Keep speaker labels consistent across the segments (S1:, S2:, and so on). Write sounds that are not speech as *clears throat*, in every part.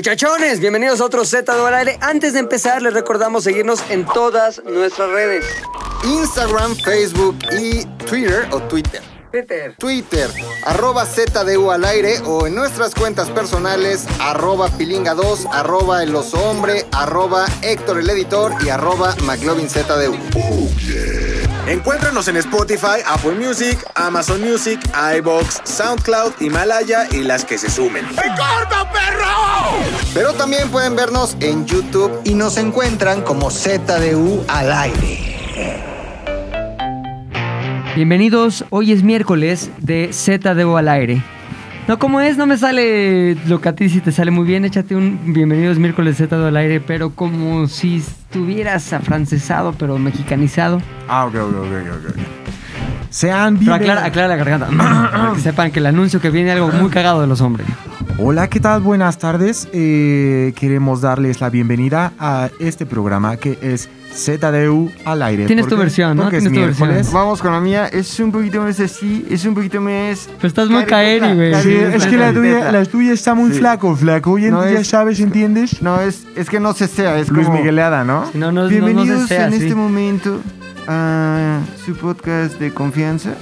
S1: Muchachones, bienvenidos a otro Z de al aire. Antes de empezar, les recordamos seguirnos en todas nuestras redes.
S2: Instagram, Facebook y Twitter o Twitter.
S1: Peter.
S2: Twitter, arroba ZDU al aire o en nuestras cuentas personales, arroba pilinga2, arroba el oso hombre, arroba Héctor el editor y arroba McLovinZDU.
S3: Encuéntranos en Spotify, Apple Music, Amazon Music, iBox, SoundCloud, Himalaya y las que se sumen.
S2: Pero también pueden vernos en YouTube.
S4: y nos encuentran como ZDU al aire.
S1: Bienvenidos, hoy es miércoles de ZDU al aire. No, como es, no me sale lo que a ti sí te sale muy bien. Échate un bienvenidos miércoles ZDU al aire, pero como si estuvieras afrancesado, pero mexicanizado.
S5: Ah, ok, ok, ok, ok. Sean
S1: Pero
S5: bienvenidos.
S1: aclara, aclara la garganta. *clears throat* Para que sepan que el anuncio que viene algo muy cagado de los hombres.
S5: Hola, ¿qué tal? Buenas tardes. Eh, queremos darles la bienvenida a este programa que es ZDU al aire.
S1: Tienes
S5: ¿Por
S1: tu
S5: qué?
S1: versión, ¿no?
S5: Porque es
S1: Tienes tu
S5: miércoles.
S1: versión.
S6: Vamos con la mía. Es un poquito más así, es un poquito más.
S1: Pero estás muy
S6: Caricatura,
S1: caeri, güey.
S6: cari-
S5: Sí, es que la tuya, la tuya está muy
S6: Sí.
S5: flaco, flaco. Hoy en
S6: No
S5: día
S6: es-
S5: sabes, ¿entiendes?
S6: No, es, es que no se sea, es
S5: Luis
S6: como.
S5: Migueleada, ¿no?
S1: No, no, no, no
S6: Bienvenidos
S1: se sea
S6: en
S1: así.
S6: este momento a su podcast de confianza,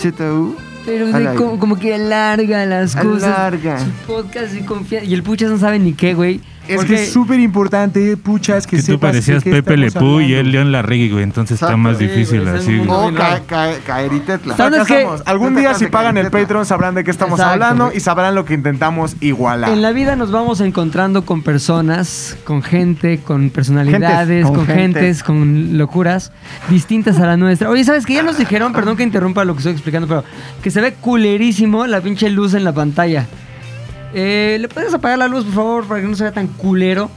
S6: ZU.
S1: Pero
S6: Al
S1: de
S6: aire.
S1: como, como que alarga las cosas.
S6: Alarga.
S1: Su podcast y confianza. Y el puchas no sabe ni qué, güey.
S5: Es
S1: Porque-
S5: que es súper importante, puchas, que
S7: Que tú
S5: sepas de
S7: parecías
S5: qué
S7: Pepe Le
S5: estamos
S7: Pew y
S5: hablando.
S7: él León Larregui, güey. Entonces está
S1: Exacto,
S7: más
S1: sí,
S7: difícil
S1: Eh, güey,
S7: así.
S1: es un
S7: güey.
S6: O
S1: no.
S6: ca ca Caeritetla.
S1: Está- ¿Sabes qué?
S5: Oh, Fracasamos. Algún
S6: No te
S5: día
S6: pases
S5: si
S6: de
S5: pagan el
S6: camiseta.
S5: Patreon sabrán de qué estamos
S1: Exacto,
S5: hablando
S1: güey.
S5: y sabrán lo que intentamos igualar.
S1: En la vida nos vamos encontrando con personas, con gente, con personalidades,
S6: con
S1: con,
S6: gente.
S1: gentes, con locuras distintas a la nuestra. Oye, ¿sabes qué? Ya nos dijeron, perdón que interrumpa lo que estoy explicando, pero que se ve culerísimo la pinche luz en la pantalla. Eh, ¿Le puedes apagar la luz, por favor, para que no se vea tan culero?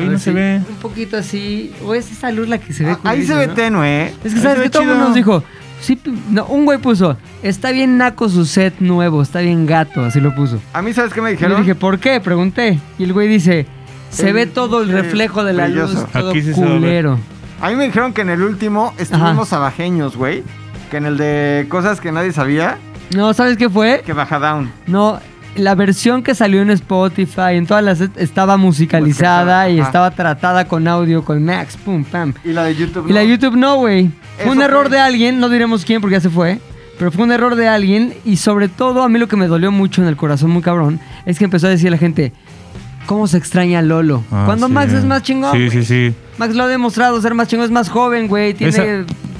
S1: A
S7: ahí
S1: ver
S7: no
S1: si-
S7: se ve.
S1: Un poquito así. O es esa luz la que se ve
S6: Ah, Ahí se
S1: culerísimo,
S6: ve
S1: ¿no?
S6: tenue, ¿eh?
S1: Es que
S6: Ahí
S1: sabes
S6: se
S1: que
S6: ve
S1: todo el mundo
S6: chido.
S1: nos dijo, sí, pi- no, un güey puso, está bien naco su set nuevo, está bien gato, así lo puso.
S6: A mí, ¿sabes qué me
S1: Y Yo
S6: dijeron?
S1: dije, ¿por qué? Pregunté. Y el güey dice, se
S6: El-
S1: ve todo el
S6: eh,
S1: reflejo de la
S6: brilloso.
S1: luz, todo
S7: Aquí sí se va a ver.
S1: culero.
S6: A mí me dijeron que en el último estuvimos abajeños, güey. Que en el de cosas que nadie sabía,
S1: No, ¿sabes qué fue?
S6: que baja down.
S1: No, la versión que salió en Spotify, en todas las... estaba musicalizada
S6: Musicalizada,
S1: y
S6: ajá.
S1: estaba tratada con audio, con Max, pum, pam.
S6: Y la de YouTube.
S1: Y la
S6: no.
S1: YouTube no, güey. Fue
S6: Eso
S1: un error
S6: fue.
S1: de alguien, no diremos quién porque ya se fue. Pero fue un error de alguien y sobre todo a mí lo que me dolió mucho en el corazón muy cabrón es que empezó a decir la gente, ¿cómo se extraña a Lolo?
S7: Ah,
S1: Cuando
S7: sí.
S1: Max es más chingón.
S7: Sí, sí,
S1: güey.
S7: sí.
S1: Max lo ha demostrado ser más chingón, es más joven, güey. Tiene
S7: Esa,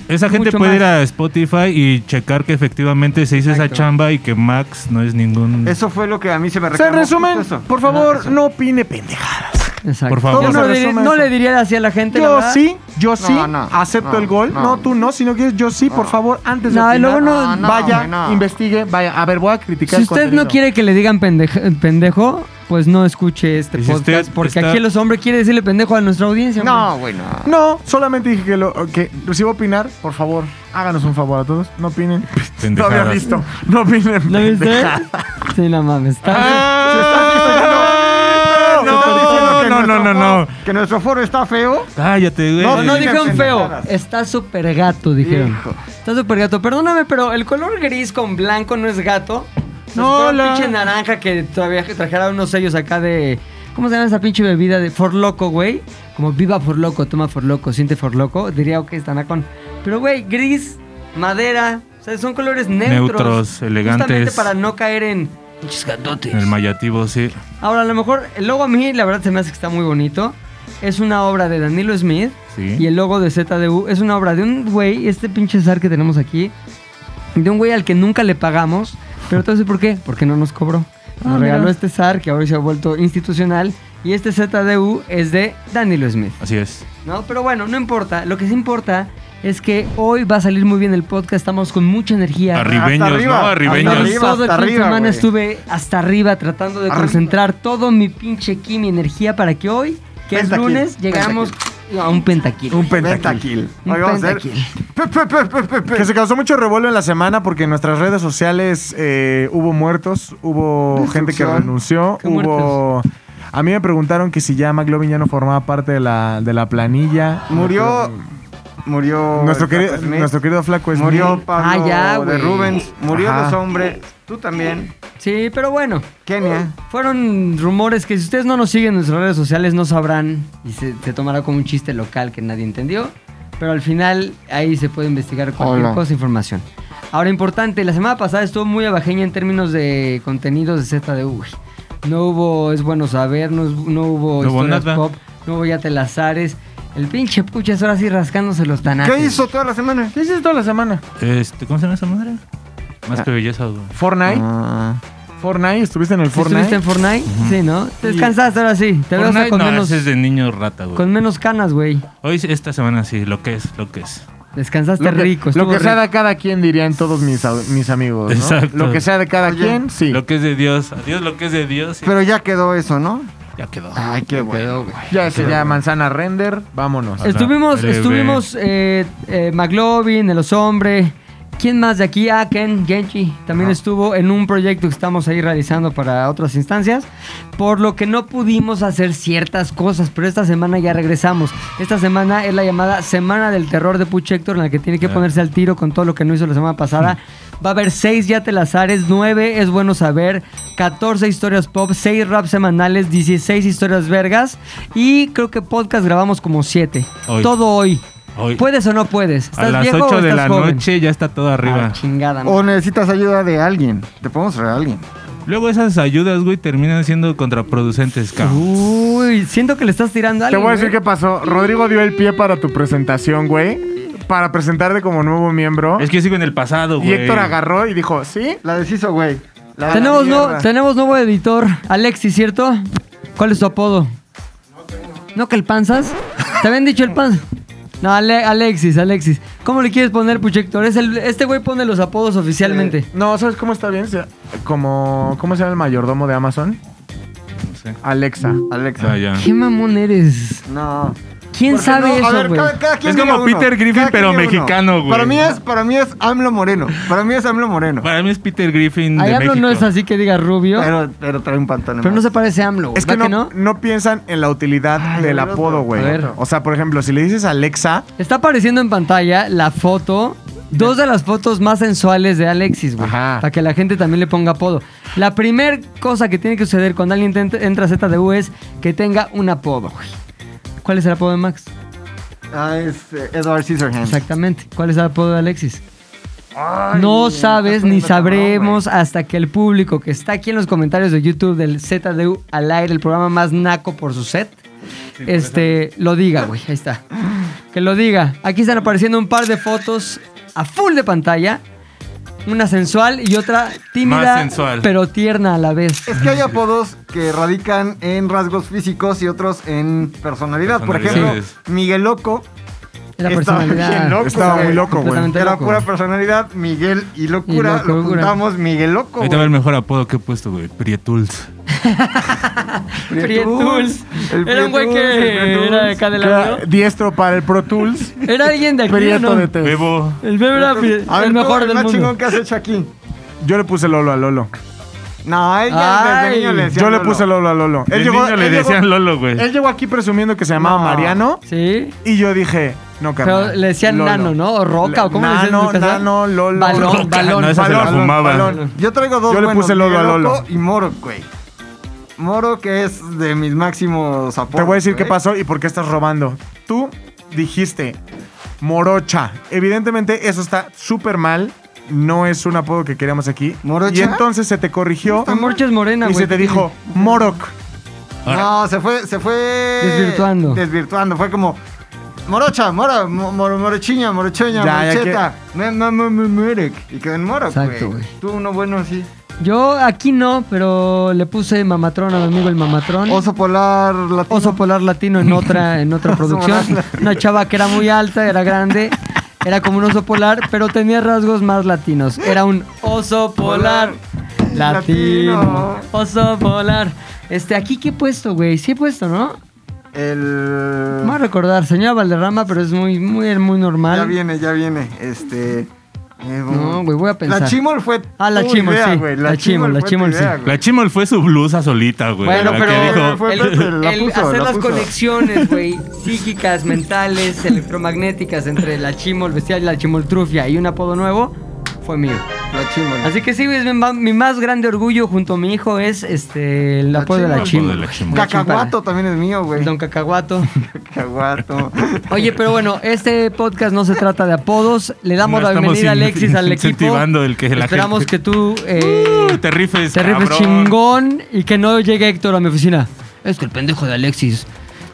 S7: esa gente
S1: mucho
S7: puede
S1: más.
S7: ir a Spotify y checar que efectivamente se hizo esa
S1: Exacto.
S7: chamba y que Max no es ningún.
S6: Eso fue lo que a mí se me
S5: Se
S6: reclamó.
S5: resumen,
S6: justo eso.
S5: por
S6: Ajá,
S5: favor,
S6: eso.
S5: no opine pendeja.
S1: Exacto.
S7: Por favor.
S1: Yo no,
S5: Todo se
S1: le dir-
S5: resume
S1: no
S5: eso.
S1: le diría así a la gente. la
S5: Yo
S1: verdad.
S5: sí, yo sí,
S6: no,
S5: acepto
S6: no,
S5: el gol. No.
S6: no.
S5: tú no, si no quieres, yo sí, por favor, antes de
S1: No, y
S5: opinar,
S1: luego no-
S6: No, no,
S5: vaya,
S6: güey, no.
S5: investigue, vaya. A ver, voy a criticar
S1: Si
S5: el
S1: usted
S5: contenido.
S1: no quiere que le digan pendeje- pendejo, pues no escuche este
S7: Y si usted
S1: podcast porque
S7: está-
S1: aquí los hombres quiere decirle pendejo a nuestra audiencia. güey.
S6: *laughs* No, güey, no.
S5: No, solamente dije que, lo, que si voy a opinar, por favor, háganos un favor a todos. No opinen. No
S7: Pendejadas.
S5: había
S7: *laughs*
S5: visto. No opinen.
S1: ¿Lo viste?
S5: pendejadas.
S1: Sí, no mames. Está...
S5: Ah,
S6: No,
S5: no,
S6: diciendo que
S7: no,
S6: nuestro
S7: no, no,
S6: foro- Que nuestro foro está feo.
S7: Cállate, güey.
S1: No, no
S7: Eh,
S1: dijeron feo.
S6: pendejadas.
S1: Está súper gato, dijeron.
S6: Hijo.
S1: Está súper gato. Perdóname, pero el color gris con blanco no es gato.
S5: No,
S1: No, la
S5: la-
S1: pinche naranja que todavía que trajera unos sellos acá de. ¿Cómo se llama esa pinche bebida de For Loco, güey? Como viva For Loco, toma For Loco, siente For Loco. Diría, ok, están con. Pero, güey, gris, madera. O sea, son colores neutros.
S7: Neutros, elegantes.
S1: Justamente para no caer en. Pinches gatotes.
S7: El mayativo, sí.
S1: Ahora, a lo mejor el logo a mí, la verdad, se me hace que está muy bonito. Es una obra de Danilo Smith.
S7: Sí.
S1: Y el logo de ZDU es una obra de un güey, este pinche zar que tenemos aquí, de un güey al que nunca le pagamos. Pero entonces, ¿por qué? Porque no nos cobró. Nos
S5: Ah, mira.
S1: regaló este zar que ahora se ha vuelto institucional. Y este ZDU es de Danilo Smith.
S7: Así es.
S1: ¿no? Pero bueno, no importa. Lo que sí importa es que hoy va a salir muy bien el podcast. Estamos con mucha energía.
S7: Arribeños,
S6: arriba.
S7: ¿no? Arribeños.
S1: Hasta
S6: arriba,
S1: todo el
S6: hasta
S1: fin de
S6: arriba,
S1: semana
S6: güey.
S1: estuve hasta arriba tratando de
S6: Arriba.
S1: concentrar todo mi pinche ki, mi energía para que hoy, que es
S6: Pentakill,
S1: lunes, llegamos a un pentaquil.
S5: Un pentakill.
S6: Pentakill.
S1: Un
S6: Hoy vamos a hacer.
S1: pentakill.
S6: Pe, pe, pe, pe, pe, pe.
S5: Que se causó mucho revuelo en la semana porque en nuestras redes sociales eh, hubo muertos, hubo gente que
S6: Destrucción.
S5: renunció,
S1: ¿Qué
S5: hubo... A mí me preguntaron que si ya McLovin ya no formaba parte de la, de la planilla.
S6: Murió murió.
S5: Nuestro
S6: el Flaco
S5: querido,
S6: Smith,
S5: nuestro querido flaco es
S6: murió Pablo
S1: Ah, ya,
S6: de
S1: güey.
S6: Rubens, murió
S5: Ajá.
S6: los hombres, tú también,
S1: Sí, pero bueno.
S6: Kenia.
S1: Fueron rumores que si ustedes no nos siguen en nuestras redes sociales no sabrán y se, se tomará como un chiste local que nadie entendió. Pero al final ahí se puede investigar cualquier
S6: Hola.
S1: cosa, información. Ahora importante, la semana pasada estuvo muy abajeña en términos de contenidos de ZDU. güey. No hubo Es Bueno Saber, no, es- no hubo
S7: No hubo
S1: Historias
S7: nada.
S1: Pop, no hubo Ya te las Ares. El pinche puchas ahora sí rascándose los tanates.
S6: ¿Qué hizo toda la semana?
S5: ¿Qué hiciste toda la semana?
S7: Este, ¿Cómo se llama esa madre?
S1: Ah.
S7: Más que belleza, güey.
S5: Fortnite.
S6: Ah.
S5: Fortnite, estuviste en el
S1: ¿Sí
S5: Fortnite.
S1: ¿Estuviste en Fortnite? Sí, ¿no? Te descansaste ahora sí. Te veo hasta
S7: Fortnite,
S1: con,
S7: no,
S1: menos,
S7: ese es de niño rata, güey.
S1: con menos canas, güey.
S7: Hoy, esta semana sí, lo que es, lo que es.
S1: Descansaste
S5: Lo que,
S1: rico.
S5: lo
S1: estuvo
S5: que sea
S1: rico.
S5: de cada quien dirían todos mis, au- mis amigos, ¿no?
S7: Exacto.
S5: Lo que sea de cada quien, sí.
S7: Lo que es de Dios. Adiós, lo que es de Dios. y
S6: Pero ya quedó eso, ¿no?
S7: ya quedó.
S6: Ay, qué bueno.
S5: Ya sería manzana render, vámonos.
S7: Ajá.
S1: Estuvimos,
S7: Breve.
S1: estuvimos eh, eh, McLovin, El Osombre. ¿Quién más de aquí? Ah, Ken Genchi también estuvo en un proyecto que estamos ahí realizando para otras instancias, por lo que no pudimos hacer ciertas cosas, pero esta semana ya regresamos. Esta semana es la llamada Semana del Terror de Puch Héctor, en la que tiene que ponerse al tiro con todo lo que no hizo la semana pasada. Va a haber seis ya te las ares, nueve es bueno saber, 14 historias pop, 6 raps semanales, 16 historias vergas y creo que podcast grabamos como 7.
S7: Hoy.
S1: Todo hoy.
S7: Hoy.
S1: ¿Puedes o no puedes?
S7: a
S1: ¿Estás
S7: las
S1: viejo
S7: 8
S1: o
S7: de
S1: estás
S7: la
S1: joven?
S7: noche ya está todo arriba.
S1: Ah, chingada.
S6: O necesitas ayuda de alguien. Te podemos traer a alguien.
S7: Luego esas ayudas, güey, terminan siendo contraproducentes, cabrón.
S1: Uy, siento que le estás tirando ¿eh? a
S5: Te
S1: alguien.
S5: voy a decir
S1: güey.
S5: qué pasó. Rodrigo dio el pie para tu presentación, güey. Para presentarte como nuevo
S1: Uh.
S5: miembro.
S7: Es que yo sigo en el pasado, Eh, güey.
S5: y Héctor agarró y dijo, ¿sí?
S6: La deshizo, güey. La-
S1: Tenemos,
S6: la
S1: nuevo,
S6: mierda.
S1: tenemos nuevo editor, Alexis, ¿cierto? ¿Cuál es tu apodo? No, que el panzas. ¿Te habían dicho el panzas? No, Ale- Alexis, Alexis. ¿Cómo le quieres poner, Puchector? Es el, este güey pone los apodos oficialmente.
S5: No, ¿sabes cómo está bien? Se- Como, ¿Cómo se llama el mayordomo de Amazon?
S7: No sé.
S5: Alexa.
S6: Alexa.
S7: Ah, ya.
S1: ¿Qué mamón eres?
S6: No.
S1: ¿Quién
S6: Porque
S1: sabe
S6: no, a
S1: eso,
S6: ver,
S1: güey?
S6: cada- cada quien
S7: Es como
S6: diga uno.
S7: Peter Griffin,
S6: Cada quien
S7: pero
S6: diga uno.
S7: mexicano, güey.
S6: Para mí, es, para mí es AMLO Moreno. Para mí es AMLO Moreno.
S7: Para mí es Peter Griffin
S1: Ahí
S7: de
S1: AMLO
S7: México.
S1: no es así que diga rubio, pero,
S6: Pero, pero trae un pantalón.
S1: no se parece a AMLO.
S5: Es que no,
S1: ¿verdad
S5: no? piensan en la utilidad
S6: Ay,
S5: del
S6: a ver,
S5: apodo,
S6: otro.
S5: güey.
S1: A ver.
S5: O sea, por ejemplo, si le dices Alexa,
S1: Está apareciendo en pantalla la foto, dos de las fotos más sensuales de Alexis, güey.
S5: Ajá.
S1: Para que la gente también le ponga apodo. La primer cosa que tiene que suceder cuando alguien te ent- entra a ZDU es que tenga un apodo, güey. ¿Cuál es el apodo de Max?
S6: Ah, es eh, Edward Scissorhands.
S1: Exactamente. ¿Cuál es el apodo de Alexis?
S6: Ay,
S1: no
S6: me estás
S1: sabes ni
S6: poniendo cabrón,
S1: sabremos hasta que el público que está aquí en los comentarios de YouTube del ZDU al aire, el programa más naco por su set, este, lo diga, güey. Ahí está. Que lo diga. Aquí están apareciendo un par de fotos a full de pantalla. Una sensual y otra tímida,
S7: Más sensual.
S1: pero tierna a la vez.
S6: Es que hay apodos que radican en rasgos físicos y otros en personalidad. Por ejemplo,
S7: Personalidades.
S6: Miguel Loco
S1: Era
S6: Estaba
S1: personalidad.
S6: bien loco,
S5: estaba
S6: güey.
S5: muy loco, güey.
S1: Completamente
S6: era
S1: loco.
S6: pura personalidad. Miguel y
S1: Y
S6: locura.
S1: locura.
S6: lo juntamos Miguel Loco.
S7: Ahí te va
S6: güey.
S7: el mejor apodo que he puesto, güey. Prietuls.
S1: Prietuls.
S6: El
S1: Era un güey
S6: Prietuls, el
S1: que
S6: Prietuls.
S1: era de acá del
S5: queda
S1: año.
S5: diestro para el Pro Tools,
S1: Era alguien de aquí, ¿o
S5: prieto
S1: ¿no?
S5: de test.
S7: Bebo.
S1: El bebé era pri-
S6: A ver,
S1: el
S6: tú,
S1: mejor del
S6: más
S1: mundo.
S6: chingón que has hecho aquí.
S5: Yo le puse Lolo a Lolo.
S6: No, ella
S1: Ay.
S6: desde niño le decía
S5: Yo le
S6: Lolo.
S5: puse Lolo a Lolo.
S7: El
S5: Él llegó,
S7: niño le
S5: él llegó-
S7: decían Lolo, güey.
S5: él llegó aquí presumiendo que se llamaba
S6: No.
S5: Mariano
S1: Sí.
S5: y yo dije, no, carnal.
S1: Pero le decían
S5: Lolo.
S1: nano, ¿no? O roca, ¿o cómo le decían en
S5: Nano,
S1: tu casa?
S5: nano, Lolo.
S1: Balón,
S5: Roca.
S1: balón,
S7: no, esa se la
S5: balón,
S7: fumaba.
S5: balón.
S6: Yo traigo dos
S5: Yo le
S6: buenos,
S5: puse Lolo
S6: Miguel
S5: a Lolo.
S6: Loco Y Moro, güey. Moro que es de mis máximos apodos.
S5: Te voy a decir qué
S6: güey.
S5: pasó y por qué estás robando. Tú dijiste morocha. Evidentemente eso está súper mal. No es un apodo que queríamos aquí.
S6: ¿Morocha?
S5: Y entonces se te corrigió
S1: La morcha es morena,
S5: y
S1: güey.
S5: se te dijo moroc.
S6: No, se fue, se fue.
S1: Desvirtuando.
S6: Desvirtuando. Fue como. Morocha, mora, mo- moro, morochiña,
S5: Ya,
S6: morochoña,
S5: ya
S6: morocheta. Me, me, me, me, morec. Y quedó en moro, güey.
S1: Exacto, güey.
S6: Tú uno bueno así.
S1: Yo aquí no, pero le puse mamatrón a mi amigo el mamatrón. Oso,
S6: Oso polar latino.
S1: polar latino en otra, en otra producción.
S6: polar
S1: Una chava que era muy alta, era grande. Era como un oso polar, pero tenía rasgos más latinos. Era un oso polar latino.
S6: Latino.
S1: Oso polar. Este, aquí qué he puesto, güey. Sí he puesto, ¿no?
S6: El.
S1: No voy a recordar, señora Valderrama, pero es muy, muy, muy normal.
S6: Ya viene, ya viene. Este.
S1: No, güey, voy a pensar.
S6: La Chimol fue.
S1: Ah, la
S6: tu
S1: Chimol,
S6: idea,
S1: sí.
S6: güey.
S1: La Chimol, la
S6: fue tu
S1: Chimol, sí.
S6: idea, güey.
S7: La Chimol fue su blusa solita, güey.
S6: Bueno,
S7: la
S6: pero-
S7: que dijo,
S6: fue
S1: el,
S6: Pepe, la
S1: el
S6: puso,
S1: hacer
S6: la
S1: las
S6: puso.
S1: conexiones, güey, psíquicas, mentales, electromagnéticas entre la chimol bestial y la chimoltrufia y un apodo nuevo fue mío.
S6: La Chimol.
S1: Así que sí, güey, es mi, ma- mi más grande orgullo junto a mi hijo es este el apodo de la
S7: Chimol.
S1: chimol.
S7: El apodo de la Chimol.
S6: Cacahuato también es mío, güey.
S1: Don Cacahuato. *laughs*
S6: Cacahuato.
S1: Oye, pero bueno, este podcast no se trata de apodos. Le damos
S7: No
S1: la
S7: estamos
S1: bienvenida a
S7: in-
S1: Alexis al equipo.
S7: *laughs* incentivando el que la
S1: Esperamos
S7: gente-
S1: que tú eh,
S7: "Uh, te rifes,
S1: te rifes
S7: cabrón".
S1: chingón y que no llegue Héctor a mi oficina. Es que el pendejo de Alexis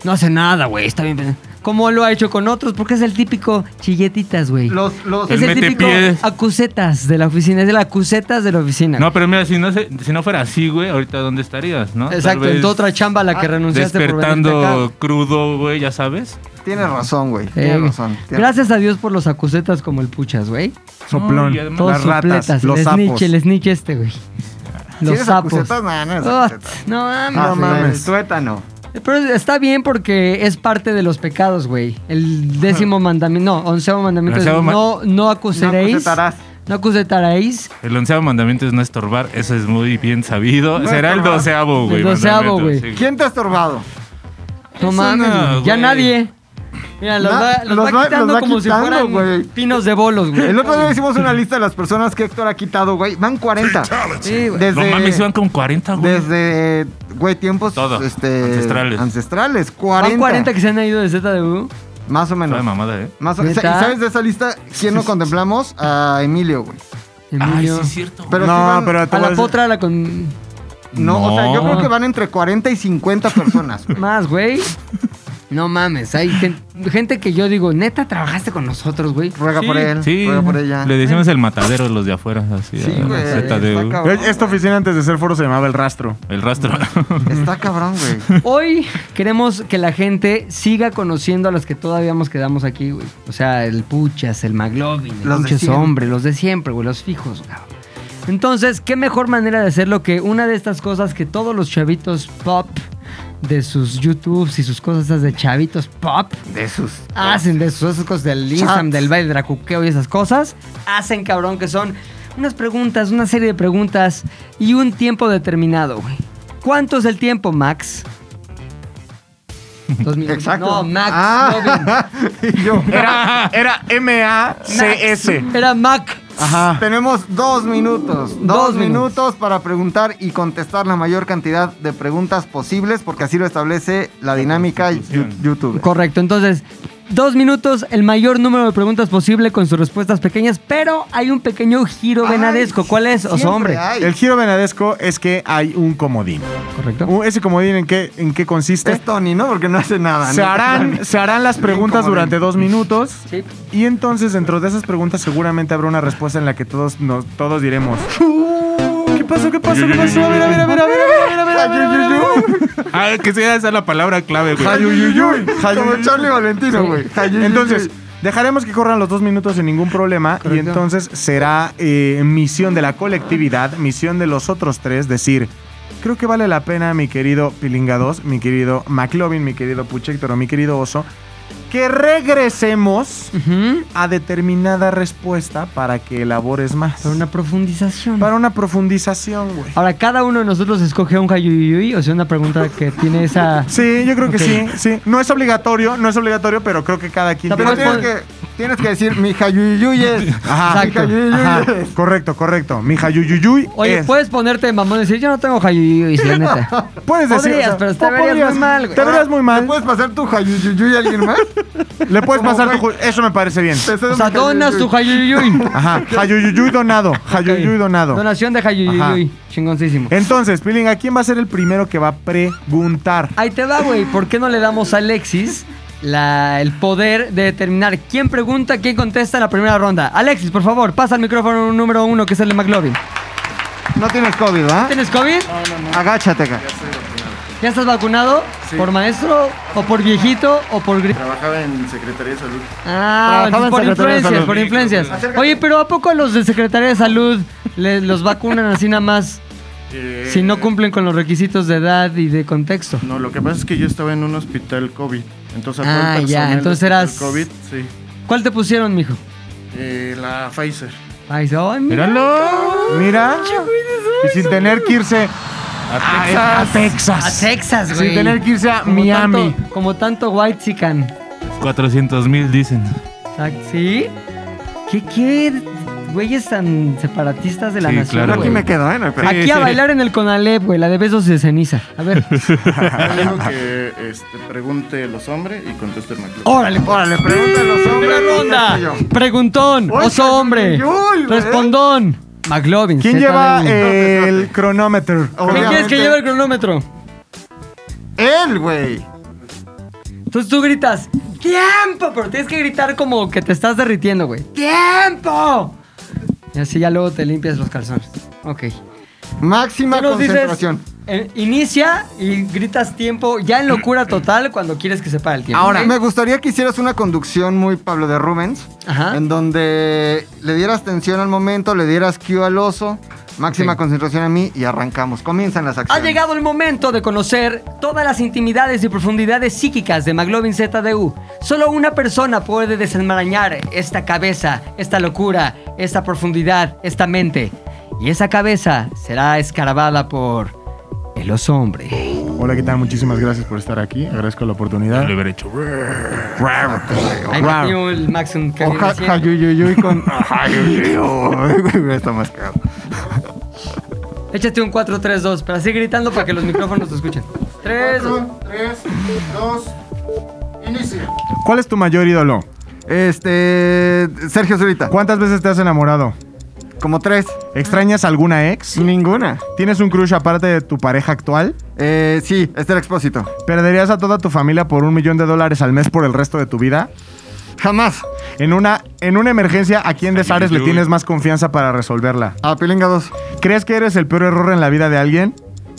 S1: no hace nada, güey. Está bien. pendejo. Como lo ha hecho con otros, porque es el típico chilletitas, güey.
S6: Los, los.
S1: Es
S7: El
S1: el, típico
S7: metepies.
S1: acusetas de la oficina. Es el acusetas de la oficina.
S7: No, pero mira, si no, se- si no fuera así, güey, ahorita ¿dónde estarías, no? Tal
S1: Exacto,
S7: vez
S1: en tu otra chamba a la que renunciaste por venirte acá.
S7: Despertando crudo, güey, ya sabes.
S6: Tienes razón, güey.
S1: Eh,
S6: Tienes razón. tienes
S1: gracias a Dios por los acusetas como el puchas, güey.
S5: Soplón.
S7: No, y además-
S1: Todos
S5: las ratas,
S1: sopletas,
S5: los
S1: el
S5: sapos.
S1: snitch, el snitch este, güey.
S6: Si
S1: Los
S6: eres
S1: sapos.
S6: acusetas, nah, no eres
S1: Oh,
S6: acusetas.
S1: no mames.
S6: Ah,
S5: No
S6: sí,
S5: mames.
S6: el tuétano.
S1: Pero está bien porque es parte de los pecados, güey. El décimo mandamiento, no, onceavo mandamiento es
S7: Onceavo ma-
S1: no, no acusaréis.
S6: No acusetarás.
S1: No acusetaréis.
S7: El onceavo mandamiento es no estorbar, eso es muy bien sabido.
S6: No
S7: Será el
S6: estorbar.
S7: doceavo, güey.
S1: El doceavo,
S7: mandamiento,
S1: güey.
S7: sí.
S6: ¿Quién te ha estorbado?
S1: No
S7: Eso
S1: mames,
S7: no,
S1: güey. ya
S7: güey.
S1: nadie. Mira, los,
S6: Na-
S1: va, los
S6: los
S1: va
S6: va-
S1: quitando
S6: los va
S1: como
S6: quitando,
S1: si fueran
S6: güey.
S1: pinos de bolos, güey.
S6: El otro día hicimos una lista de las personas que Héctor ha quitado, güey. Van
S7: *laughs*
S6: 40.
S1: Sí, güey.
S6: Desde,
S7: No mames, iban con 40, güey.
S6: desde, güey, tiempos
S7: Todo.
S6: Este,
S7: Ancestrales.
S6: ancestrales.
S1: Van
S6: 40.
S1: 40 que se han ido de ZDU.
S6: Más o
S7: Fue de
S6: menos.
S7: mamada, ¿eh?
S6: Más o- ¿Y
S1: ¿Neta?
S6: sabes de esa lista quién no contemplamos? A Emilio, güey.
S7: Ay,
S1: Emilio.
S7: sí, es cierto. güey.
S6: Pero sí
S5: No,
S6: van-
S5: pero te
S1: a
S5: voy a
S1: la
S5: decir-
S1: potra la con
S6: No, o sea, yo
S7: No.
S6: creo que van entre 40 y 50
S1: *laughs*
S6: personas, güey.
S1: Más, güey.
S7: *laughs*
S1: No mames, hay gen- gente, que yo digo, neta, trabajaste con nosotros, güey.
S6: Ruega
S7: Sí,
S6: por él,
S7: sí.
S6: ruega por ella.
S7: Le decimos el matadero a los de afuera, así.
S6: Sí,
S7: a-
S6: güey,
S7: ZDU.
S6: está cabrón.
S5: Güey, Esta oficina antes de ser foro se llamaba El Rastro.
S7: El rastro. *laughs*
S6: Está cabrón, güey.
S1: Hoy queremos que la gente siga conociendo a los que todavía nos quedamos aquí, güey. O sea, el Puchas, el Maglovin, el
S6: Los de
S1: Puchas
S6: siempre.
S1: Hombre, los de siempre, güey, los fijos, cabrón. Entonces, ¿qué mejor manera de hacerlo que una de estas cosas que todos los chavitos pop de sus YouTubes y sus cosas esas de chavitos pop
S6: De sus.
S1: hacen de sus esas cosas del Instagram, del baile, del dracuqueo y esas cosas, hacen cabrón que son unas preguntas, una serie de preguntas y un tiempo determinado, güey. ¿Cuánto es el tiempo,
S6: *laughs*
S1: Max? Dos minutos.
S6: Exacto.
S1: No, Max.
S6: *laughs* Ah.
S7: *laughs*
S6: Y yo.
S1: *laughs*
S5: Era, era
S1: no, Max.
S5: M-A-C-S.
S1: Era Mac.
S5: Ajá.
S6: Tenemos dos minutos. Dos,
S1: Dos
S6: minutos. para preguntar y contestar la mayor cantidad de preguntas posibles, porque así lo establece la dinámica yu-
S7: constitución.
S6: YouTube.
S1: Correcto. Entonces, dos minutos, el mayor número de preguntas posible con sus respuestas pequeñas, pero hay un pequeño giro venadesco.
S6: Ay,
S1: ¿Cuál es? Oso
S6: siempre
S1: hombre.
S6: hay.
S5: El giro venadesco es que hay un comodín.
S6: Uh.
S1: Correcto.
S5: Un- ¿Ese comodín en qué, en qué consiste?
S6: Es Tony, ¿no? Porque no hace nada.
S5: Se
S6: ¿no?
S5: harán, se harán las preguntas
S6: comodín.
S5: durante dos minutos.
S1: Sí.
S5: Y entonces dentro de esas preguntas seguramente habrá una respuesta en la que todos, nos, todos diremos. ¿Qué pasó? ¿Qué pasó? ¿Qué pasó? A ver, a ver, a ver, a ver, a ver, a ver, a ver, a ver, a ver".
S7: ah, que sea esa la palabra clave, güey.
S5: Jayuyuyuy,
S6: Como
S5: jayuyuy.
S6: Charlie Valentino, güey.
S5: Entonces, dejaremos que corran los dos minutos sin ningún problema y entonces será eh, misión de la colectividad, misión de los otros tres, decir, creo que vale la pena, mi querido Pilinga 2, mi querido McLovin, mi querido Puchector o mi querido Oso, que regresemos
S1: Ujú.
S5: a determinada respuesta para que elabores más.
S1: Para una profundización.
S5: Para una profundización, güey.
S1: Ahora, cada uno de nosotros escoge un hayuyuyuy, o sea, una pregunta que tiene esa...
S5: Sí, yo creo que
S1: Ok.
S5: sí, sí. No es obligatorio, no es obligatorio, pero creo que cada quien...
S1: Tampoco
S6: Pero
S5: tiene-
S6: tienes que, tienes que decir, mi Jayuyuyuyes.
S5: Ajá,
S1: Exacto.
S5: Jayuyuy. Ajá, correcto, correcto. Mi Jayuyuyuy
S1: Oye,
S5: es-
S1: puedes ponerte de mamón y decir, yo no tengo hayuyuyuy,
S5: *laughs*
S1: la neta.
S5: Puedes decir.
S1: Podrías, pero te
S5: po-
S1: verías muy mal, güey. Ah.
S5: Te verías muy mal.
S6: ¿Le puedes pasar tu Jayuyuyuy a alguien
S5: *laughs*
S6: más?
S5: Le puedes
S6: Como,
S5: pasar tu.
S6: güey.
S5: ju- Eso me parece bien.
S6: Te cedo
S1: O sea,
S6: mi jayuyuy.
S1: donas tu hayuyuyuy.
S5: Ajá. Jayuyuyuy donado. Jayuyuyuy donado. Eh.
S1: Donación de hayuyuyuy. Chingoncísimo.
S5: Entonces, Pilinga, ¿quién va a ser el primero que va a preguntar?
S1: Ahí te va, güey. ¿Por qué no le damos a Alexis la- el poder de determinar quién pregunta, quién contesta en la primera ronda? Alexis, por favor, pasa el micrófono número uno, que es el de McLovin.
S6: No tienes COVID, ¿ah?
S1: ¿Tienes COVID?
S6: Agáchate, acá.
S1: ¿Ya estás vacunado? ¿Por maestro? ¿O por viejito? ¿O por gri-
S8: Trabajaba en Secretaría de Salud.
S1: Ah,
S6: Trabajaba en
S1: por
S6: Secretaría de
S1: influencias,
S6: Salud.
S1: por influencias. Oye, pero ¿a poco los de Secretaría de Salud le- los vacunan así nada más
S8: Eh,
S1: si no cumplen con los requisitos de edad y de contexto?
S8: No, lo que pasa es que yo estaba en un hospital COVID. Entonces, a todo el
S1: Ah, ya,
S8: personal del
S1: entonces
S8: hospital
S1: eras-
S8: COVID, sí.
S1: ¿Cuál te pusieron, mijo?
S8: Eh, la Pfizer.
S1: Ay, ay, mira.
S7: ¡Míralo!
S5: Mira.
S1: Pinche güey de
S5: Y
S1: Soy.
S5: sin tener que irse a a Texas.
S1: A Texas, güey.
S5: Sin tener que irse a
S1: Como
S5: Miami.
S1: tanto- como tanto White Chican.
S7: 400 mil dicen.
S1: ¿Sí? ¿Qué, qué güeyes tan separatistas de la
S7: Sí,
S1: nación,
S7: claro.
S1: güey?
S5: Aquí me quedo, ¿eh? No hay pedo.
S1: Aquí a bailar en el Conalep, güey, la de besos de ceniza. A ver, *laughs*
S8: Yo digo que este, pregunte los hombres y conteste McLovin.
S1: órale,
S6: Órale, pregúntale a los hombres.
S1: Primera ronda.
S6: contesto yo.
S1: Preguntón.
S6: Oye,
S1: Oso hombre.
S6: Yul, ¿eh?
S1: Respondón. McLovin.
S5: ¿Quién
S1: ZDU.
S5: lleva el
S1: ¿Quién
S5: cronómetro?
S1: quieres
S6: Obviamente.
S1: que lleve el cronómetro?
S6: Él, güey.
S1: Entonces tú gritas, ¡Tiempo! Pero tienes que gritar como que te estás derritiendo, güey. ¡Tiempo! Y así ya luego te limpias los calzones. Ok.
S6: Máxima
S1: Tú nos dices,
S6: concentración.
S1: eh, inicia y gritas tiempo ya en locura total cuando quieres que se pare el tiempo.
S6: Ahora,
S1: ¿ok?
S6: me gustaría que hicieras una conducción muy Pablo de Rubens,
S1: Ajá.
S6: en donde le dieras tensión al momento, le dieras cue al oso, máxima
S1: Ok.
S6: concentración a mí y arrancamos. Comienzan las
S1: Ha
S6: acciones.
S1: llegado el momento de conocer todas las intimidades y profundidades psíquicas de McLovin ZDU. Solo una persona puede desenmarañar esta cabeza, esta locura, esta profundidad, esta mente. Y esa cabeza será escarabada por el oso hombre.
S5: Hola, ¿qué tal? Muchísimas gracias por estar aquí. Agradezco la oportunidad.
S7: Lo hubiera hecho.
S1: Ahí
S5: Wow.
S1: metió el Max un
S6: O
S1: cambio
S6: ja-
S1: de asiento.
S6: jayuyuyuy con.
S5: *laughs*
S6: Jayuyuyuy, güey, Está más cagado.
S1: Échate un 4-3-2, pero así gritando para que los micrófonos te escuchen. 3,
S8: 3, 2, inicia.
S5: ¿Cuál es tu mayor ídolo?
S6: Este. Sergio Zurita.
S5: ¿Cuántas veces te has enamorado?
S6: Como tres.
S5: ¿Extrañas alguna ex?
S6: Ninguna.
S5: ¿Tienes un crush aparte de tu pareja actual?
S6: Eh, sí, este era expósito.
S5: ¿Perderías a toda tu familia por un millón de dólares al mes por el resto de tu vida?
S6: Jamás.
S5: En una, en una emergencia, ¿a quién de Sares le
S7: Ayuyuy.
S5: tienes más confianza para resolverla?
S6: A Pilinga 2.
S5: ¿Crees que eres el peor error en la vida de alguien?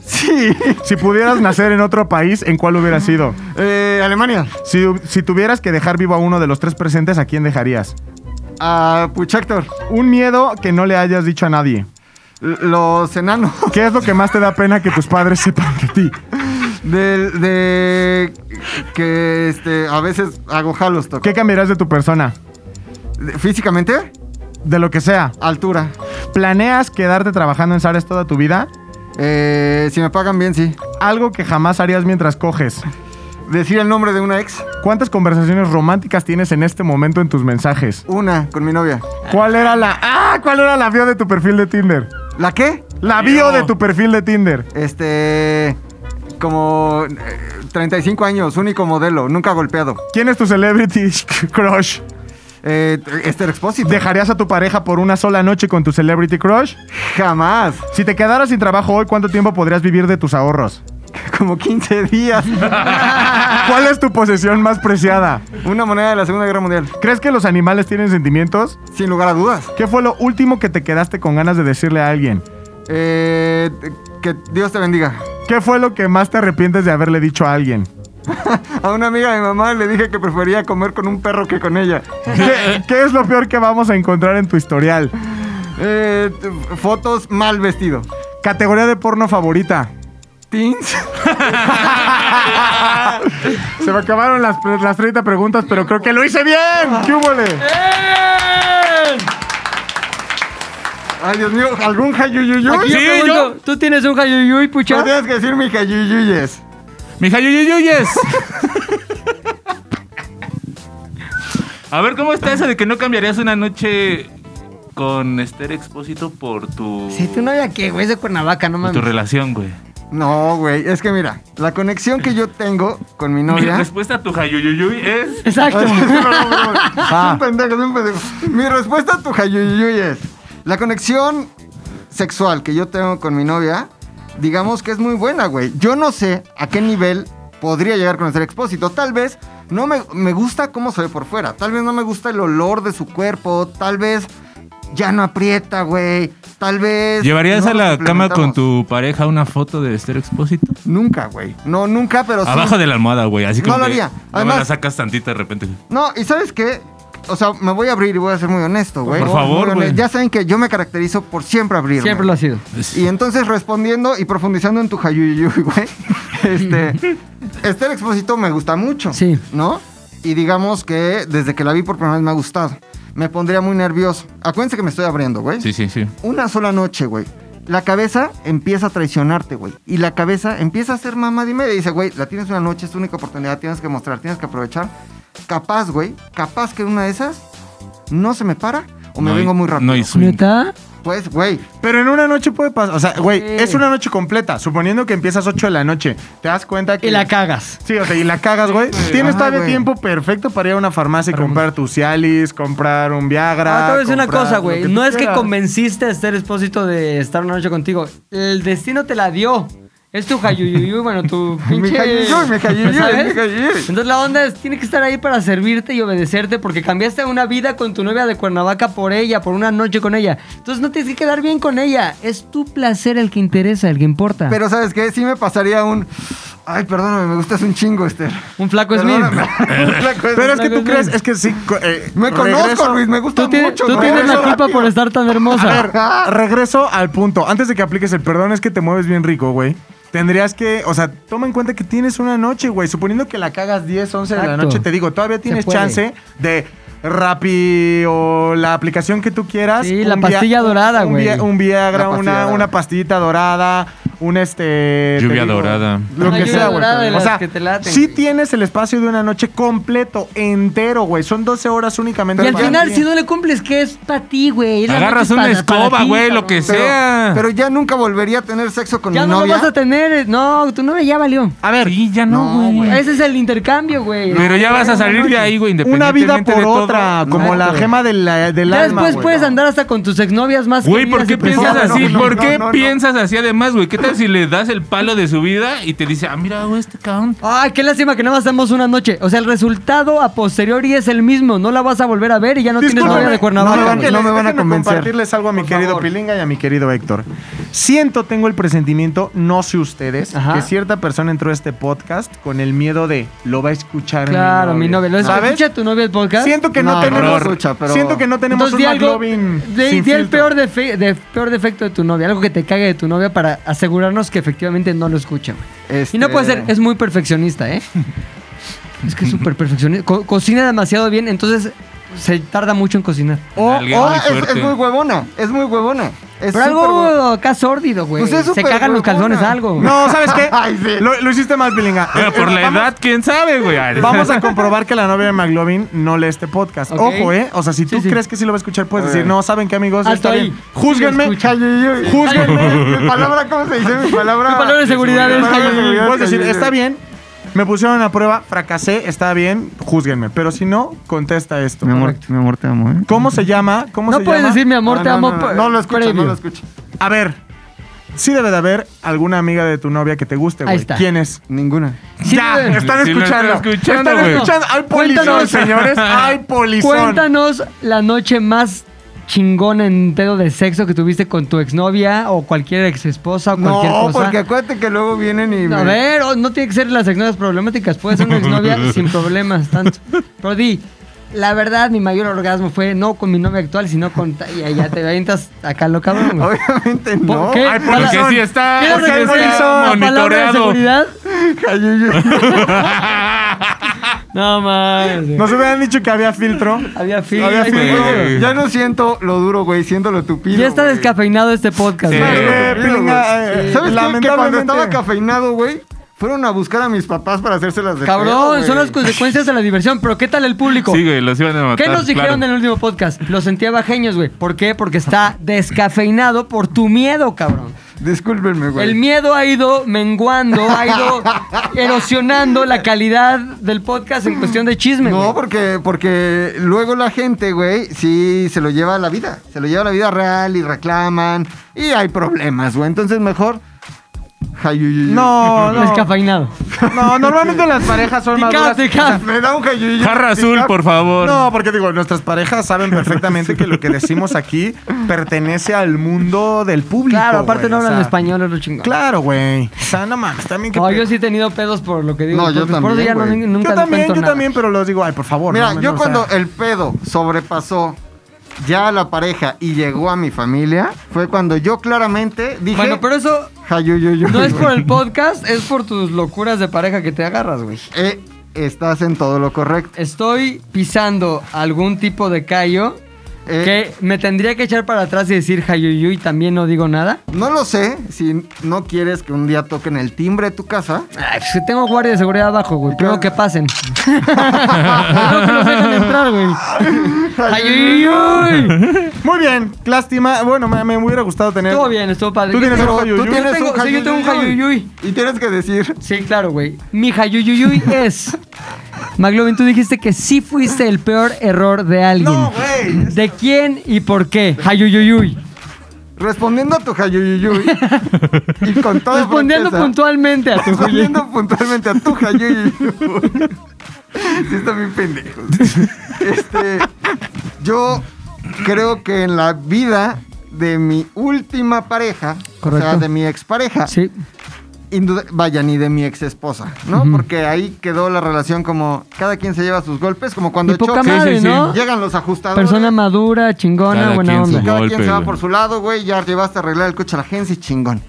S6: Sí.
S5: Si pudieras nacer en otro país, ¿en cuál hubiera sido?
S6: *laughs* Eh, Alemania.
S5: Si, si tuvieras que dejar vivo a uno de los tres presentes, ¿a quién dejarías?
S6: A Puchector.
S5: Un miedo que no le hayas dicho a nadie.
S6: L- Los enanos. *laughs*
S5: ¿Qué es lo que más te da pena que tus padres sepan de ti?
S6: Del, de. Que este, a veces hago jalos, toco.
S5: ¿Qué cambiarás de tu persona?
S6: De- ¿Físicamente?
S5: De lo que sea.
S6: Altura.
S5: ¿Planeas quedarte trabajando en Sares toda tu vida?
S6: Eh, si me pagan bien, sí.
S5: Algo que jamás harías mientras coges.
S6: Decir el nombre de una ex.
S5: ¿Cuántas conversaciones románticas tienes en este momento en tus mensajes?
S6: Una, con mi novia.
S5: ¿Cuál era la ah, cuál era la bio de tu perfil de Tinder?
S6: ¿La qué?
S5: La bio de tu perfil de Tinder.
S6: Este. Como. eh, 35 años, único modelo, nunca golpeado.
S5: ¿Quién es tu celebrity crush?
S6: Eh, Esther Expósito.
S5: ¿Dejarías a tu pareja por una sola noche con tu celebrity crush?
S6: Jamás. *laughs*
S5: Si te quedaras sin trabajo hoy, ¿cuánto tiempo podrías vivir de tus ahorros?
S6: Como 15 días. *laughs*
S5: ¿Cuál es tu posesión más preciada?
S6: Una moneda de la Segunda Guerra Mundial.
S5: ¿Crees que los animales tienen sentimientos?
S6: Sin lugar a dudas.
S5: ¿Qué fue lo último que te quedaste con ganas de decirle a alguien?
S6: Eh, que Dios te bendiga.
S5: ¿Qué fue lo que más te arrepientes de haberle dicho a alguien?
S6: A una amiga de mi mamá le dije que prefería comer con un perro que
S5: *laughs*
S6: con ella.
S5: ¿Qué, qué es lo peor que vamos a encontrar en tu historial?
S6: Eh, t- fotos mal vestido.
S5: Categoría de porno favorita.
S6: Teens.
S5: *laughs* Se me acabaron las, las 30 preguntas, pero creo que lo hice bien. ¡Qué húbole!
S6: Ay, Dios mío, ¿algún
S1: Aquí
S6: jayuyuyuy?
S1: yo pregunto, ¿tú tienes un jayuyuy,
S6: No
S1: pucha?
S6: tienes que decir mi jayuyuyes.
S7: Mija, yo, yo, yo, yes. A ver, ¿cómo está eso de que no cambiarías una noche con Esther Expósito por tu,
S1: Si tu novia qué, güey, es de Cuernavaca, no
S7: por tu
S1: mames.
S7: relación, güey?
S6: No, güey, es que mira, la conexión que yo tengo con mi
S7: Mi
S6: novia. *laughs*
S7: respuesta a tu jayuyuyuy es...
S1: Exacto.
S7: Ah.
S6: Es un pendejo, es un pendejo. Mi respuesta a tu jayuyuy es: la conexión sexual que yo tengo con mi novia, digamos que es muy buena, güey. Yo no sé a qué nivel podría llegar con este expósito. Tal vez no me, me gusta cómo se ve por fuera. Tal vez no me gusta el olor de su cuerpo. Tal vez ya no aprieta, güey. Tal vez.
S7: ¿Llevarías
S6: no
S7: a la
S6: nos
S7: cama con
S6: complementamos.
S7: tu pareja una foto de Esther Expósito?
S6: Nunca, güey. No, nunca, pero sí.
S7: Abajo de la almohada, güey. Así
S6: No
S7: como
S6: lo
S7: que
S6: haría.
S7: nada más
S6: Además-
S7: la sacas tantita de repente.
S6: No, y ¿sabes qué? O sea, me voy a abrir y voy a ser muy honesto, güey.
S7: Por
S6: Muy
S7: favor,
S6: honesto.
S7: güey.
S6: Ya saben que yo me caracterizo por siempre abrir.
S1: Siempre lo ha sido.
S6: Y entonces respondiendo y profundizando en tu jayuyuy, *laughs* güey. Este. Esther Expósito me gusta mucho.
S1: Sí.
S6: ¿No? Y digamos que desde que la vi por primera vez me ha gustado. me pondría muy nervioso. Acuérdense que me estoy abriendo, güey.
S7: Sí, sí, sí.
S6: Una sola noche, güey. La cabeza empieza a traicionarte, güey. Y la cabeza empieza a ser mamá y media. Dice, güey, la tienes una noche, es tu única oportunidad, tienes que mostrar, tienes que aprovechar. Capaz, güey, capaz que una de esas no se me para o me
S7: No hay-
S6: vengo muy rápido.
S7: No hay swing.
S1: ¿Neta?
S6: Pues, güey,
S5: Pero en una noche puede pasar. O sea, güey,
S1: Sí.
S5: es una noche completa. Suponiendo que empiezas 8 de la noche, te das cuenta que.
S1: Y la cagas.
S5: Sí, o sea, y la cagas, güey. Tienes
S6: Ajá,
S5: todavía
S6: güey.
S5: tiempo perfecto para ir a una farmacia y comprar tu Cialis, comprar un Viagra.
S1: Ah, te voy a decir una
S5: comprar
S1: cosa,
S5: lo
S1: güey.
S5: tú
S1: No es que
S5: quieras.
S1: convenciste a Esther Espósito de estar una noche contigo. El destino te la dio. Es tu jayuyuyu, *laughs* bueno, tu pinche...
S6: jayuyuy, mi jayuyuy,
S1: ¿sabes?
S6: mi jayuyuy.
S1: Entonces la onda es, tiene que estar ahí para servirte y obedecerte porque cambiaste una vida con tu novia de Cuernavaca por ella, por una noche con ella. Entonces no tienes que quedar bien con ella. Es tu placer el que interesa, el que importa.
S6: pero ¿sabes qué? Sí me pasaría un... Ay, perdóname, me gustas un chingo, Esther.
S1: Un flaco Smith.
S6: *laughs* Perdóname.
S1: *laughs*
S6: La cosa-
S5: Pero es que
S1: Una
S5: tú
S1: cosa
S5: crees,
S1: es-
S5: es que sí. co- eh,
S6: Me conozco,
S5: regreso-
S6: Luis, me
S1: Tú,
S6: gusta
S1: tienes-
S6: mucho.
S1: tú
S6: güey.
S1: tienes la
S6: Eso-
S1: culpa por estar tan hermosa. *laughs*
S5: Ah, Regreso al punto. Antes de que apliques el perdón, es que te mueves bien rico, güey. Tendrías que, o sea, toma en cuenta que tienes una noche, güey. Suponiendo que la cagas 10, 11 de la
S1: Exacto.
S5: noche, te digo, todavía tienes
S1: puede.
S5: chance de Rappi o la aplicación que tú quieras.
S1: Sí, la
S5: via-
S1: pastilla dorada,
S5: un
S1: güey.
S5: via- Un Viagra,
S6: La pastilla
S5: una,
S6: dorada.
S5: una pastillita dorada, un este. te
S7: Lluvia
S5: digo,
S7: dorada.
S5: Lo
S1: Una
S5: que
S1: lluvia
S5: sea, güey.
S1: dorada de
S5: O
S1: las
S5: sea,
S1: que te laten,
S5: sí
S1: güey.
S5: tienes el espacio de una noche completo, entero, güey. Son 12 horas únicamente.
S1: Y al
S5: para
S1: final,
S5: ti.
S1: si no le cumples, ¿qué es para ti, güey? Es la
S7: Agarras
S1: noche
S7: una
S1: para- para
S7: escoba,
S1: ti,
S7: güey,
S1: cabrón.
S7: lo que
S6: Pero,
S7: sea.
S6: pero ya nunca volvería a tener sexo con
S1: Ya
S6: mi
S1: no
S6: novia.
S1: lo vas a tener. eh. No, tu novia ya valió.
S5: A ver,
S7: Sí, ya no, güey.
S1: Ese es el intercambio, güey.
S7: Pero ya vas a salir de ahí, güey,
S5: Una
S7: independientemente
S5: vida por
S7: de todo.
S5: otra, como
S1: Exacto.
S5: la gema del, eh, del
S1: Ya
S5: alma.
S1: después
S5: güey.
S1: puedes andar hasta con tus exnovias más
S7: Güey,
S1: queridas
S7: ¿por qué
S1: y preciadas.
S7: piensas
S5: no,
S7: así?
S5: no,
S7: ¿Por
S5: no,
S7: qué
S5: no, no.
S7: piensas así además, güey? ¿Qué tal si le das el palo de su vida y te dice, ah, mira, güey, este cabrón?
S1: Ay, qué lástima que nada más damos una noche. O sea, el resultado a posteriori es el mismo. No la vas a volver a ver y ya no tienes
S5: Discúlpame,
S1: novia de Cuernavaca.
S5: no me van,
S1: güey.
S5: no me van a
S6: Déjenme
S5: convencer.
S6: compartirles
S5: algo a mi querido Pilinga y a mi querido Héctor. Siento, tengo el presentimiento, no sé ustedes,
S1: Ajá.
S5: que cierta persona entró a este podcast con el miedo de lo va a escuchar
S1: Claro, mi novia. ¿Lo
S5: ¿Sabes?
S1: escucha tu novia el podcast?
S5: Siento que no,
S6: No,
S5: tenemos,
S6: no escucha, pero-
S5: siento que no tenemos
S1: Entonces, di
S5: un
S1: algo.
S5: McLovin
S1: di-
S5: sin
S1: di el
S5: filtro.
S1: peor, defe- de- peor defecto de tu novia. Algo que te cague de tu novia para asegurarnos que efectivamente no lo escucha, güey.
S6: Este-
S1: Y no puede ser, es muy perfeccionista,
S6: *laughs*
S1: ¿eh? es que es súper perfeccionista. Co- cocina demasiado bien, entonces se tarda mucho en cocinar.
S6: O,
S7: Nalga
S6: o
S7: muy
S6: es,
S7: fuerte.
S6: es muy huevona, es muy huevona. Es
S1: Pero
S6: súper huevona.
S1: algo acá sórdido, güey.
S6: Pues es
S1: se
S6: súper
S1: cagan los
S6: huevona.
S1: calzones, algo.
S5: No, ¿sabes *laughs* qué?
S6: Ay, sí.
S5: lo, lo hiciste más, Pilinga.
S7: Mira, por la
S5: Vamos-
S7: edad, quién sabe, güey.
S1: *laughs*
S5: Vamos a comprobar que la novia de McLovin no lee este podcast.
S1: Ok.
S5: Ojo, ¿eh? O sea, si tú
S1: Sí, sí.
S5: crees que sí lo va a escuchar, puedes
S6: Muy
S5: decir,
S6: bien.
S5: no, ¿saben qué, amigos?
S1: Alto
S5: Está
S1: ahí.
S5: bien. Júzguenme.
S1: Sí, lo
S6: Jayuyuy.
S5: Júzguenme.
S6: Mi palabra, ¿cómo se dice? Mi palabra.
S1: Mi palabra de seguridad es
S6: palabra de
S1: jayuyuy.
S6: seguridad es
S5: Puedes decir,
S6: jayuyuy.
S5: está bien. Me pusieron a prueba, fracasé, está bien, júzguenme. Pero si no, contesta esto.
S6: Mi amor, mi amor, te amo, ¿eh?
S5: ¿Cómo se llama? ¿Cómo
S1: No
S5: se
S1: puedes
S5: llama?
S1: decir, mi amor,
S6: Ah,
S1: te
S6: no,
S1: amo.
S6: No,
S1: pa-
S6: no, no lo escucho,
S1: previo.
S6: no lo escucho.
S5: A ver, sí debe de haber alguna amiga de tu novia que te guste,
S1: Ahí
S5: güey.
S1: está.
S5: ¿Quién es?
S6: Ninguna.
S1: Sí,
S5: ya,
S1: güey.
S5: están
S7: Mm, Sí, lo están
S5: escuchando.
S7: escuchando,
S5: Están
S7: güey.
S5: escuchando. Hay polizón,
S1: Cuéntanos.
S5: señores. Hay polizón.
S1: Cuéntanos la noche más chingona en dedo de sexo que tuviste con tu exnovia o cualquier exesposa o cualquier
S6: No,
S1: cosa.
S6: porque acuérdate que luego vienen y.
S1: A
S6: me-
S1: ver, o- no tiene que ser las exnovias problemáticas, puede ser una exnovia sin problemas tanto. Pero di, la verdad, mi mayor orgasmo fue no con mi novia actual, sino con... ta- Y allá te avientas acá lo cabrón, güey.
S6: Obviamente
S1: ¿Por
S6: no.
S1: qué?
S5: Hay
S1: Para-
S7: Porque sí está,
S1: ¿Quieres
S7: porque
S1: regresar
S7: está
S1: a la palabra de
S7: monitoreado.
S1: seguridad?
S6: Jayuyuy.
S1: No mames. güey.
S5: Nos hubieran dicho que había filtro.
S1: Había fin.
S5: Había fin,
S7: güey.
S6: Ya no siento lo duro, güey. Siento lo tupido.
S1: Ya está
S6: güey.
S1: descafeinado este podcast.
S7: Sí.
S5: Más,
S1: güey.
S5: güey,
S6: Tupido,
S5: Pilinga,
S6: güey.
S5: eh,
S6: ¿Sabes qué? Que cuando
S5: lamentablemente- *laughs*
S6: estaba cafeinado, güey, fueron a buscar a mis papás para hacérselas de pedo,
S1: Cabrón,
S6: güey.
S1: son las consecuencias de la diversión. Pero ¿qué tal el público?
S7: *laughs* Sí, güey, los iban a matar.
S1: ¿Qué nos dijeron en el último podcast? Los sentía bajeños, güey. ¿Por qué? Porque está descafeinado por tu miedo, cabrón.
S6: Discúlpenme, güey.
S1: El miedo ha ido menguando, ha ido erosionando la calidad del podcast en cuestión de chisme.
S6: No,
S1: güey.
S6: porque, porque luego la gente, güey, sí se lo lleva a la vida. Se lo lleva a la vida real y reclaman. Y hay problemas, güey. Entonces mejor. jayuyuy.
S5: No, no.
S1: Descafeinado.
S5: No, normalmente las parejas son más
S1: Tica,
S5: duras.
S1: tica.
S6: Me da un jayuyuy.
S7: Jarra azul, por favor.
S5: No, porque digo, nuestras parejas saben perfectamente que lo que decimos aquí pertenece al mundo del público.
S1: Claro, aparte
S5: güey,
S1: no
S5: o
S1: hablan
S5: sea,
S1: español, es lo chingón.
S5: Claro, güey. O sea, no mames, también que.
S1: No, yo sí he tenido pedos por lo que digo.
S6: No, yo
S1: Por eso
S6: también,
S1: ya no-
S6: güey.
S1: nunca
S5: Yo también,
S1: cuento
S5: yo
S1: nada.
S5: también, pero los digo, ay, por ah. favor.
S6: Mira,
S5: no,
S6: yo
S5: no, o
S6: cuando
S5: sea,
S6: el pedo sobrepasó ya a la pareja y llegó a mi familia, fue cuando yo claramente dije.
S1: Bueno, pero eso
S6: jayuyuy,
S1: no es por
S6: güey.
S1: el podcast, es por tus locuras de pareja que te agarras, güey.
S6: Eh, estás en todo lo correcto.
S1: Estoy pisando algún tipo de callo
S6: Eh,
S1: Que me tendría que echar para atrás y decir Hayuyuy, también no digo nada.
S6: No lo sé si no quieres que un día toquen el timbre de tu casa.
S1: Ay, pues, que tengo guardia de seguridad abajo, güey. Primero que
S5: *laughs*
S1: pasen. Primero que los dejen entrar, güey. Hayuyuy.
S5: eh, Muy bien, lástima. Bueno, me, me hubiera gustado tener.
S1: Estuvo bien, estuvo padre.
S5: Tú tienes
S1: Yo
S5: un
S1: tengo-
S5: hayuyuy.
S1: yo tengo- Sí, yo tengo un Hayuyuy.
S6: Y tienes que decir.
S1: Sí, claro, güey. Mi Hayuyuyuy
S6: *laughs*
S1: es. McLovin, tú dijiste que sí fuiste el peor error de alguien.
S5: No, güey.
S1: ¿De quién y por qué? Hayuyuyuy.
S6: Respondiendo a
S1: *laughs*
S6: tu jayuyuyuy. y con toda
S1: Respondiendo
S6: franqueza,
S1: puntualmente a tu Hayuyuy.
S6: Respondiendo puntualmente a tu jayuyuyuy. *laughs* sí, está bien pendejo. Este. Yo creo que en la vida de mi última pareja, o sea,
S1: Correcto.
S6: de mi expareja,
S1: Sí.
S6: Indu- vaya, ni de mi ex esposa, ¿no? Porque ahí quedó la relación como cada quien se lleva sus golpes, como cuando
S1: Y poca
S6: chocan,
S1: madre,
S7: Sí, sí, sí.
S1: ¿no?
S6: llegan los ajustadores.
S1: Persona madura, chingona,
S7: Cada
S1: buena
S7: quien su
S1: onda.
S6: cada
S7: Golpe,
S6: quien se va
S7: güey.
S6: por su lado, güey, ya llevaste a arreglar el coche a la agencia y chingón.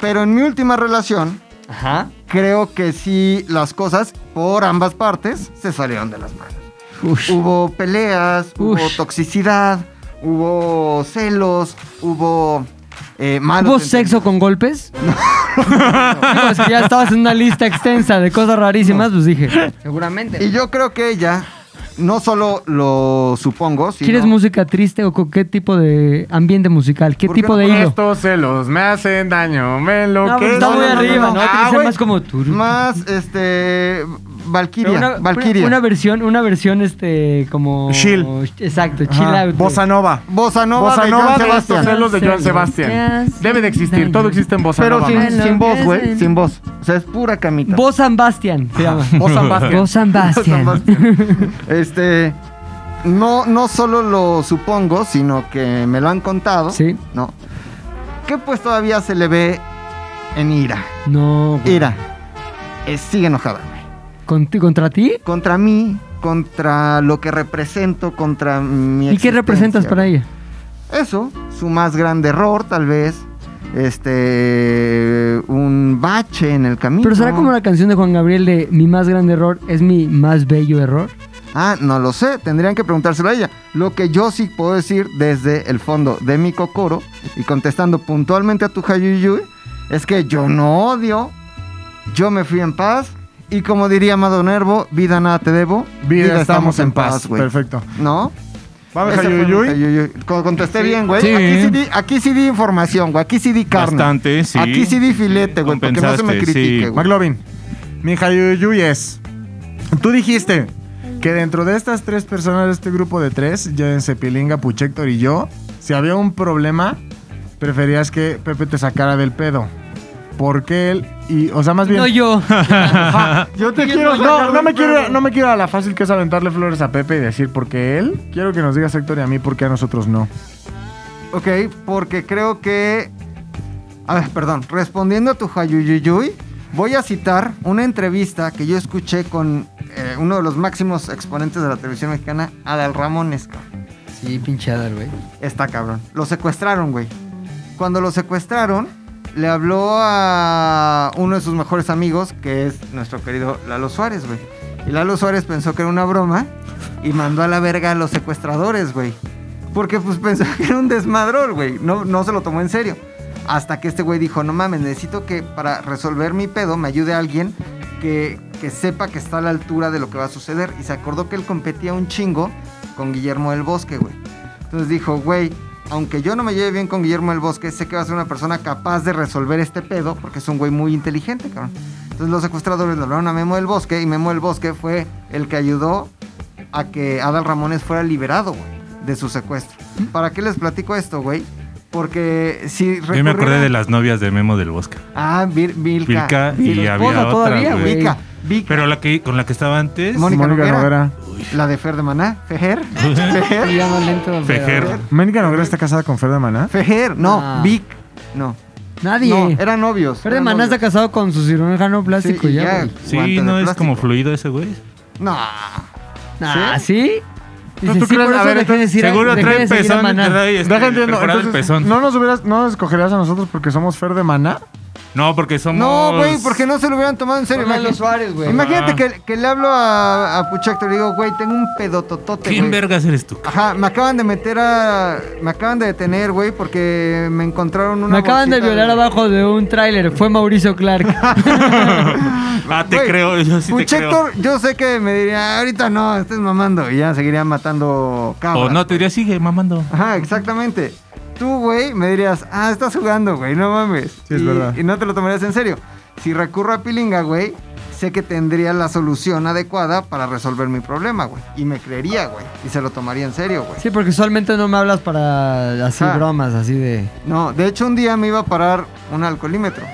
S6: Pero en mi última relación,
S1: Ajá.
S6: creo que sí las cosas por ambas partes se salieron de las manos. Hubo peleas, hubo
S1: Ush.
S6: toxicidad, hubo celos, hubo eh, malos
S1: ¿Hubo sexo con
S6: *laughs*
S1: golpes? Digo, es que ya estabas en una lista extensa de cosas rarísimas, pues dije. Seguramente.
S6: Y yo creo que ella, no solo lo supongo, sino...
S1: ¿Quieres música triste o con qué tipo de ambiente musical? ¿Qué
S6: ¿Por qué
S1: tipo
S6: no
S1: de hilo?
S5: Estos celos me hacen daño, me
S1: No, pues está
S5: enloquezco.
S1: muy
S6: no, no,
S1: arriba, ¿no?
S6: no, no.
S1: Tiene que
S5: Ah,
S1: ser
S5: güey.
S1: más como tú.
S6: Más, este... Valkyria,
S1: una,
S6: Valkyria.
S1: una versión, una versión este como
S5: Chill.
S1: Exacto, chill
S5: Ajá,
S1: out.
S5: Bossa Nova.
S6: Bossa Nova,
S5: Bossa
S6: de
S5: Nova
S6: Joan
S5: de
S6: Sebastián.
S5: estos celos de Joan Sebastián. Debe de existir, todo existe en Bossa
S6: Pero
S5: Nova.
S6: sin,
S5: man.
S6: sin voz, güey, sin voz. O sea, es pura camita.
S1: Boss and Bastian se
S5: *laughs*
S1: llama. *laughs*
S5: Bossa Basket.
S1: Boss and Bastian.
S6: este... No, no solo lo supongo, sino que me lo han contado.
S1: Sí.
S6: No. Que pues todavía se le ve en ira.
S1: No, güey.
S6: Ira. Eh, sigue enojada, güey.
S1: ¿Conti- ¿Contra ti?
S6: contra mí, contra lo que represento, contra
S1: ¿Y
S6: mi
S1: qué
S6: existencia.
S1: representas para ella?
S6: Eso, su más grande error, tal vez. Este. Un bache en el camino.
S1: Pero será como la canción de Juan Gabriel de Mi más grande error es mi más bello error.
S6: Ah, no lo sé, tendrían que preguntárselo a ella. Lo que yo sí puedo decir desde el fondo de mi cocoro y contestando puntualmente a tu Hayuyuy es que yo no odio, yo me fui en paz y como diría Amado Nervo, vida nada te debo,
S5: Vida, estamos en paz.
S6: güey.
S5: Perfecto.
S6: ¿No?
S5: Vamos,
S6: Ese fue mi
S5: Hayuyuy.
S6: Hayuyuy. Co- Contesté bien, güey.
S7: Sí.
S6: Aquí, sí di, aquí sí di información, güey. Aquí sí di carne.
S7: Bastante, sí.
S6: Aquí sí di filete, güey, porque no se me
S7: Compensaste,
S6: critique,
S7: sí.
S6: güey.
S5: McLovin, mi Hayuyuy es. Tú dijiste que dentro de estas tres personas, de este grupo de tres, llévense Pilinga, Puchector y yo, si había un problema, preferías que Pepe te sacara del pedo. Porque él y, o sea, más bien.
S1: No yo.
S5: Yo te
S1: quiero sacar
S5: No, no
S1: del
S5: me quiero,
S1: pedo.
S5: no me quiero a la fácil que es aventarle flores a Pepe y decir por qué él. Quiero que nos digas Héctor y a mí por qué a nosotros no.
S6: Ok, porque creo que. A ver, perdón. Respondiendo a tu Hayuyuyuy, voy a citar una entrevista que yo escuché con eh, uno de los máximos exponentes de la televisión mexicana, Adal Ramones. cabrón.
S1: Sí, pinchada, güey.
S6: Está cabrón. Lo secuestraron, güey. Cuando lo secuestraron, le habló a uno de sus mejores amigos, que es nuestro querido Lalo Suárez, güey. Y Lalo Suárez pensó que era una broma y mandó a la verga a los secuestradores, güey. Porque pues pensó que era un desmadrol, güey. No, no se lo tomó en serio. Hasta que este güey dijo, no mames, necesito que para resolver mi pedo me ayude alguien que, que sepa que está a la altura de lo que va a suceder. Y se acordó que él competía un chingo con Guillermo del Bosque, güey. Entonces dijo, güey, aunque yo no me lleve bien con Guillermo del Bosque, sé que va a ser una persona capaz de resolver este pedo porque es un güey muy inteligente, cabrón. Entonces los secuestradores le hablaron a Memo del Bosque y Memo del Bosque fue el que ayudó a que Adal Ramones fuera liberado, güey, de su secuestro. ¿Para qué les platico esto, güey? Porque si
S7: Yo me acordé
S6: recurrieran-
S7: de las novias de Memo del Bosque.
S6: Ah, Vir- Vilca.
S7: Vilca
S1: Y
S7: y
S1: la
S7: había
S1: esposa
S7: otra,
S1: todavía,
S7: güey.
S1: güey.
S6: Vilca. Vilca.
S7: Pero la que con la que estaba antes, *laughs*
S6: Mónica
S5: Mónica
S6: Noguera.
S5: Noguera.
S6: La de Fer de Maná. Fejer.
S5: ¿Eh?
S6: Fejer.
S1: Ya más lento.
S7: Fejer.
S5: Mónica Noguera está casada con Fer de Maná.
S6: Fejer.
S1: Ah.
S6: No, Vic. No.
S1: Nadie.
S6: No, eran novios.
S1: Pero de
S6: eran
S1: Maná está
S6: novios.
S1: casado con su cirujano plástico
S6: Sí, y
S1: ya,
S6: ya.
S1: güey.
S7: Sí,
S6: Guante de
S7: no es
S6: plástico.
S7: como fluido ese güey.
S6: No.
S1: Ah, ¿sí? Dice,
S5: tú
S1: sí,
S5: crees?
S1: por
S5: A
S1: eso
S5: ver,
S1: dejé de
S5: entonces,
S1: decir-
S7: Seguro
S1: dejé
S7: trae
S1: de seguir a
S7: pezón,
S1: Maná.
S7: trae este,
S5: Deja entiendo.
S7: perforado el
S5: entonces,
S7: pezón.
S5: ¿No nos hubieras, no nos escogerías a nosotros porque somos Fer de Maná?
S7: No, porque somos.
S6: No, güey, porque no se lo hubieran tomado en serio.
S1: Con Lalo
S6: Imagínate,
S1: Suárez, güey.
S6: imagínate
S7: Ah.
S6: que, que le hablo a, a Puchactor y le digo, güey, tengo un pedototote,
S7: ¿Quién
S6: güey.
S7: vergas eres tú?
S6: Ajá, me acaban de meter a... Me acaban de detener, güey, porque me encontraron una
S1: Me acaban de
S6: bolsita
S1: violar abajo de un tráiler. Fue Mauricio Clark.
S7: Ah, te
S6: Güey,
S7: creo, yo sí te creo.
S6: Puchector, yo sé que me diría, ahorita no, estés mamando. Y ya seguiría matando cabras.
S7: O no, te diría, sigue mamando.
S6: Ajá, exactamente. Tú, güey, me dirías, ah, estás jugando, güey, no mames.
S5: Sí, es
S6: y,
S5: verdad.
S6: Y no te lo tomarías en serio. Si recurro a Pilinga, güey, sé que tendría la solución adecuada para resolver mi problema, güey. Y me creería, güey. Y se lo tomaría en serio, güey.
S1: Sí, porque usualmente no me hablas para así
S6: Ajá.
S1: bromas, así de.
S6: No, de hecho, un día me iba a parar un alcoholímetro.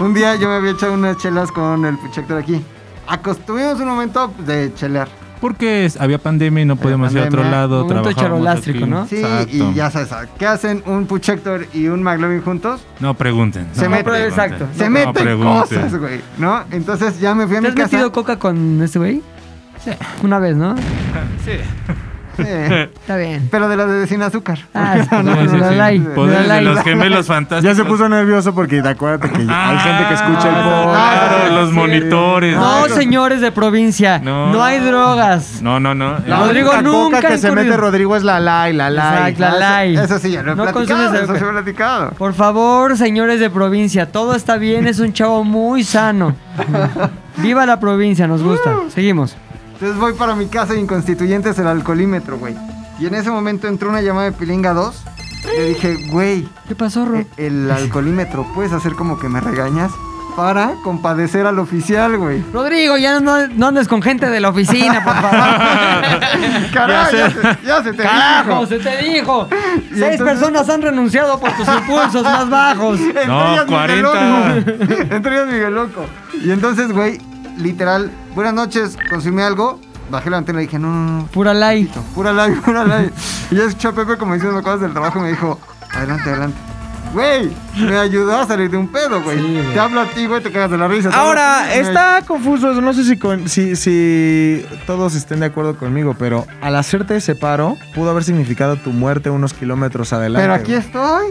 S6: Un día yo me había echado unas chelas con el Puchector aquí. Acostuvimos un momento de chelear.
S7: Porque es- había pandemia y no podíamos ir a otro
S6: pandemia,
S7: lado.
S1: momento
S7: Trabajábamos
S1: charolástrico,
S7: aquí.
S1: ¿no?
S6: Sí,
S7: Exacto.
S6: y ya sabes, ¿qué hacen un Puchector y un McLovin juntos?
S7: No pregunten.
S6: Se
S7: no
S6: mete-
S7: pregunten.
S1: exacto.
S6: Se
S7: No
S6: meten
S7: pregunten.
S6: cosas, güey, ¿no? Entonces ya me fui a
S1: ¿Te
S6: mi
S1: has
S6: casa.
S1: metido coca con este güey? Sí. Una vez, ¿no?
S7: Sí.
S6: Eh,
S1: Está
S6: *laughs*
S1: bien.
S6: pero de las de sin azúcar.
S1: Ah, sí,
S6: No,
S1: no,
S7: Sí, sí,
S1: no, la
S7: sí.
S1: like,
S7: Poderes
S1: la like.
S7: de los gemelos fantásticos.
S5: Ya se puso nervioso porque acuérdate que hay gente que escucha el
S7: Ah,
S5: podcast.
S7: Claro, los
S6: sí.
S7: monitores.
S1: No,
S7: Ay,
S1: señores de provincia.
S7: No.
S1: No, hay drogas.
S7: No, no, eh. no.
S1: La
S7: *laughs*
S1: Rodrigo
S5: única
S1: nunca
S5: coca que se
S1: incurrió.
S5: mete Rodrigo es la lai, la lai.
S1: Exacto, la like.
S6: Eso sí, ya lo he
S1: No
S6: platicado.
S1: consumes
S6: Eso sí
S1: azúcar.
S6: lo he platicado.
S1: Por favor, señores de provincia, todo está bien, es un chavo muy sano. Viva la provincia, nos gusta. Seguimos.
S6: Entonces voy para mi casa y en Constituyentes el alcoholímetro, güey. Y en ese momento entró una llamada de Pilinga 2. Le dije, güey,
S1: ¿Qué pasó, Ro?
S6: eh, el alcoholímetro, ¿puedes hacer como que me regañas? Para compadecer al
S1: *laughs*
S6: oficial, güey.
S1: Rodrigo, ya no, no andes con gente de la oficina, por *laughs* favor.
S6: Carajo, ya, se, ya se te
S1: Carajo,
S6: dijo.
S1: se te dijo.
S6: Y
S1: Seis
S6: entonces-
S1: personas han renunciado por tus impulsos más bajos.
S6: Entre
S7: No,
S6: ellas
S7: 40.
S6: Miguel Loco. Entre ellas Miguel Loco. Y entonces, güey, literal, buenas noches, consumí algo, bajé la antena y dije, no, no, no,
S1: Pura light.
S6: pura live, pura live. Y ya escuché a Pepe como diciendo cosas del trabajo y me dijo, adelante, adelante. Güey, me ayudó a salir de un pedo, güey.
S1: Sí, güey.
S6: te hablo a ti, güey, te cagas de la risa. te hablo a
S5: Ahora,
S6: ti, güey.
S5: está confuso, eso, no sé si, con- si, si todos estén de acuerdo conmigo, pero al hacerte ese paro, pudo haber significado tu muerte unos kilómetros adelante.
S6: Pero aquí
S5: güey.
S6: estoy.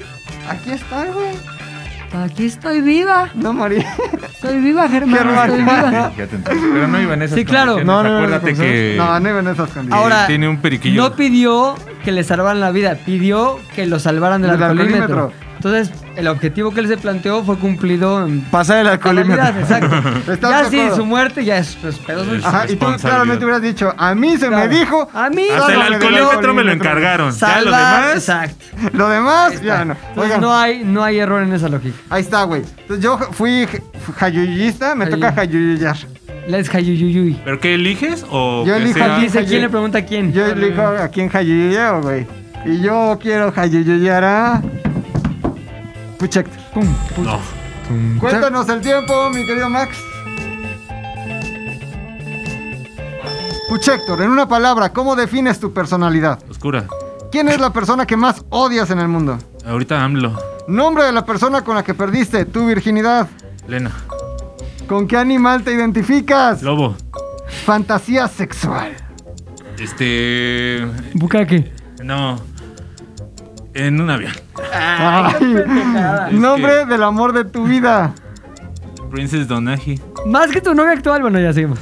S6: Aquí estoy, güey.
S1: Aquí estoy viva.
S6: No morí.
S1: Estoy viva, Germán. Estoy *laughs* viva.
S7: Ya te entendí. Pero no iban esas
S1: Sí, claro.
S7: condiciones,
S5: No, no, no, no,
S7: Acuérdate
S5: no,
S7: que
S6: No, no iban esas condiciones.
S1: Ahora,
S7: tiene un periquillo.
S1: No pidió que le salvaran la vida, pidió que lo salvaran del
S6: Del
S1: alcoholímetro.
S6: alcoholímetro.
S1: Entonces, el objetivo que él se planteó fue cumplido en
S5: Pasar el
S1: totalidad,
S5: alcoholímetro.
S1: *laughs* exacto.
S6: Estamos
S1: ya
S6: de
S1: sí,
S6: acuerdo.
S1: su muerte ya es pues, pedo suyo.
S7: Es-
S6: Ajá, y tú
S7: responsabilidad.
S6: claramente hubieras dicho, a mí se
S1: Claro. Ah,
S6: me dijo.
S1: A mí
S7: Hasta el
S1: solo
S6: me dio
S7: alcoholímetro me
S6: alcoholímetro.
S7: lo encargaron. Ya lo
S1: salva-
S7: demás.
S1: Exacto.
S6: Lo demás, ya no.
S1: Ah, Entonces,
S6: Oigan,
S1: no hay, no hay error en esa lógica.
S6: ahí está, güey. Entonces yo fui j- jayuyista, me
S1: Jayuy.
S6: toca jayuyillar.
S1: Les Hayuyuyuy.
S7: ¿Pero qué eliges? O
S6: Yo
S7: que
S6: elijo
S7: sea-
S6: Ah,
S1: Dice
S6: Jayuy.
S1: quién le pregunta a quién.
S6: Yo elijo a quién jayuyilleo, güey. Y yo quiero jayuyillar a. Puchector.
S1: Pum, pum.
S7: No.
S6: Cuéntanos el tiempo, mi querido Max. Puchector, en una palabra, ¿cómo defines tu personalidad?
S7: Oscura.
S6: ¿Quién es la persona que más odias en el mundo?
S7: Ahorita AMLO.
S6: Nombre de la persona con la que perdiste tu virginidad.
S7: Lena.
S6: ¿Con qué animal te identificas?
S7: Lobo.
S6: Fantasía sexual.
S7: Este.
S1: Bucaque.
S7: No. En un avión.
S6: Ay. Nombre
S7: Es
S6: del amor de tu vida.
S7: Princess Donagi.
S1: Más que tu novia actual, bueno, ya
S6: *laughs*
S1: seguimos.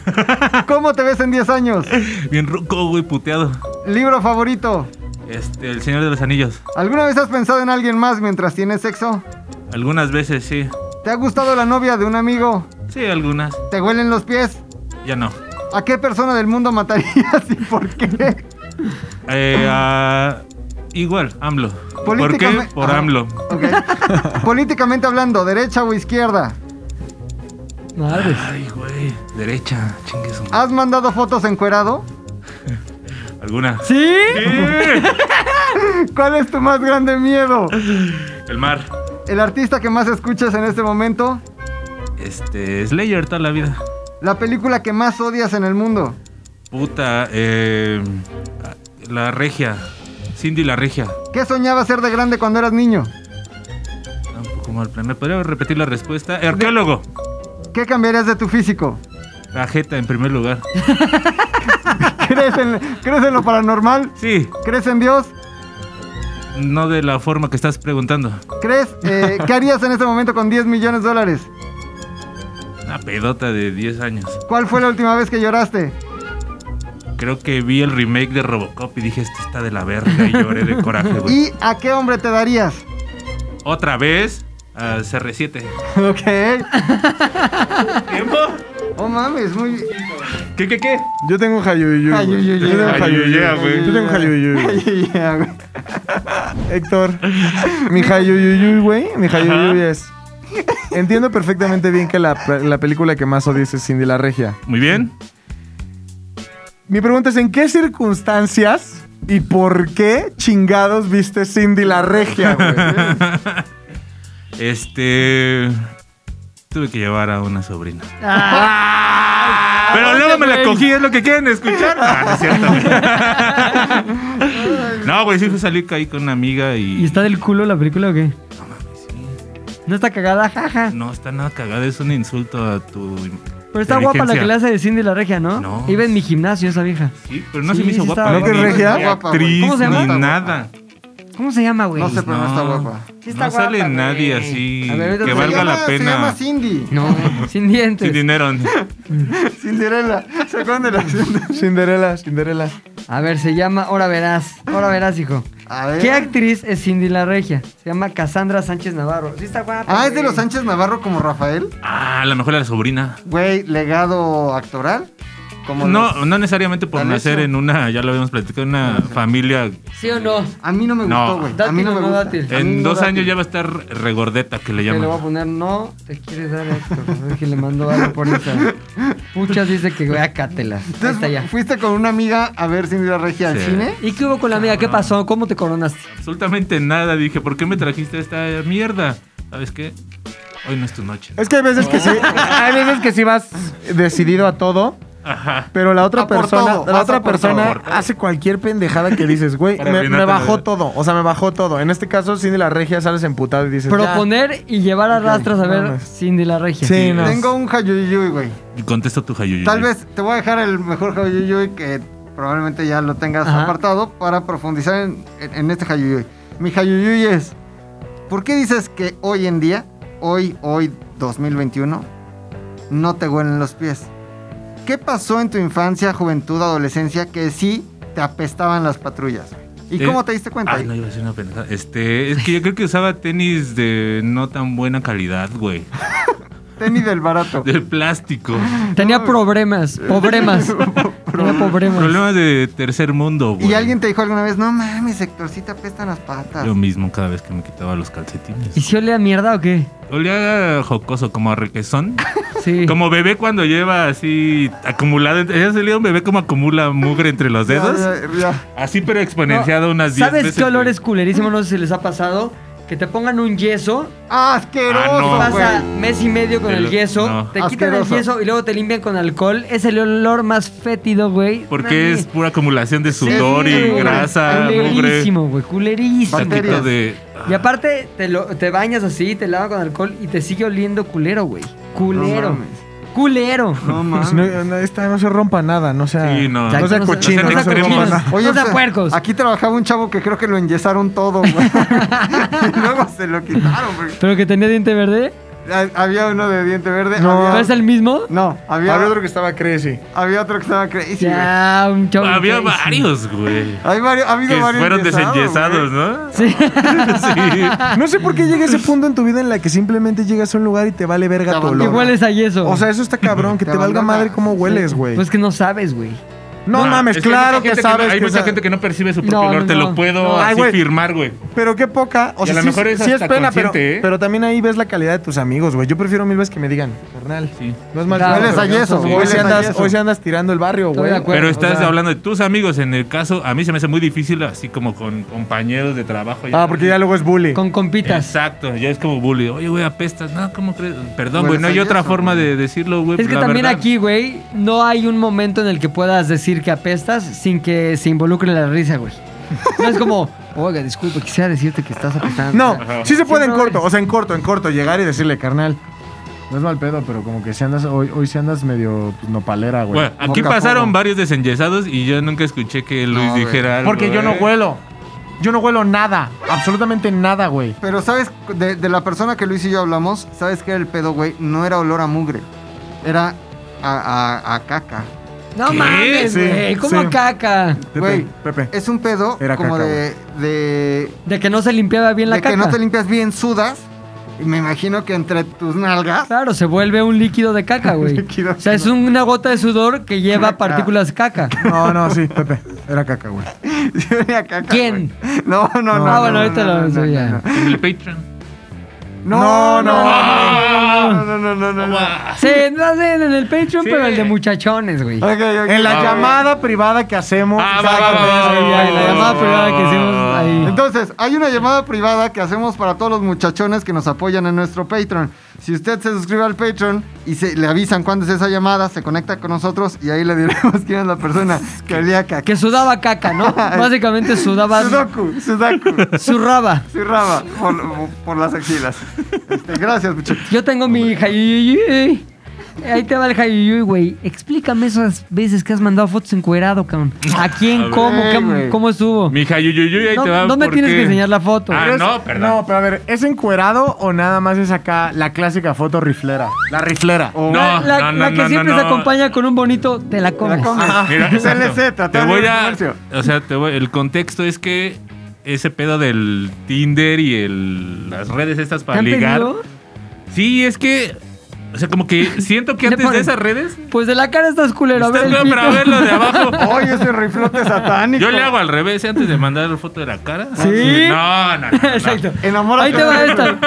S6: ¿Cómo te ves en 10 años?
S7: Bien ruco, güey, puteado.
S6: Libro favorito.
S7: Este, El Señor de los Anillos.
S6: ¿Alguna vez has pensado en alguien más mientras tienes sexo?
S7: Algunas veces sí.
S6: ¿Te ha gustado la novia de un amigo?
S7: Sí, algunas.
S6: ¿Te huelen los pies?
S7: Ya no.
S6: ¿A qué persona del mundo matarías y por qué?
S7: Eh, ah, igual, AMLO. ¿Por qué?
S6: Políticamente- ah.
S7: Por
S6: Ajá.
S7: AMLO.
S6: Ok. Políticamente hablando, derecha o izquierda,
S1: Madres.
S7: Ay, güey. Derecha, chingue su madre.
S6: ¿has mandado fotos encuerado?
S7: ¿Alguna?
S1: Ah. ¿Sí?
S6: ¿Cuál es tu más grande miedo?
S7: El mar.
S6: ¿El artista que más escuchas en este momento?
S7: Este, Slayer toda la vida.
S6: ¿La película que más odias en el mundo?
S7: Puta, eh, la regia. Cindy la regia.
S6: ¿Qué soñabas ser de grande cuando eras niño?
S7: Está Un poco mal plan. ¿Me podría repetir la respuesta? Arqueólogo.
S6: ¿Qué cambiarías de tu físico?
S7: La jeta en primer lugar.
S6: ¿Crees en, crees en lo paranormal?
S7: Sí,
S6: ¿Crees en Dios?
S7: no de la forma que estás preguntando.
S6: ¿Crees? eh, ¿Qué harías en este momento con 10 millones de dólares?
S7: una pedota de 10 años.
S6: ¿Cuál fue la última vez que lloraste?
S7: Creo que vi el remake de Robocop y dije, este está de la verga y lloré de coraje, güey.
S6: ¿Y a qué hombre te darías? *laughs*
S7: Otra vez, a CR7.
S6: Ok.
S7: ¿Tiempo?
S6: Oh mames, muy.
S7: ¿Qué, qué, qué?
S5: Yo tengo Hayuyuyu.
S6: Ay,
S5: güey.
S6: ay, ay,
S5: Yo tengo
S6: ay,
S5: Hayuyuyu.
S7: ay, ay,
S5: Yo tengo Hayuyuyu.
S6: Ay, ya, güey.
S5: Héctor, mi Hayuyuyu, güey. Mi Hayuyuyu es. Entiendo perfectamente bien que la, la película que más odies es Cindy la Regia.
S7: Muy bien.
S5: Mi pregunta es: ¿en qué circunstancias y por qué chingados viste Cindy la Regia, güey?
S7: Este. Tuve que llevar a una sobrina.
S1: Ah,
S7: Pero
S1: aguante,
S7: luego me la
S1: güey.
S7: cogí, es lo que quieren escuchar. Ah, no, es cierto,
S1: *laughs*
S7: güey. No, güey, sí salí ahí con una amiga y.
S1: ¿Y está del culo la película o qué? No está cagada, jaja.
S7: No, está nada cagada, es un insulto a tu.
S1: Pero está guapa la que le hace de Cindy la regia, ¿no?
S7: No.
S1: Iba en mi gimnasio esa vieja.
S7: Sí, pero no
S1: Sí,
S7: se me hizo
S1: sí
S7: guapa.
S1: estaba
S7: ¿eh?
S5: ¿No que es
S7: Ni-
S5: regia?
S7: ni
S6: Guapa,
S7: actriz,
S1: güey. ¿Cómo se llama?
S7: ni
S1: Está guapa.
S7: nada.
S1: ¿Cómo se llama, güey?
S6: No sé, pero no está
S7: No.
S6: guapa.
S1: Sí está
S7: no sale
S1: guapa,
S7: nadie
S1: güey.
S7: así
S1: A ver, ahorita
S7: que
S1: se pues.
S7: valga
S6: llama-
S7: la
S6: Se llama
S7: pena.
S6: Cindy.
S1: No,
S6: *laughs*
S1: sin dientes.
S7: Sin dinero.
S6: Cinderella. ¿Se acuerdan de la
S5: Cinderella, Cinderella.
S1: A ver, se llama Ahora verás. Ahora verás, hijo.
S6: A ver.
S1: ¿Qué actriz es Cindy la regia? Se llama Cassandra Sánchez Navarro. Sí está guapa.
S6: Ah, es de
S1: güey.
S6: los Sánchez Navarro como Rafael.
S7: Ah, a lo mejor la sobrina.
S6: Güey, legado actoral. Como los- Ah,
S7: No, no necesariamente por
S6: ¿Tan
S7: nacer
S6: eso?
S7: en una, ya lo habíamos platicado, en una familia.
S1: ¿Sí o no?
S6: A mí no me
S7: No.
S6: gustó, güey. a
S1: Dátil
S6: mí no
S1: o
S6: me
S1: no
S6: gusta.
S1: dátil.
S6: A mí
S7: En
S6: no
S7: dos
S6: dátil.
S7: años ya va a estar regordeta, que le
S1: Que le voy a
S7: llaman.
S1: poner, no, te quieres dar Héctor. A ver que le mandó algo por Instagram. Puchas dice que voy a cátela. Ahí está ya.
S6: Entonces, fuiste con una amiga a ver Cindy la Regia al
S7: Sí.
S6: cine.
S1: ¿Y qué hubo con la amiga? ¿Qué pasó? ¿Cómo te coronaste?
S7: Absolutamente nada. Dije, ¿por qué me trajiste esta mierda? ¿Sabes qué? Hoy no es tu noche.
S5: Es que hay veces que sí, hay veces que sí vas decidido a todo,
S7: Ajá.
S5: pero la otra
S6: A por
S5: persona,
S6: todo, vas
S5: la
S6: a
S5: otra
S6: por
S5: persona
S7: todo.
S5: hace cualquier pendejada que dices, güey,
S7: Para
S5: me, me
S7: arruinarte
S5: bajó
S7: la-
S5: todo, o sea, me bajó todo. En este caso, Cindy la regia sales emputado y dices, ya.
S1: Proponer y llevar a rastras a ver
S5: mames.
S1: Cindy la regia.
S5: Sí, no.
S6: Tengo un Hayuyuy, güey.
S7: Y contesta tu Hayuyuy.
S6: Tal vez te voy a dejar el mejor Hayuyuy que probablemente ya lo tengas
S1: Ajá.
S6: apartado para profundizar en, en- en este Hayuyuy. Mi Hayuyuy es, ¿por qué dices que hoy en día, hoy, hoy, 2021, no te huelen los pies? ¿Qué pasó en tu infancia, juventud, adolescencia que sí te apestaban las patrullas? ¿Y
S7: Eh,
S6: cómo te diste cuenta?
S7: Ay, no iba a decir una pendejada. Este, es que yo creo que usaba tenis de no tan buena calidad, güey.
S6: Tenis del
S7: *laughs*
S6: barato. *laughs*
S7: De plástico.
S1: Tenía problemas, *laughs* pobremas. Tenía pobremas.
S7: Problemas de tercer mundo, güey.
S6: ¿Y alguien te dijo alguna vez, no mames, Héctor, sí te apestan las patas?
S7: Yo mismo cada vez que me quitaba los calcetines.
S1: ¿Y si olía a mierda o qué?
S7: Olía jocoso, como a requesón.
S6: *laughs*
S1: Sí.
S7: Como bebé cuando lleva así acumulado. ¿Ya se un bebé como acumula mugre entre los dedos?
S6: Ya, ya, ya.
S7: Así, pero exponenciado
S1: No,
S7: unas 10
S1: ¿Sabes
S7: veces.
S1: qué olor
S7: güey.
S1: es culerísimo? No sé si les ha pasado. Que te pongan un yeso,
S6: ¡Asqueroso,
S7: Ah, no,
S6: güey!
S1: pasa mes y medio con
S7: El-
S1: el yeso,
S7: no.
S1: te quitan el
S6: Asqueroso.
S1: yeso y luego te limpian con alcohol. Es el olor más fétido, güey.
S7: Porque
S1: Mami.
S7: es pura acumulación de sudor
S6: sí,
S7: y
S6: güey.
S7: grasa, mugre.
S1: Culerísimo, güey, culerísimo.
S7: Taquito
S6: Bacterias.
S7: de.
S1: Y aparte, te, lo- te bañas así, te lavas con alcohol y te sigue oliendo culero, güey. Culero.
S6: No mames.
S1: culero.
S5: *laughs*
S6: No mames.
S5: Si no, no, esta no se rompa nada, no sea,
S7: Sí, no.
S5: no sea
S1: Exacto,
S5: cochino,
S7: no
S5: no
S7: sean
S5: se rompa
S7: extremistas.
S5: nada.
S1: No sean
S6: o sea,
S1: puercos.
S6: Aquí trabajaba un chavo que creo que lo enyesaron
S1: *laughs*
S6: todo, güey. Y Luego se lo quitaron, güey.
S1: Pero que tenía diente verde.
S6: Ha- Había uno de diente verde.
S5: No.
S1: ¿Pero
S6: había...
S1: es el mismo?
S6: No, había,
S5: Había otro que estaba crazy.
S6: había otro que estaba crazy, güey.
S1: Ya, un chavo
S7: Había
S1: crazy.
S7: varios, güey.
S6: Hay vario- ha habido
S7: Que
S6: varios
S7: fueron
S6: enyesados,
S7: desenyesados,
S6: güey.
S7: ¿no?
S1: Sí. *laughs*
S7: Sí.
S5: No sé por qué llega ese punto en tu vida en la que simplemente llegas a un lugar y te vale verga
S6: Te
S5: tu
S6: abandona.
S5: olor.
S1: Igual es a yeso.
S5: O sea, eso está cabrón, que te,
S6: Te
S5: valga
S6: abandona.
S5: madre cómo hueles, güey.
S1: pues que no sabes, güey.
S5: no, mames,
S7: Ah, es hay
S5: claro
S7: mucha
S5: que,
S7: gente no-
S5: sabes
S7: Hay
S5: que
S7: mucha
S5: sa-
S7: gente que no percibe su propio
S1: No,
S7: olor,
S1: no,
S7: te
S1: no.
S7: lo puedo
S5: No. Ay,
S7: así
S5: güey.
S7: firmar, güey.
S5: Pero qué poca. O
S7: Y
S5: sea,
S7: a lo
S5: sí,
S7: mejor es
S5: sí es
S7: hasta
S5: pena, pero,
S7: consciente, ¿eh?
S5: pero también ahí ves la calidad de tus amigos, güey. Yo prefiero mil veces que me digan, carnal.
S7: Sí.
S5: No es mal.
S1: Claro.
S5: pedo,
S1: Hueles a
S5: pero
S6: yeso,
S5: Hoy
S6: hueles
S5: sí
S6: a
S5: andas,
S6: yeso.
S5: hoy sí andas tirando el barrio,
S1: Estoy
S5: güey.
S1: de acuerdo.
S7: Pero
S1: o
S7: estás
S1: sea-
S7: hablando de tus amigos. En el caso, a mí se me hace muy difícil, así como con compañeros de trabajo.
S5: Ah, porque ya luego es bully.
S1: Con compitas.
S7: Exacto, ya es como bully. Oye, güey, apestas. No, ¿cómo crees? Perdón, güey,
S6: Hueles
S7: no
S6: a
S7: hay otra
S6: yeso,
S7: forma
S6: güey.
S7: de decirlo, güey.
S1: Es que
S7: la
S1: también
S7: verdad.
S1: aquí, güey, no hay un momento en el que puedas decir que apestas sin que se involucre la risa, güey. No es como, *laughs* oiga, disculpe, quisiera decirte que estás apestando.
S5: No,
S1: O sea,
S5: sí se puede en
S1: Siempre
S5: corto. O sea, en corto, en corto. Llegar y decirle, carnal. No es mal pedo, pero como que si andas, hoy, hoy si andas medio pues, nopalera, güey.
S7: Bueno, aquí
S6: Boca
S7: pasaron
S6: poco.
S7: varios desenyesados y yo nunca escuché que Luis
S6: No, güey.
S7: dijera algo.
S5: Porque yo no
S7: ¿eh?
S5: huelo. Yo no huelo nada. Absolutamente nada, güey.
S6: Pero, ¿sabes? De, de la persona que Luis y yo hablamos, ¿sabes qué era el pedo, güey? No era olor a mugre. era a, a- a caca.
S1: No
S7: ¿Qué?
S1: mames,
S5: Sí,
S1: güey. ¿Cómo
S5: sí.
S1: caca?
S5: Pepe,
S6: Güey,
S5: Pepe.
S6: Es un pedo
S5: Era
S6: como
S5: caca,
S6: de, de,
S1: De que no se limpiaba bien la
S6: de
S1: caca.
S6: que no te limpias bien, sudas. Y me imagino que entre tus nalgas.
S1: Claro, se vuelve un líquido de
S6: *laughs*
S1: caca, güey.
S6: Líquido.
S1: O sea, es una gota de sudor que lleva
S6: Caca.
S1: partículas caca.
S5: No, no, sí, Pepe. Era caca, güey.
S6: sí olía a caca,
S1: ¿Quién?
S6: güey. No, no, no.
S1: Ah,
S6: no,
S1: bueno,
S6: no,
S1: ahorita
S6: no,
S1: lo
S6: no,
S1: soy
S6: no,
S1: ya.
S6: no.
S7: En
S1: *laughs*
S7: el Patreon.
S5: No, no.
S1: Ah,
S6: No, no, no, no, no, no.
S7: Ah,
S1: Se lo hacen en el Patreon,
S7: Sí.
S1: pero el de muchachones,
S6: *laughs*
S1: güey.
S6: Ok, ok.
S5: En la
S7: Ah,
S5: llamada privada que hacemos.
S7: Ah, va, va, va,
S5: Exactamente,
S7: va,
S5: ahí,
S7: va,
S5: ahí,
S1: la
S5: ahí.
S1: llamada privada que hicimos ahí.
S6: Entonces, hay una llamada privada que hacemos para todos los muchachones que nos apoyan en nuestro Patreon. Si usted se suscribe al Patreon y se, le avisan cuándo es esa llamada, se conecta con nosotros y ahí le diremos *laughs* quién es la persona que olía a caca.
S1: Que sudaba caca,
S6: *laughs*
S1: ¿no? Básicamente sudaba,
S6: Sudoku, Sudaku, *laughs*
S1: zurraba.
S6: Zurraba, por, por las axilas. Este, gracias, muchachos.
S1: Yo tengo mi jayuyuyuy. Ahí te va el jayuyuy, güey. Explícame esas veces que has mandado fotos encuerado, cabrón. ¿A quién?
S7: ver.
S1: ¿Cómo?
S6: Ey,
S1: ¿Cómo,
S6: güey.
S1: cómo estuvo?
S7: Mija, yuyuyuy, ahí
S1: No,
S7: te va.
S1: no me
S7: ¿por
S1: tienes
S7: qué?
S1: que enseñar la foto.
S7: Ah,
S5: Pero es-
S7: no, perdón.
S5: No, pero a ver, ¿es encuerado o nada más es acá la clásica foto riflera? La riflera.
S7: No,
S1: la, la-
S7: no, no,
S1: la que
S7: no,
S1: siempre
S7: no,
S1: se
S7: no.
S1: acompaña con un bonito te la comes.
S5: Ah,
S7: Mira,
S5: es
S7: exacto.
S5: LZ,
S7: te
S5: todavía
S7: voy
S5: no es
S7: a,
S5: comercio.
S7: o sea, te voy- el contexto es que ese pedo del Tinder y el, las redes estas
S1: ¿Te
S7: para
S1: han
S7: ligar.
S1: pedido?
S7: Sí, es que, o sea, como que siento
S1: *laughs*
S7: que
S1: Le
S7: antes de
S1: ponen,
S7: esas redes,
S1: Pues de la cara estás culero. A ver,
S7: estás
S1: el pito.
S7: no, para verlo
S1: *laughs*
S7: de abajo.
S6: Oye, ese riflote satánico.
S7: Yo le hago al revés ¿eh? antes de mandar la foto de la cara.
S1: ¿Sí?
S7: No, no, no, no.
S1: *laughs* Exacto.
S6: Enamora
S1: Ahí te va esta.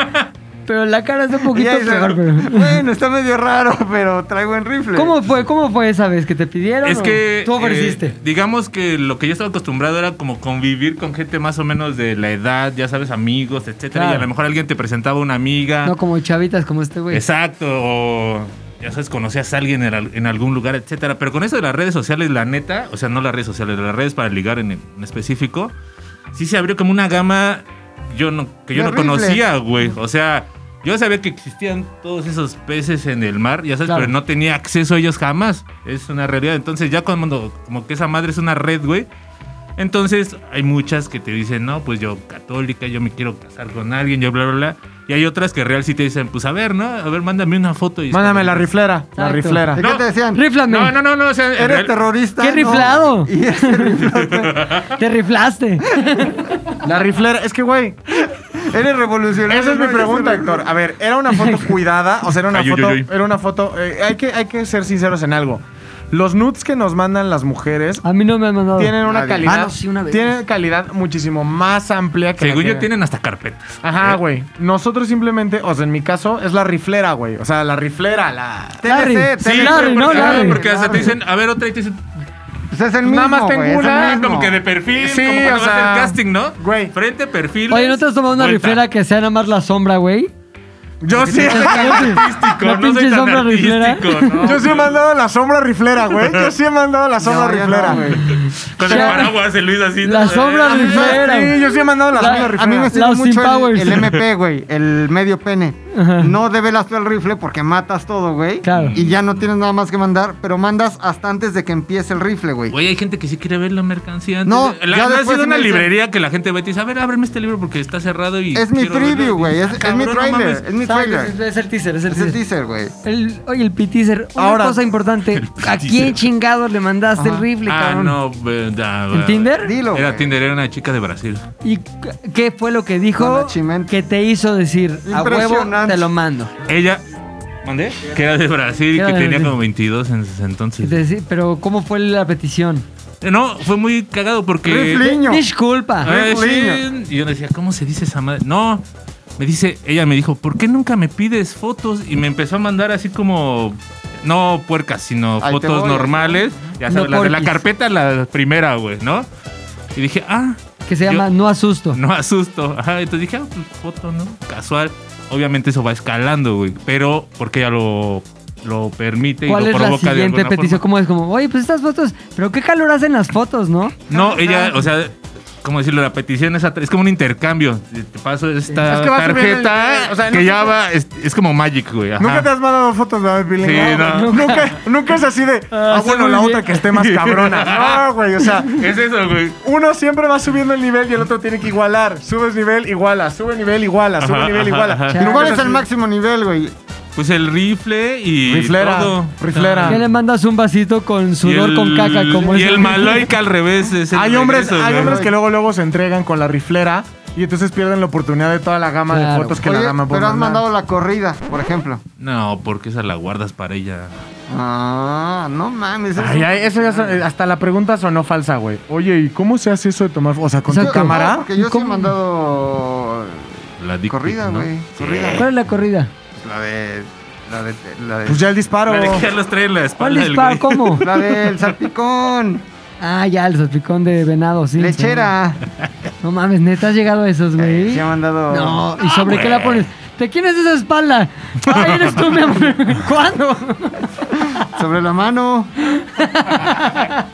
S1: Pero la cara está un
S6: Y
S1: poquito
S6: ahí se-
S1: peor, pero-
S6: *laughs* Bueno, está medio raro, pero traigo en rifle.
S1: ¿Cómo fue? ¿Cómo fue esa vez que te pidieron?
S7: Es
S1: o
S7: que.
S1: tú ofreciste.
S7: eh, digamos que lo que yo estaba acostumbrado era como convivir con gente más o menos de la edad, ya sabes, amigos, etcétera.
S1: Claro.
S7: Y a lo mejor alguien te presentaba una amiga.
S1: no como chavitas como este güey.
S7: Exacto, o ya sabes, conocías a alguien en, al- en algún lugar, etcétera. Pero con eso de las redes sociales, la neta, o sea, no las redes sociales, las redes para ligar en, en específico, sí se abrió como una gama yo no, que yo no
S6: Terrible.
S7: conocía, güey. O sea, yo sabía que existían todos esos peces en el mar, ya sabes,
S1: Claro.
S7: pero no tenía acceso a ellos jamás. Es una realidad. Entonces, ya cuando como que esa madre es una red, güey. Entonces hay muchas que te dicen, no, pues yo católica, yo me quiero casar con alguien, yo bla, bla, bla. Y hay otras que real sí te dicen, pues a ver, ¿no? A ver, mándame una foto. Y
S5: Mándame la riflera. La
S1: Exacto. *laughs*
S5: riflera.
S6: ¿De
S7: No.
S6: qué te decían?
S1: Riflame.
S7: No, no, no, no. O sea, en
S6: Eres
S7: real-
S6: terrorista.
S1: ¡Qué
S6: ¿no?
S1: riflado!
S6: *laughs* Y ese riflote.
S1: *laughs* Te riflaste.
S5: La riflera. Es que, güey,
S6: Eres revolucionario.
S5: esa es mi
S6: ¿no?
S5: pregunta, Héctor. A ver, ¿era
S1: *laughs*
S5: una foto cuidada? O sea, era una
S7: Ay, uy,
S5: foto...
S7: uy, uy.
S5: Era una foto... eh, hay, que, hay que ser sinceros en algo. Los nudes que nos mandan las mujeres
S1: A mí no me han mandado.
S5: tienen una
S6: Nadie.
S5: calidad...
S1: Ah, no, sí, una vez.
S5: Tienen calidad muchísimo más amplia que la
S7: Según
S5: que-
S7: yo, tienen hasta carpetas.
S5: Ajá, güey. Nosotros simplemente, o sea, en mi caso, es la riflera, güey. O sea, la riflera, la.
S1: Larry.
S6: TLC,
S1: Sí,
S6: TLC,
S1: Larry, no,
S7: porque,
S1: Larry.
S7: ah, porque hasta te dicen, a ver, otra y te dicen,
S6: Pues es el mismo.
S5: Nada más tengo
S6: güey, es el
S5: una,
S6: mismo.
S7: como que de perfil,
S5: Sí,
S7: como cuando
S5: o
S7: vas
S5: sea,
S7: a hacer casting, ¿no?
S5: güey.
S7: Frente, perfil.
S1: Oye, ¿no te has tomado una riflera que sea nada más la sombra, güey?
S5: *laughs* Yo *laughs* sí.
S7: Artístico,
S1: La
S7: no soy
S1: pinche
S7: tan
S1: sombra riflera.
S7: artístico, ¿no?
S5: Yo sí he mandado la sombra riflera, güey. Yo sí he mandado la sombra
S6: No, ya
S5: riflera.
S6: no, güey.
S7: Con el
S1: Ya.
S7: paraguas, el Luis así.
S1: La sombra
S7: Eh,
S1: riflera.
S5: sí, yo sí he mandado la,
S1: La-
S5: sombra
S6: A
S5: riflera.
S6: mí me
S1: Ah, Los
S6: sirve mucho el-
S1: Simpowers.
S6: el, MP, güey, el medio pene.
S1: Ajá.
S6: No develas tú el rifle porque matas todo, güey.
S1: Claro.
S6: Y ya no tienes nada más que mandar, pero mandas hasta antes de que empiece el rifle, güey.
S7: Güey, hay gente que sí quiere ver la mercancía. antes
S6: No,
S7: de- la,
S6: ya
S7: no ha
S6: después
S7: sido
S6: sí me
S7: una
S6: dicen-
S7: librería que la gente va y te dice, a ver, ábreme este libro porque está cerrado y...
S6: Es mi
S7: quiero verlo".
S6: preview, güey. Es,
S7: Ah,
S6: es mi
S7: cabrón, no
S6: trailer.
S7: mames.
S6: es mi trailer.
S1: Es el teaser, es el
S6: Es
S1: teaser.
S6: el teaser, güey.
S1: El- oye, el piteaser. Una
S5: Ahora-
S1: cosa importante. ¿A quién chingados le mandaste el rifle,
S7: Ah,
S1: cabrón?
S7: no. ve- da-
S1: ¿En Tinder?
S6: Dilo,
S7: Era
S6: güey.
S7: Tinder, era una chica de Brasil.
S1: ¿Y c- qué fue lo que dijo
S6: Guanachimente.
S1: que te hizo decir a huevo
S6: Impresionante.
S1: te lo mando?
S7: Ella... ¿Mandé? Que era de Brasil y
S1: Era
S7: que
S1: de
S7: tenía
S1: Brasil.
S7: como 22 en ese
S1: Y
S7: entonces.
S1: te decí- pero ¿cómo fue la petición?
S7: Eh, No, fue muy cagado porque...
S6: Rifliño.
S1: Disculpa.
S7: Eh,
S6: Rifliño.
S7: sí. Y yo le decía, ¿cómo se dice esa madre? No, me dice, ella me dijo, ¿por qué nunca me pides fotos? Y me empezó a mandar así como, no puercas, sino
S6: Ahí te
S7: fotos
S6: voy.
S7: normales. Ya
S1: No
S7: sabes, las de la
S1: porquis.
S7: carpeta, la primera, güey, ¿no? Y dije, ah,
S1: Que se
S7: Yo-
S1: llama No Asusto.
S7: no asusto. Ajá, entonces dije, ah, pues foto, ¿no? Casual. Obviamente eso va escalando, güey, pero porque ella lo, lo permite y
S1: ¿Cuál
S7: lo
S1: es la
S7: provoca de
S1: siguiente
S7: alguna
S1: petición?
S7: forma.
S1: ¿Cómo es? Como, oye, pues estas fotos, pero qué calor hacen las fotos, ¿no?
S7: No, ella, o sea, ¿cómo decirlo? La petición es, atra- es como un intercambio. Te paso esta
S5: Es que va subiendo
S7: tarjeta
S5: el- o sea,
S7: que
S5: nunca-
S7: ya va, es, es como Magic, güey. ajá.
S5: Nunca te has mandado fotos de Billy.
S7: Sí, no.
S5: Nunca, nunca es así de.
S1: Ah,
S5: *laughs* Ah, bueno,
S1: sí,
S5: la
S1: muy
S5: otra
S1: bien.
S5: que esté *laughs* más cabrona. No, güey. O sea,
S7: Es eso, güey.
S5: uno siempre va subiendo el nivel y el otro tiene que igualar. Subes nivel, iguala. Sube nivel, iguala. Sube
S7: Ajá,
S5: nivel,
S7: ajá,
S5: iguala.
S7: ajá.
S5: Y nunca
S6: ¿Cuál es
S5: así.
S6: el máximo nivel, güey?
S7: Pues el rifle y
S5: Riflera,
S7: todo.
S5: riflera.
S7: Ah,
S1: Ya le mandas un vasito con sudor
S7: y el-
S1: con caca como
S7: Y
S1: es
S7: el maloica al revés. es el
S5: Hay hombres,
S7: regreso,
S5: hay
S7: güey.
S5: hombres que luego luego se entregan con la riflera y entonces pierden la oportunidad de toda la gama pues,
S1: Claro.
S5: de fotos que
S6: Oye,
S5: la dama puede
S6: pero has
S5: mandar.
S6: mandado la corrida, por ejemplo.
S7: No, porque esa la guardas para ella.
S6: Ah, no mames. eso-
S5: Ay, ay, eso ya son- hasta la pregunta sonó falsa, güey. Oye, ¿y cómo se hace eso de tomar? O sea, con
S1: Exacto.
S5: tu cámara.
S6: No, porque yo sí he
S1: ¿Cómo?
S6: mandado
S7: La dick pic,
S6: corrida,
S7: ¿no?
S6: güey. Corrida.
S1: ¿Cuál es la corrida?
S6: pues, La de. La de. La de.
S5: Pues ya el disparo.
S7: Para que ya los trae en la
S1: ¿Cuál
S7: espalda. el
S1: disparo?
S7: güey. *laughs*
S1: ¿Cómo?
S6: La del salpicón.
S1: Ah, ya, el salpicón de venado, sí.
S6: Lechera. Eh,
S1: sí. No mames, neta, has llegado a esos, güey.
S6: Se ha mandado.
S1: No,
S7: Ah,
S1: ¿y sobre qué la pones? ¿De quién es esa espalda? Ay, eres tú, mi
S7: *laughs*
S1: amor. ¿Cuándo?
S6: Sobre
S1: *laughs*
S6: la mano.
S5: La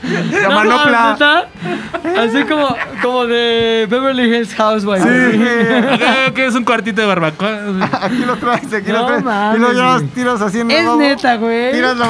S1: No,
S5: manopla.
S1: no, ¿neta? Así como, como de Beverly Hills Housewife.
S7: Acá, que es un cuartito de barbacoa.
S6: *laughs* Aquí lo traes, aquí
S1: No
S6: lo traes.
S1: mames,
S6: y luego ya
S1: güey.
S6: los tiras así en
S1: Es
S6: lavabo.
S1: neta, ¿eh? güey.
S6: Tiras la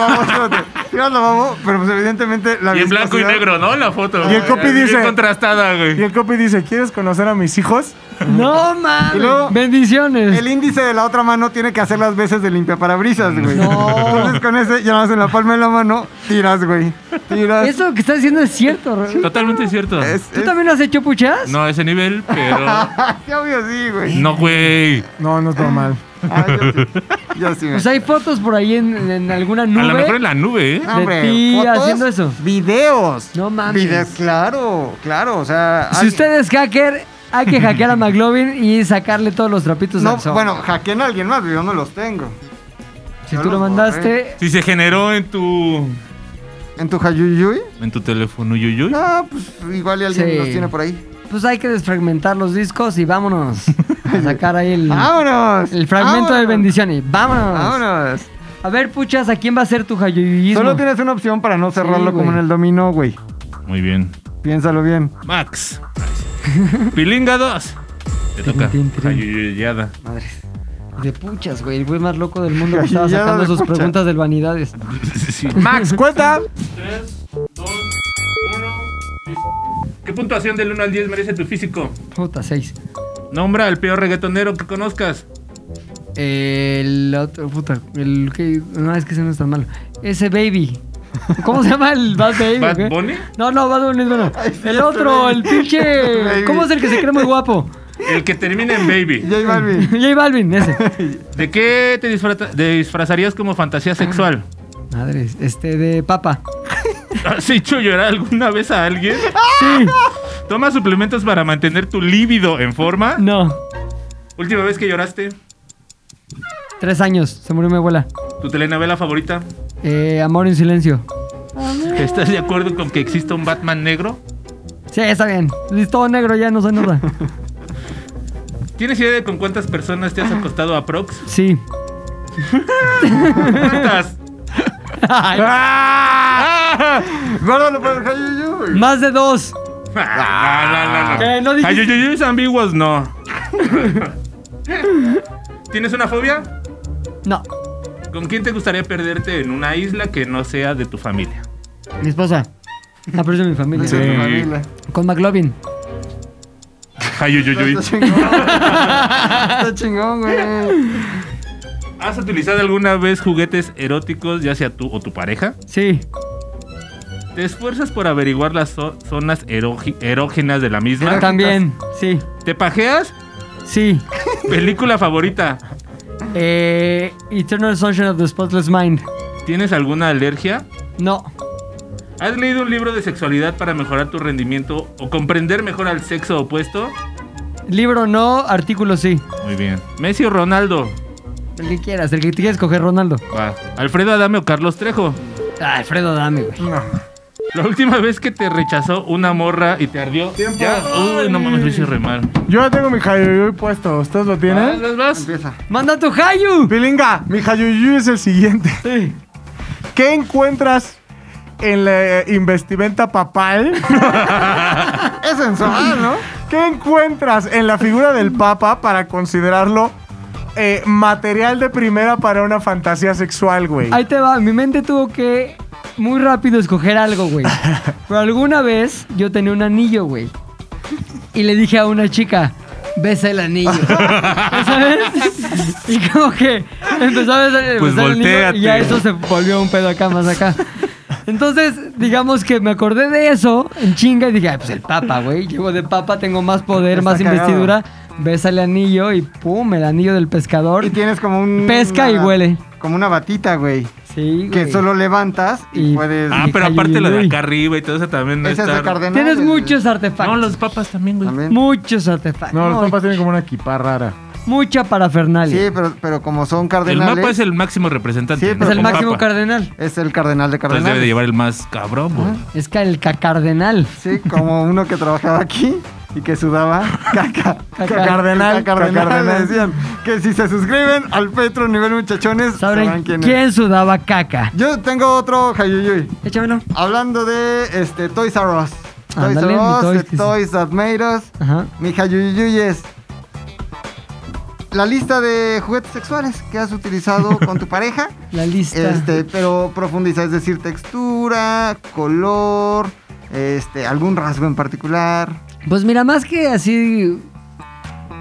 S6: Tiras la pero pues evidentemente la
S7: Y en blanco y
S6: viscosidad-
S7: negro, ¿no? La foto.
S5: Y el copy
S7: Así bien
S5: dice-
S7: contrastada,
S5: Y
S7: güey.
S5: el copy dice, ¿quieres conocer a mis hijos?
S1: No mames.
S6: Ah. Y luego-
S1: Bendiciones.
S6: El índice de la otra mano tiene que hacer las veces de limpiaparabrisas, güey.
S1: No.
S6: Entonces con ese, ya más en la palma de la mano, tiras, güey. Tiras.
S1: Eso que estás diciendo es cierto. Ro- *laughs*
S7: Totalmente cierto.
S6: Es-
S1: ¿Tú
S6: es- *laughs*
S1: también lo has hecho, puchas?
S7: No a ese nivel, pero.
S6: Sí, obvio sí, güey.
S7: No, güey.
S5: No, no es normal.
S6: Ah, yo sí. Yo sí, güey.
S1: Pues hay fotos por ahí en, en alguna
S7: A lo mejor
S1: nube.
S7: en la nube, ¿eh?
S6: No, hombre,
S1: ti haciendo eso.
S6: Videos.
S1: No mames.
S6: Videos, claro, claro. O sea.
S1: Si
S6: alguien-
S1: usted es hacker, hay que hackear a McLovin y sacarle todos los trapitos
S6: No,
S1: al sol.
S6: bueno, hackeen a alguien más, yo no los tengo.
S1: si
S6: yo
S1: tú lo
S6: los
S1: mandaste,
S7: Si se generó en tu.
S6: ¿En tu Hayuyuy?
S7: En tu teléfono, yuyuy.
S1: Ah.
S6: No, pues igual y alguien
S1: Sí.
S6: los tiene por ahí.
S1: pues hay que desfragmentar los discos y vámonos a sacar ahí el,
S6: *laughs* ¡Vámonos!
S1: el fragmento de
S6: ¡Vámonos!
S1: bendiciones. Vámonos.
S6: ¡Vámonos!
S1: A ver, puchas, ¿a quién va a ser tu hayuyuyismo?
S6: Solo tienes una opción para no cerrarlo como
S1: güey.
S6: en el dominó, güey.
S7: Muy bien.
S6: Piénsalo bien.
S1: *laughs*
S7: Max. Pilinga 2. Te toca.
S1: tin, tin.
S7: Ayuyuyada.
S1: De puchas, güey. El güey más loco del
S6: *laughs*
S1: mundo que estaba
S6: Ya
S1: sacando
S6: de
S1: sus
S6: pucha.
S1: preguntas del vanidades.
S7: *laughs* Sí.
S5: Max, cuenta.
S7: 3, 2, 1. ¿Qué puntuación del 1 al 10 merece tu físico?
S1: Puta, seis.
S7: Nombra al peor reggaetonero que conozcas.
S1: El otro, puta, el que. No, es que ese no es tan malo. Ese baby. ¿Cómo se llama el Bad Baby?
S7: ¿Bad
S1: güey?
S7: Bunny?
S1: No, no, Bad Bunny es *laughs* bueno. El otro, el pinche. *laughs*
S6: Baby.
S1: ¿Cómo es el que se cree muy *laughs* guapo?
S7: El que termina en baby.
S6: J Balvin.
S1: J Balvin, ese.
S7: ¿De qué te, disfrata- te disfrazarías como
S1: *laughs*
S7: fantasía sexual? Ah,
S1: Madres, este de papa.
S7: ¿Has hecho llorar alguna vez a alguien?
S1: Sí,
S7: ¿Toma suplementos para mantener tu líbido en forma?
S1: no.
S7: ¿Última vez que lloraste?
S1: Tres años, se murió mi abuela.
S7: ¿Tu telenovela favorita?
S1: Eh, amor en silencio.
S7: ¿Estás de acuerdo con que exista un Batman negro?
S1: Sí, está bien. Listo, negro, ya no soy *laughs* nada.
S7: ¿Tienes idea de con cuántas personas te has acostado a *laughs* Prox?
S1: Sí.
S7: ¿Cuántas?
S1: Ay, *laughs*
S6: Guárdalo para el Hayuyuy. güey.
S1: más de dos.
S7: Ah,
S1: ¿Qué? Eh, ¿No dijiste?
S7: Ayuyuyuyos ambiguos, no. ¿Tienes una fobia?
S1: No,
S7: ¿Con quién te gustaría perderte en una isla que no sea de tu familia?
S1: mi esposa. Aprecio a mi familia.
S6: Tu familia.
S1: Con McLovin.
S7: Ayuyuyuy.
S6: Está chingón. Está chingón, güey.
S7: ¿Has utilizado alguna vez juguetes eróticos, ya sea tú o tu pareja?
S1: Sí.
S7: ¿Te esfuerzas por averiguar las zo- zonas erogi- erógenas de la misma?
S1: Ah, También, sí.
S7: ¿Te pajeas?
S1: Sí.
S7: ¿Película favorita?
S1: Eh, Eternal Sunshine of the Spotless Mind.
S7: ¿Tienes alguna alergia?
S1: No.
S7: ¿Has leído un libro de sexualidad para mejorar tu rendimiento o comprender mejor al sexo opuesto?
S1: Libro no, artículo sí.
S7: Muy bien. Messi o Ronaldo.
S1: El que quieras, el que te quieras coger, Ronaldo.
S7: Va. Alfredo Adame o Carlos Trejo.
S1: Ah, Alfredo, dame, güey.
S7: La última vez que te rechazó una morra y te ardió. Ya. Uy, no mames, lo hice remar.
S5: Yo ya tengo mi jayuyuy puesto. ¿Ustedes lo
S7: ¿Vas,
S5: tienen?
S7: vas, vas?
S6: Empieza.
S1: ¡Manda tu Hayu!
S5: Pilinga, mi jayuyuy es el siguiente. ¿Qué encuentras en la eh, investimenta papal?
S6: Es sensual, ¿no?
S5: ¿Qué encuentras en la figura del Papa para considerarlo eh, material de primera para una fantasía sexual, güey?
S1: Ahí te va, mi mente tuvo que muy rápido escoger algo,
S6: *laughs*
S1: güey. Pero alguna vez yo tenía un anillo, güey. Y le dije
S6: *laughs*
S1: a una chica, besa el anillo. ¿Sabes? Y como que Empezó a besar, a
S7: Pues
S1: besar al niño
S7: voltéate.
S1: y ya eso se volvió un pedo acá más acá. Entonces, digamos que me acordé de eso en chinga y dije, "Ay, pues el papa, güey. Llevo de papa, tengo más poder,
S6: Está
S1: más
S6: cagado.
S1: investidura. Besa el anillo y pum, el anillo del pescador.
S6: Y tienes como un.
S1: Pesca y
S6: una-
S1: huele.
S6: Como una batita, güey.
S1: Sí,
S6: Que
S1: güey.
S6: solo levantas y,
S1: Y-
S6: puedes.
S7: Ah,
S1: Ay,
S7: pero aparte lo de
S1: uy.
S7: acá arriba y todo eso también no
S6: Ese es
S7: está-
S6: de Cardenal.
S1: Tienes
S6: el-
S1: muchos artefactos.
S7: No, los papas también, güey.
S6: También.
S1: Muchos artefactos.
S5: No, los
S1: Mu-
S5: compas tienen como una equipa rara.
S1: Mucha parafernalia.
S6: Sí, pero, pero como son
S7: El
S6: cardenales.
S7: mapa es el máximo representante.
S6: Sí,
S7: ¿no?
S1: es el
S7: Con
S1: máximo
S7: papa.
S1: cardenal.
S6: es el cardenal de
S7: Entonces
S6: cardenales.
S7: debe de llevar el más cabrón, güey.
S1: Es que el cacardenal.
S6: Sí, como uno que trabajaba aquí y
S1: *laughs*
S6: que sudaba caca.
S1: Caca.
S6: Cacardenal,
S5: Cacardenal.
S6: cacardenal, decían. Que si se suscriben al Petro Nivel Muchachones,
S1: ¿Saben,
S6: sabrán quién,
S1: quién,
S6: es.
S1: sudaba caca?
S6: Yo tengo otro Hayuyuy.
S1: Échamelo.
S6: Hablando de este, Toys R Us. Toys
S1: Ándale, mi
S6: R Us,
S1: Toys
S6: de
S1: que sí.
S6: Toys That Made Us.
S1: Ajá.
S6: Mi Hayuyuy es la lista de juguetes sexuales que has utilizado
S1: *laughs*
S6: con tu pareja.
S1: La lista.
S6: Este, pero profundiza, es decir, textura, color, este, algún rasgo en particular.
S1: Pues mira, más que así.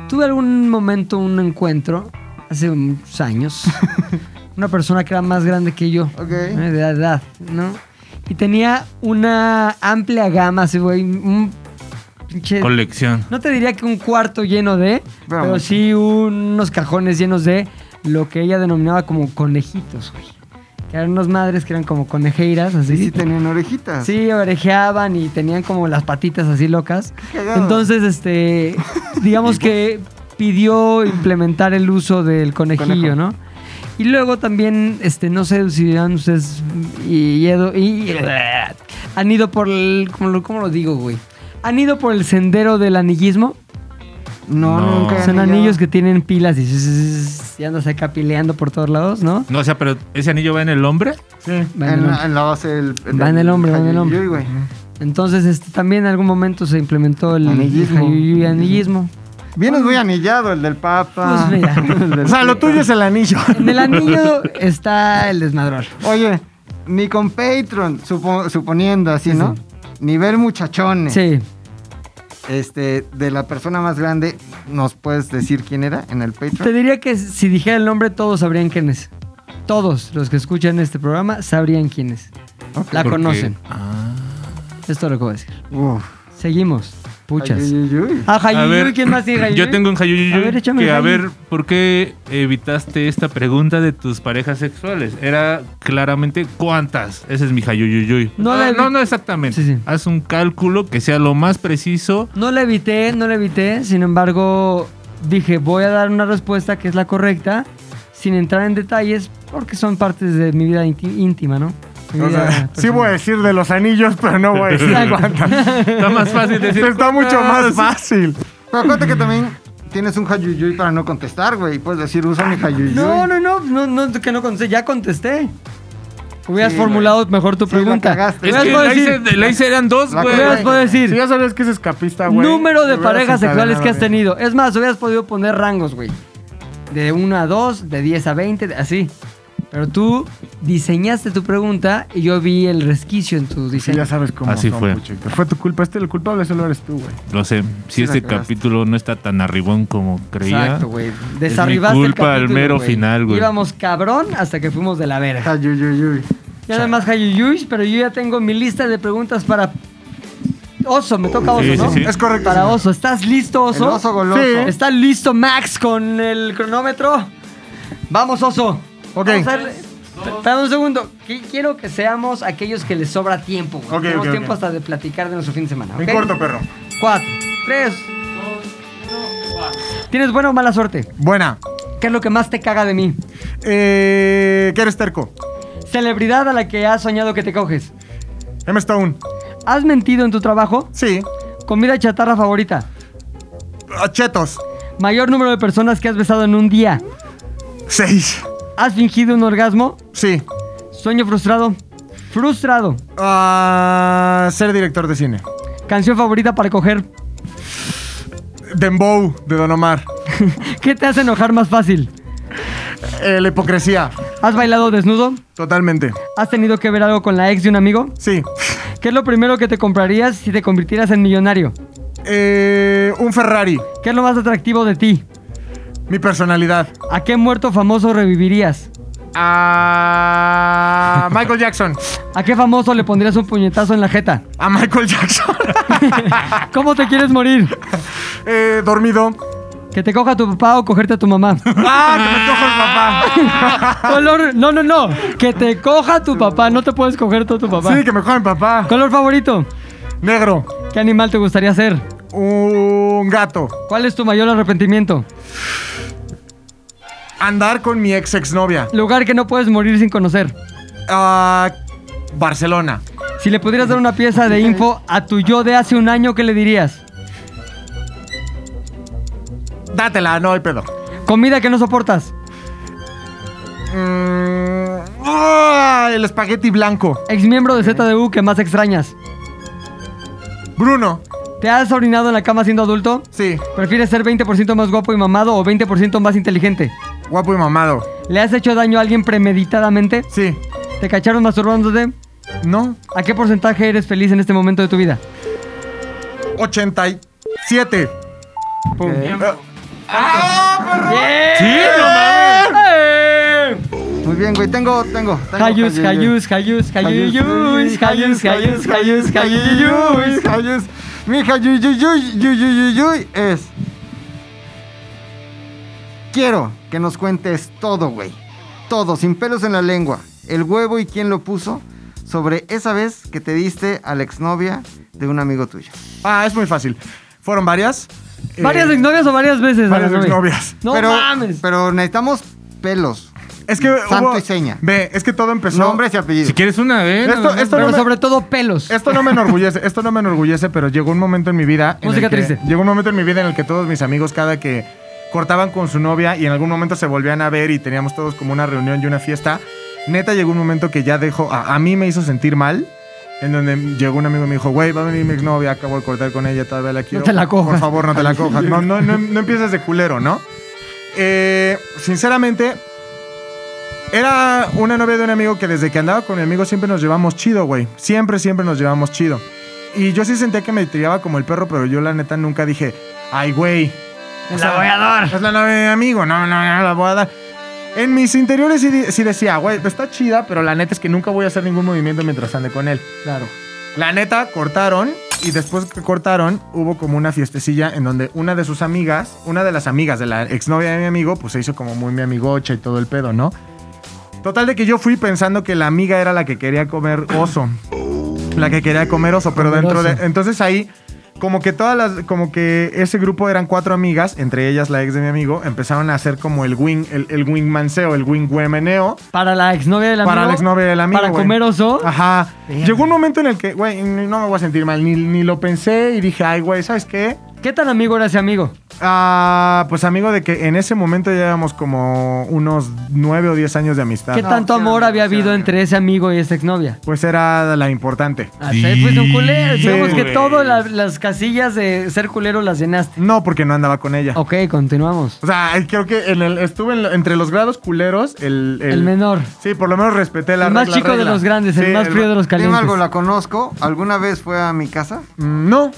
S1: Tuve algún momento, un encuentro, hace muchos
S6: *laughs*
S1: años. una persona que era más grande que yo.
S6: Ok.
S1: ¿eh? De edad, edad, ¿no? Y tenía una amplia gama, así, güey. Un pinche.
S7: Colección.
S1: No te diría que un cuarto lleno de,
S6: Pero
S1: pero,
S6: mucho.
S1: sí unos cajones llenos de lo que ella denominaba como conejitos, güey. Que eran unas madres que eran como conejeiras, así.
S6: Sí, sí tenían orejitas.
S1: Sí, orejeaban y tenían como las patitas así locas.
S6: cagado.
S1: Entonces,
S6: *laughs*
S1: este, digamos que pidió implementar el uso del conejillo,
S6: Conejo.
S1: ¿no? Y luego también, este, no sé si dirán ustedes y, y- y- han ido por el, ¿cómo lo, cómo lo digo, güey? Han ido por el sendero del anillismo.
S6: No,
S7: No.
S6: nunca.
S1: Son
S6: anillado.
S1: anillos que tienen pilas y, y andas acá pileando por todos lados, ¿no?
S7: No, o sea, pero ese anillo va en el hombre.
S1: Va
S5: Sí.
S1: en el
S6: En,
S1: hombre.
S6: la- en la base del.
S1: Va en el hombre, va en el hombre.
S6: Hayuyuy, güey.
S1: Entonces, este, también en algún momento se implementó el
S6: Anillismo.
S1: el anillismo.
S6: Vienes muy anillado, el del Papa.
S1: Pues mira.
S6: *laughs*
S1: *laughs*
S6: el del-
S5: O sea, lo tuyo es el anillo.
S1: En el anillo está el desmadrón.
S6: Oye, ni con Patreon, supo- suponiendo así, ¿no? Nivel muchachones.
S1: Sí.
S6: Este, de la persona más grande, ¿nos puedes decir quién era en el
S1: Te
S6: Patreon?
S1: diría que si dijera el nombre, todos sabrían quién es. Todos los que escuchan este programa sabrían quién es. La
S7: Porque-
S1: conocen.
S7: Ah.
S1: Esto es lo que voy a decir.
S6: Uf.
S1: Seguimos. Puchas.
S6: Hayuyuy.
S1: Ah, Jayuyuy, ¿quién más tiene Jayuyuy?
S7: Yo tengo un Hayuyuyu
S1: A ver, échame
S7: que a
S1: Jayu.
S7: ver, ¿por qué evitaste esta pregunta de tus parejas sexuales? Era claramente cuántas. Ese es mi Hayuyuyu.
S1: No
S7: No,
S1: la
S7: no,
S1: evi-
S7: no, exactamente.
S1: Sí, sí.
S7: Haz un cálculo que sea lo más preciso.
S1: No la evité, no la evité. Sin embargo, dije, voy a dar una respuesta que es la correcta, sin entrar en detalles, porque son partes de mi vida inti- íntima, ¿no? Mi
S5: O
S1: vida
S5: sea, sí
S1: personal.
S5: voy a decir de los anillos, pero no voy a decir
S1: Exacto.
S5: cuántas.
S7: Está más fácil
S5: *laughs*
S7: decir.
S5: Está mucho más
S7: cuántas.
S5: fácil.
S6: Pero acuérdate que también tienes un hayuyuy para no contestar, güey. Puedes decir, usa mi hayuyuy.
S1: No, no, no, no, no, que no contesté, ya contesté. Hubieras
S6: Sí,
S1: formulado mejor tu
S6: Sí, la
S1: pregunta.
S6: cagaste.
S7: Es
S1: Hubieras
S7: que
S1: podido
S7: la hice,
S1: decir-
S7: la hice eran dos,
S6: La
S7: güey.
S1: hubieras podido decir
S5: Si ya sabes que es escapista, güey.
S1: número de
S5: hubieras
S1: parejas sexuales que has
S5: encadenado
S1: tenido. Es más, hubieras podido poner rangos, güey. De 1 a 2, de 10 a 20, de- así. Pero tú diseñaste tu pregunta y yo vi el resquicio en tu
S5: bien. Sí, ya
S1: diseño.
S5: sabes cómo
S7: Así
S5: son,
S7: fue.
S5: Puchito. Fue tu culpa. Este, el culpable solo eres tú, güey.
S7: Lo sé. Si este capítulo no está tan arribón como creía.
S1: Exacto, güey. Desarribaste
S7: Es mi culpa
S1: el
S7: al
S1: capítulo,
S7: mero
S1: güey.
S7: final, güey.
S1: Íbamos cabrón hasta que fuimos de la verga.
S6: Hayuyuyuy.
S1: Y además Hayuyuy, pero yo ya tengo mi lista de preguntas para Oso, me toca Oso,
S7: Sí, sí,
S1: ¿no?
S7: sí.
S5: Es correcto.
S1: Para Oso, ¿estás listo,
S6: El
S1: Oso?
S6: oso goloso.
S5: Sí.
S1: ¿Está listo Max con el cronómetro? Vamos, Oso.
S5: Ok.
S1: Vamos a darle- Espera un segundo. Qui- Quiero que seamos aquellos que les sobra tiempo. güey.
S5: Ok,
S1: Tenemos
S5: ok,
S1: tiempo
S5: ok.
S1: hasta de platicar de nuestro fin de semana. ¿ok?
S5: En corto, perro.
S1: Cuatro, tres, dos, ¿Tienes buena o mala suerte?
S5: Buena.
S1: ¿Qué es lo que más te caga de mí?
S5: Eh, ¿Qué eres terco?
S1: Celebridad a la que has soñado que te coges.
S5: M. Stone.
S1: ¿Has mentido en tu trabajo?
S5: Sí.
S1: Comida chatarra favorita.
S5: Ah, Chetos.
S1: Mayor número de personas que has besado en un día.
S5: Seis.
S1: ¿Has fingido un orgasmo?
S5: Sí.
S1: Sueño frustrado. Frustrado.
S5: Ah, ser director de cine.
S1: Canción favorita para coger.
S5: Dembow de Don Omar.
S1: ¿Qué te hace enojar más fácil?
S5: Eh, la hipocresía.
S1: ¿Has bailado desnudo?
S5: Totalmente.
S1: ¿Has tenido que ver algo con la ex de un amigo?
S5: Sí.
S1: ¿Qué es lo primero que te comprarías si te convirtieras en millonario?
S5: Eh, un Ferrari.
S1: ¿Qué es lo más atractivo de ti?
S5: Mi personalidad.
S1: ¿A qué muerto famoso revivirías?
S5: A Michael Jackson.
S1: ¿A qué famoso le pondrías un puñetazo en la jeta?
S5: A Michael *laughs* Jackson.
S1: ¿Cómo te quieres morir?
S5: Eh, dormido.
S1: ¿Que te coja tu papá o cogerte a tu
S5: *laughs*
S1: mamá?
S5: ¡Ah, que me cojo el
S1: Color, no, no, no. Que te coja tu papá. No te puedes coger todo tu papá.
S5: papá! Sí, que me coja mi papá.
S1: Color favorito.
S5: Negro.
S1: ¿Qué animal te gustaría ser?
S5: Un gato.
S1: ¿Cuál es tu mayor arrepentimiento?
S5: Andar con mi ex exnovia.
S1: Lugar que no puedes morir sin conocer.
S5: Ah, Barcelona.
S1: Si le pudieras dar una pieza de info a tu yo de hace un año, ¿qué le dirías?
S5: Dátela, no hay pedo.
S1: Comida que no soportas.
S5: Mm, ah, el espagueti blanco.
S1: Exmiembro de ZDU que más extrañas.
S5: Bruno.
S1: ¿Te has orinado en la cama siendo adulto?
S5: Sí.
S1: ¿Prefieres ser 20% más guapo y mamado o 20% más inteligente?
S5: Guapo y mamado.
S1: ¿Le has hecho daño a alguien premeditadamente?
S5: Sí.
S1: ¿Te cacharon masturbándote?
S5: No.
S1: ¿A qué porcentaje eres feliz en este momento de tu vida?
S5: 87.
S1: Pum.
S7: ¡Sí, no mames!
S6: Muy bien, güey. Tengo, tengo. tengo
S1: Eh. Hayus, hayus, hayus, hayus, hayus, hayus, hayus, hayus, hayus.
S6: hayus, hayus. Mi hayuyuyuyuyuyuyuy es... Quiero que nos cuentes todo, güey. Todo, sin pelos en la lengua. El huevo y quién lo puso sobre esa vez que te diste a la exnovia de un amigo tuyo.
S5: Ah, es muy fácil. Fueron varias. Eh,
S1: ¿Varias exnovias o varias veces?
S5: varias
S1: Adame?
S5: exnovias.
S1: No
S6: pero,
S1: mames.
S6: Pero necesitamos pelos.
S5: Es que hubo-
S6: Santo y seña.
S5: Ve, es que todo empezó.
S6: Nombres y apellidos.
S7: Si quieres una, ¿eh?
S5: Esto-
S7: No, no,
S5: esto
S1: pero
S5: no me-
S1: sobre todo pelos.
S5: Esto no me enorgullece, esto no me enorgullece, pero llegó un momento en mi vida. en el
S1: Música
S5: que-
S1: triste.
S5: Llegó un momento en mi vida en el que todos mis amigos, cada que cortaban con su novia y en algún momento se volvían a ver y teníamos todos como una reunión y una fiesta, neta llegó un momento que ya dejó. A, a mí me hizo sentir mal. En donde llegó un amigo y me dijo, güey, va a venir mi exnovia, acabo de cortar con ella, todavía la quiero.
S1: te la
S5: Por
S1: cojas.
S5: favor, no te la cojas. No, no, no, no empieces de culero, ¿no? Eh, sinceramente, era una novia de un amigo que desde que andaba con mi amigo siempre nos llevamos chido, güey. Siempre, siempre nos llevamos chido. Y yo sí sentía que me tiraba como el perro, pero yo la neta nunca dije, ay, güey.
S1: Me la voy a dar.
S5: Es la novia de mi amigo, no, no, no, la voy a dar. En mis interiores sí, di- sí decía, güey, está chida, pero la neta es que nunca voy a hacer ningún movimiento mientras ande con él.
S1: Claro.
S5: La neta, cortaron y después que cortaron hubo como una fiestecilla en donde una de sus amigas, una de las amigas de la exnovia de mi amigo, pues se hizo como muy mi amigocha y todo el pedo, ¿no? Total de que yo fui pensando que la amiga era la que quería comer oso. La que quería comer oso, pero
S1: Comer
S5: dentro
S1: oso.
S5: de... Entonces ahí, como que todas las... Como que ese grupo eran cuatro amigas, entre ellas la ex de mi amigo, empezaron a hacer como el wing, el, el wingmanseo, el wingwomeneo.
S1: Para la exnovia del amigo.
S5: Para la exnovia del amigo,
S1: Para
S5: güey.
S1: comer oso.
S5: Ajá. Llegó un momento en el que, güey, ni- no me voy a sentir mal. Ni, ni lo pensé y dije, ay, güey, ¿sabes qué?
S1: ¿Qué tan amigo era ese amigo?
S5: Ah, pues amigo, de que en ese momento ya llevamos como unos nueve o diez años de amistad.
S1: ¿Qué tanto
S6: sí era
S1: amor
S6: amigo,
S1: había
S6: sí era
S1: habido
S6: amigo.
S1: entre ese amigo y esa exnovia?
S5: Pues era la importante.
S1: Ah, sí, fuiste un culero.
S5: Sí,
S1: Digamos que
S7: güey.
S1: todas las casillas de ser culero las llenaste.
S5: No, porque no andaba con ella.
S1: Ok, continuamos.
S5: O sea, ay, creo que en el, estuve en lo- entre los grados culeros, el,
S1: El menor.
S5: Sí, por lo menos respeté la
S1: el más
S5: regla,
S1: chico de
S5: regla.
S1: los grandes,
S5: Sí,
S1: el más frío de los
S6: Dime
S1: calientes.
S6: algo, la conozco. ¿Alguna vez fue a mi casa?
S5: Mm, No.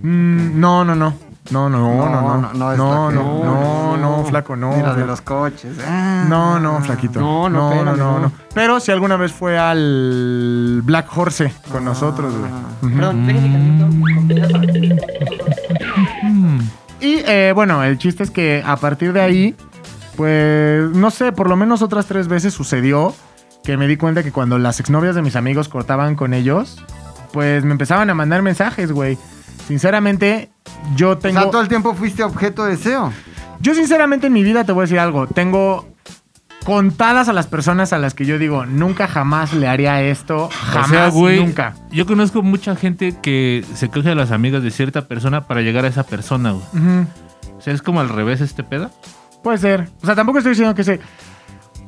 S5: Mm, No, no, no. No, no, no, no. No, no,
S6: es
S5: no,
S6: flaquito.
S5: no, no, flaco, no.
S6: Mira, de
S5: flaco.
S6: los coches. Ah.
S5: No, no, flaquito.
S1: No, no, espérame, no.
S5: Pero si alguna vez fue al Black Horse con nosotros, güey.
S6: Ah.
S1: Perdón, técnicamente.
S5: Y eh, bueno, el chiste es que a partir de ahí, pues no sé, por lo menos otras tres veces sucedió que me di cuenta que cuando las exnovias de mis amigos cortaban con ellos, pues me empezaban a mandar mensajes, güey. Sinceramente, yo
S6: O
S5: tengo.
S6: sea, todo el tiempo fuiste objeto de deseo.
S5: Yo sinceramente en mi vida te voy a decir algo. Tengo contadas a las personas a las que yo digo, nunca jamás le haría esto. Jamás,
S7: o sea, güey,
S5: nunca.
S7: Yo conozco mucha gente que se coge a las amigas de cierta persona para llegar a esa persona, güey.
S5: Ujú.
S7: O sea, es como al revés este pedo.
S5: Puede ser. O sea, tampoco estoy diciendo que sé.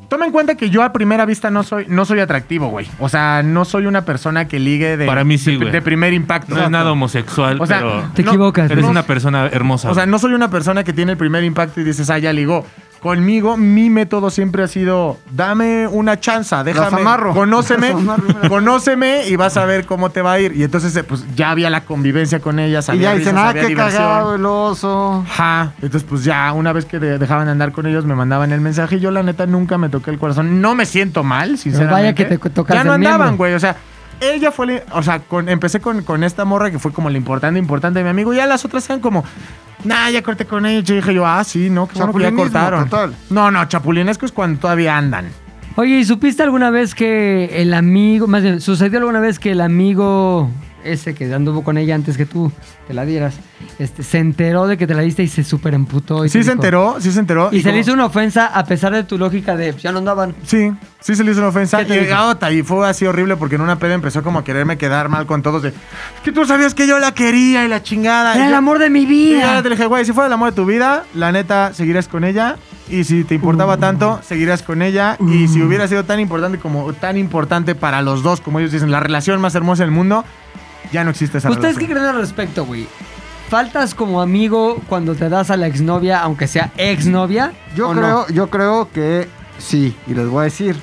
S5: Toma en cuenta que yo a primera vista no soy, no soy atractivo, güey. O sea, no soy una persona que ligue de,
S7: Para mí sí,
S5: de-
S7: güey.
S5: de primer impacto.
S7: No es nada homosexual,
S5: O sea,
S7: pero
S1: Te
S5: no,
S1: equivocas.
S7: eres
S1: güey.
S7: una persona hermosa.
S5: O sea,
S7: güey.
S5: no soy una persona que tiene el primer impacto y dices, ah, ya ligó. Conmigo, mi método siempre ha sido, dame una chanza, déjame,
S6: amarro.
S5: conóceme,
S6: Las amarro, mira.
S5: conóceme y vas a ver cómo te va a ir. Y entonces, eh, pues, ya había la convivencia con ellas,
S6: Y
S5: había
S6: ya dicen,
S5: risas,
S6: ah,
S5: había
S6: qué
S5: diversión.
S6: cagado el oso.
S5: Ajá. Entonces, pues ya, una vez que de- dejaban de andar con ellos, me mandaban el mensaje. y Yo, la neta, nunca me toqué el corazón. No me siento mal, sinceramente.
S1: vaya que te co- tocaste
S5: Ya no
S1: el miembro.
S5: andaban, güey. O sea, ella fue. la- O sea, con- empecé con, con esta morra que fue como la importante, importante de mi amigo. Ya las otras eran como. Nah, ya corté con ella. Y dije yo, ah, sí, no, que bueno que ya
S6: Chapulinismo
S5: cortaron.
S6: total.
S5: No, no, chapulinesco es cuando todavía andan.
S1: Oye, ¿y supiste alguna vez que el amigo, más bien, sucedió alguna vez que el amigo ese que anduvo con ella antes que tú te la dieras, este, se enteró de que te la diste y se superemputó? y
S5: Sí
S1: te Pues
S5: se
S1: dijo-
S5: enteró, sí se enteró.
S1: Y, se
S5: como-
S1: le hizo una ofensa a pesar de tu lógica de "Pues ya no andaban.
S5: Sí, sí se le hizo una ofensa.
S1: ¿Qué te
S5: Y,
S1: dijo?
S5: ah, ota, y fue así horrible porque en una peda empezó como a quererme quedar mal con todos de que tú sabías que yo la quería y la chingada. Y
S1: Era el
S5: yo-
S1: amor de mi
S5: Y ahora
S1: vida.
S5: te dije, güey, si fuera el amor de tu vida, la neta, seguirías con ella. Y si te importaba tanto, seguirías con ella. Y si hubiera sido tan importante como tan importante para los dos, como ellos dicen, la relación más hermosa del mundo, ya no existe esa
S1: ¿Ustedes Pues, qué
S5: relación.
S1: creen al respecto, güey? ¿Faltas como amigo cuando te das a la exnovia, aunque sea exnovia?
S6: Yo
S1: ¿O no?
S6: creo, yo creo que sí, y les voy a decir.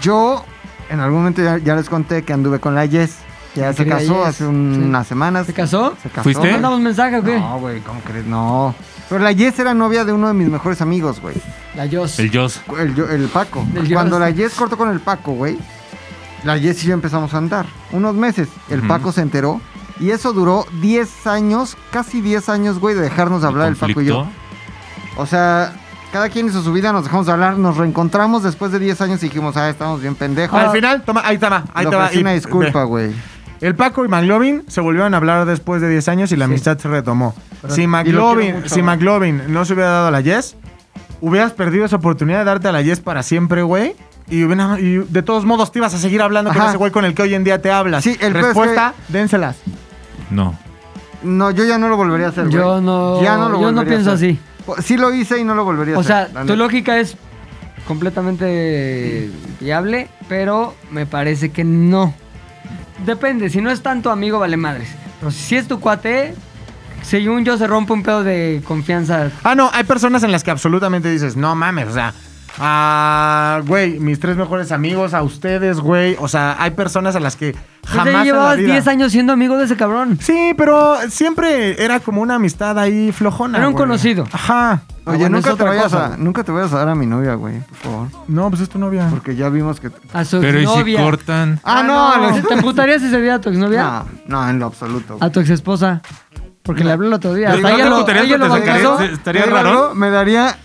S6: Yo en algún momento ya, ya les conté que anduve con la Yes. que Ya
S1: Mi
S6: se
S1: querida
S6: casó
S1: Yes,
S6: hace un-
S1: sí.
S6: unas semanas.
S1: ¿Se casó? Ah,
S6: Se casó.
S7: ¿Fuiste?
S1: ¿No mandamos mensaje o qué?
S6: No, güey, ¿cómo crees? No. Pero la Yes era novia de uno de mis mejores amigos, güey.
S1: La Jos.
S7: El Joss.
S6: El, yo- el Paco.
S1: El yo-
S6: Cuando la Yes cortó con el Paco, güey, la Yes y yo empezamos a andar. Unos meses. El
S7: Ujú.
S6: Paco se enteró. Y eso duró 10 años, casi 10 años, güey, de dejarnos de hablar el Paco y yo. O sea, cada quien hizo su vida, nos dejamos de hablar, nos reencontramos después de 10 años y dijimos, ah, estamos bien pendejos.
S5: Al final, toma, ahí está, va, ahí
S6: Le
S5: te va.
S6: ofrecí
S5: Y-
S6: una disculpa,
S5: ve.
S6: güey.
S5: El Paco y McLovin se volvieron a hablar después de 10 años y la amistad se retomó. si McLovin,
S6: mucho,
S5: si
S6: ¿no?
S5: McLovin no se hubiera dado a la Yes, hubieras perdido esa oportunidad de darte a la Yes para siempre, güey. Y, hubiera- y de todos modos te ibas a seguir hablando con
S6: Ajá.
S5: ese güey con el que hoy en día te hablas.
S6: Sí, el peor es
S5: Respuesta, dénselas.
S7: No.
S6: No, yo ya no lo volvería a hacer, güey.
S1: Yo no-
S6: Ya no lo
S1: yo no
S6: volvería a
S1: pienso
S6: hacer.
S1: así.
S6: Po- Sí lo hice y no lo volvería a
S1: O sea,
S6: hacer. la
S1: tu
S6: neta.
S1: lógica es completamente viable, pero me parece que no. Depende, si no es tanto amigo, vale madres. Pero si es tu cuate, según yo se rompe un pedo de confianza.
S5: Ah, no, hay personas en las que absolutamente dices, no mames, o sea, ah, güey, mis tres mejores amigos, a ustedes, güey. O sea, hay personas a las que
S1: Pues
S5: jamás.
S1: ya
S5: en la
S1: llevabas
S5: vida-
S1: 10 años siendo amigo de ese cabrón.
S5: Sí, pero siempre era como una amistad ahí flojona.
S1: Era un
S5: güey.
S1: conocido.
S5: Ajá.
S6: Oye,
S1: bueno, es
S6: nunca, te
S1: otra
S6: vayas
S1: cosa,
S6: a, nunca te vayas a dar a mi novia, güey, por favor.
S5: No, pues es tu novia.
S6: Porque ya vimos que...
S1: A su
S7: Pero ¿y si
S1: exnovia.
S7: cortan?
S6: Ah, no,
S1: ¿Te-
S6: Alex.
S1: ¿Te emputarías si se viera a tu exnovia?
S6: No, no, en lo absoluto.
S1: A tu exesposa. Porque le habló el otro día.
S7: Pero
S1: Hasta
S7: no
S1: ella
S7: te
S1: lo,
S7: emputarías
S1: ella lo
S7: porque te
S1: bautizó.
S7: sacarías- estaría
S6: Te digo
S7: raro.
S6: algo, Me daría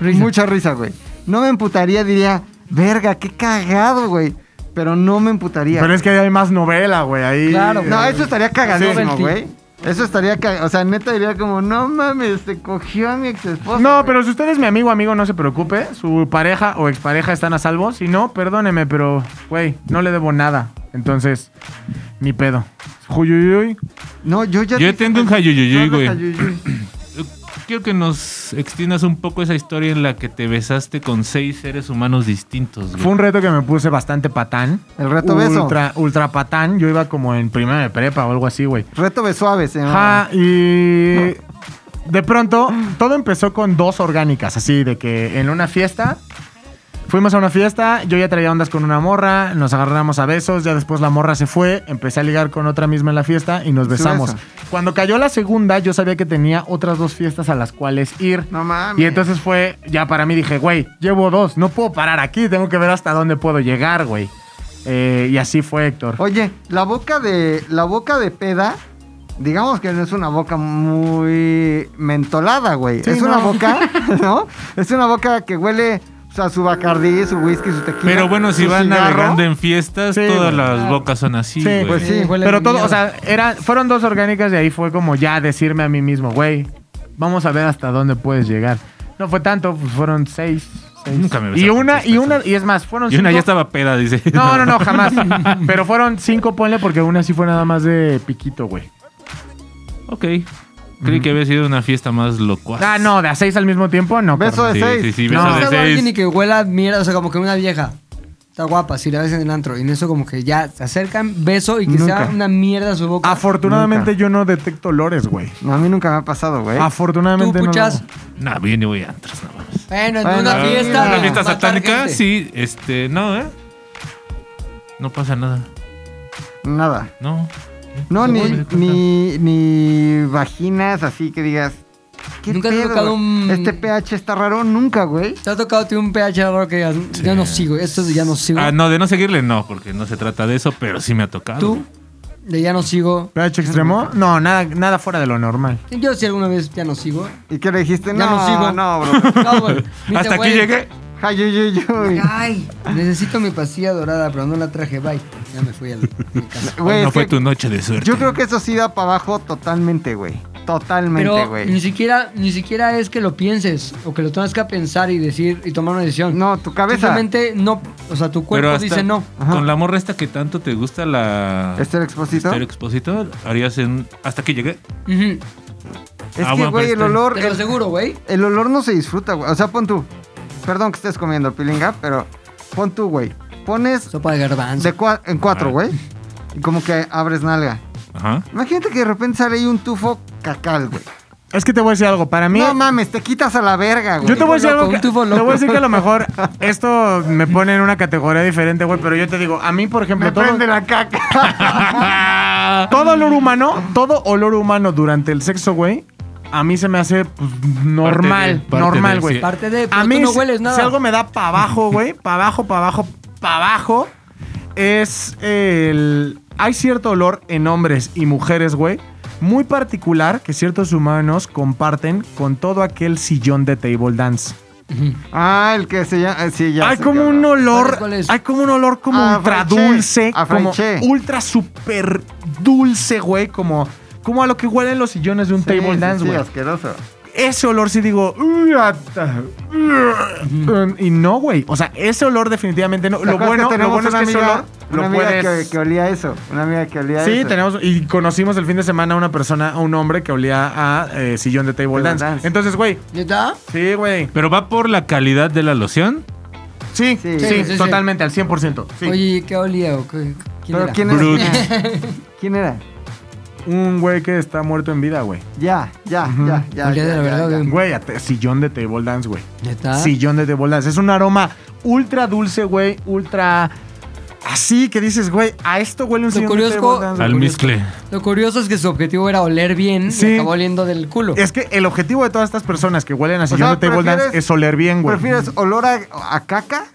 S1: Risa.
S6: mucha risa, güey. No me emputaría, diría, verga, qué cagado, güey. Pero no me emputaría.
S5: Pero es que ahí hay más novela, güey. Ahí.
S1: Claro,
S6: No, eso estaría cagadísimo,
S1: Novelty.
S6: güey. Eso estaría cagado. O sea, neta diría como, no mames, te cogió a mi ex esposa.
S5: No, pero si usted es mi amigo, amigo, no se preocupe. Su pareja o expareja están a salvo. Si no, perdóneme, pero, güey, no le debo nada. Entonces, ni pedo. Juyuyuy.
S6: No, yo ya.
S7: Yo tengo un
S6: No,
S7: jayuyuyuy,
S6: no,
S7: güey.
S6: jayuyuy.
S7: Quiero que nos extiendas un poco esa historia en la que te besaste con seis seres humanos distintos,
S5: Fue
S7: güey.
S5: un reto que me puse bastante patán.
S6: El reto beso.
S5: Ultra, ultra patán. Yo iba como en primera de prepa o algo así, güey.
S6: Reto ¿eh? besuave, señor.
S5: Ajá, y de pronto todo empezó con dos orgánicas, así de que en una fiesta fuimos a una fiesta, yo ya traía ondas con una morra, nos agarramos a besos, ya después la morra se fue, empecé a ligar con otra misma en la fiesta y nos besamos.
S6: beso.
S5: Cuando cayó la segunda, yo sabía que tenía otras dos fiestas a las cuales ir.
S6: No mames.
S5: Y entonces fue, ya para mí dije, güey, llevo dos, no puedo parar aquí, tengo que ver hasta dónde puedo llegar, güey. Eh, y así fue, Héctor.
S6: Oye, la boca de. La boca de peda. Digamos que no es una boca muy mentolada, güey.
S5: Sí,
S6: es una
S5: no.
S6: boca,
S1: *laughs*
S6: ¿no? Es una boca que huele o sea, su bacardí, su whisky, su tequila.
S7: Pero bueno, si
S6: su
S7: van
S6: cigarro.
S7: navegando en fiestas,
S5: Sí,
S7: todas
S5: güey.
S7: las bocas son así,
S5: Sí,
S7: güey.
S6: pues sí.
S1: huele
S5: Pero
S1: de
S5: todo,
S1: mierda.
S5: o sea, era, fueron dos orgánicas y ahí fue como ya decirme a mí mismo, güey, vamos a ver hasta dónde puedes llegar. No fue tanto, pues, fueron seis. seis.
S7: Nunca me besé
S5: y
S7: con
S5: una,
S7: seis
S5: y una,
S7: personas.
S5: y es más, fueron
S7: Y una ya
S5: cinco-
S7: estaba peda, dice.
S5: No, no, no, jamás. Pero fueron cinco, ponle, porque una sí fue nada más de piquito, güey.
S7: *laughs* Ok. Creí que había sido una fiesta más locuaz.
S5: Ah, no, de a seis al mismo tiempo, no.
S6: Beso
S5: carnal.
S6: de
S7: Sí,
S6: seis.
S7: Ah. sí, sí,
S5: No. O
S7: beso
S1: Está
S7: de
S1: guapa alguien y
S7: seis.
S1: que huela mierda, o sea, como que una vieja. Está guapa, si la ves en el antro. Y en eso como que ya se acercan, beso y que sea
S6: Nunca.
S1: una mierda su boca.
S5: Afortunadamente yo no detecto olores, güey.
S7: Ah.
S6: No, a mí nunca me ha pasado, güey.
S5: Afortunadamente
S1: Tú,
S5: no.
S1: puchas.
S7: No, yo ni voy a antros, no.
S1: Bueno, en
S6: Bueno,
S1: una
S7: Ah,
S1: fiesta.
S7: ¿Una fiesta
S1: matar
S7: satánica?
S1: gente.
S7: Sí, este, no, ¿eh? No pasa nada.
S6: Nada.
S7: No.
S6: No,
S7: Sí,
S6: ni,
S7: me di cuenta.
S6: ni, ni vaginas así que digas. ¿qué
S1: Nunca has
S6: pedo,
S1: tocado
S6: güey?
S1: un-
S6: Este pH está raro, nunca, güey.
S1: ¿Te ha tocado tío, un pH raro que digas, "Mm, yo no sigo, esto de ya no sigo?
S7: Ah, no, de no seguirle, no, porque no se trata de eso, pero sí me ha tocado. *laughs*
S1: ¿Tú? De ya no sigo.
S5: ¿PH extremo? No, nada, nada fuera de lo normal.
S1: Yo si alguna vez ya no sigo.
S6: ¿Y qué le dijiste?
S1: Ya
S6: no,
S1: no sigo.
S6: no, bro.
S1: *laughs* No, güey. Dice,
S7: Hasta aquí
S1: güey,
S7: llegué.
S6: Ay, yo, yo,
S1: *laughs*
S6: yo.
S1: Ay, necesito mi pastilla dorada, pero no la traje. Bye. Ya me fui a, la- a mi casa.
S6: Güey,
S7: no
S6: es
S7: fue
S6: que
S7: tu noche de suerte.
S6: Yo creo que eso sí da para abajo totalmente, güey. Totalmente,
S1: Pero ni
S6: güey.
S1: siquiera, ni siquiera es que lo pienses o que lo tengas que pensar y decir y tomar una decisión.
S6: No, tu cabeza.
S1: Simplemente no. O sea, tu cuerpo
S7: hasta
S1: dice no.
S7: Con la morra esta que tanto te gusta la.
S6: ¿Este el exposito?
S7: Estéreo Expositor, harías en. Hasta que llegué.
S1: Ujú.
S6: Es
S7: Ah,
S6: que,
S7: bueno,
S6: güey,
S7: pero
S6: el
S7: está-
S6: olor.
S1: Te lo
S6: El,
S1: aseguro, güey.
S6: el olor no se disfruta, güey. O sea, pon tú. Perdón que estés comiendo, pilinga, pero pon tú, güey. Pones
S1: Sopa de garbanzo.
S6: de cua- en cuatro,
S7: Ah.
S6: güey. Y como que abres nalga.
S7: Ajá. *laughs*
S6: Imagínate que de repente sale ahí un tufo cacal, güey.
S5: Es que te voy a decir algo. Para mí,
S6: No mames, te quitas a la verga, güey.
S5: Yo te voy a decir
S1: loco,
S5: algo.
S1: un
S5: Que, te
S1: tufo
S5: voy
S1: loco.
S5: a decir que a lo mejor esto me pone en una categoría diferente, güey. Pero yo te digo, a mí, por ejemplo,
S6: Me
S5: todo,
S6: prende la caca. *laughs*
S5: todo olor humano, todo olor humano durante el sexo, güey, a mí se me hace pues, normal.
S7: de- parte
S5: normal,
S7: de,
S5: güey.
S7: sí.
S1: Parte de. Pero
S5: A
S1: tú
S5: mí,
S1: no
S5: si-
S1: hueles nada.
S5: si algo me da para abajo, güey, para abajo, para abajo, para abajo, es el... Hay cierto olor en hombres y mujeres, güey, muy particular que ciertos humanos comparten con todo aquel sillón de table dance.
S6: ah, el que se llama. eh, Sí, ya.
S5: hay
S6: sé
S5: como
S6: qué
S5: un
S6: olor.
S5: olor,
S1: ¿Cuál es, cuál es?
S5: hay como un olor como
S6: A
S5: ultra
S6: Franché,
S5: dulce,
S6: a
S5: como
S6: Franché.
S5: ultra super dulce, güey, como, como a lo que huelen los sillones de un
S6: Sí,
S5: table
S6: sí,
S5: dance,
S6: sí,
S5: güey
S6: asqueroso.
S5: ese olor sí digo. "Uy, ata, uy". Um, Y no, güey. O sea, ese olor definitivamente no.
S6: ¿Te
S5: Lo
S6: acuerdas
S5: bueno, lo
S6: que tenemos
S5: bueno es
S6: una
S5: que ese
S6: amiga,
S5: olor
S6: una
S5: lo
S6: amiga
S5: puedes.
S6: que, que olía eso. Una amiga que olía eso.
S5: Sí, tenemos y conocimos el fin de semana a una persona, a un hombre que olía a eh, sillón de table
S6: Table
S5: dance.
S6: dance.
S5: Entonces, güey,
S1: ¿Neta?
S5: sí, güey.
S7: Pero va por la calidad de la loción.
S5: Sí,
S6: Sí.
S5: sí,
S1: Sí, sí,
S5: totalmente, al 100%. Sí.
S1: Oye, ¿qué olía? o qué- ¿Quién
S6: Pero
S1: era?
S6: ¿quién
S7: Brut.
S6: era? *laughs* ¿Quién era?
S5: Un güey que está muerto en vida, güey.
S6: Ya, ya,
S5: Ujú.
S6: ya, ya.
S1: Olía
S6: ya,
S1: de la
S6: ya,
S1: verdad,
S6: ya.
S1: güey.
S5: Güey, a te- sillón de table dance, güey.
S1: ¿Neta?
S5: Sillón de table dance. Es un aroma ultra dulce, güey, ultra así que dices, güey, a esto huele un
S1: Lo
S5: sillón
S1: curioso-
S5: de table dance.
S7: Al
S5: güey.
S7: mezcle.
S1: Lo curioso es que su objetivo era oler bien y
S5: Sí.
S1: acabó oliendo del culo.
S5: Es que el objetivo de todas estas personas que huelen a sillón
S6: sea,
S5: de table
S6: ¿prefieres-
S5: dance es oler bien, güey.
S6: ¿Prefieres olor a, a caca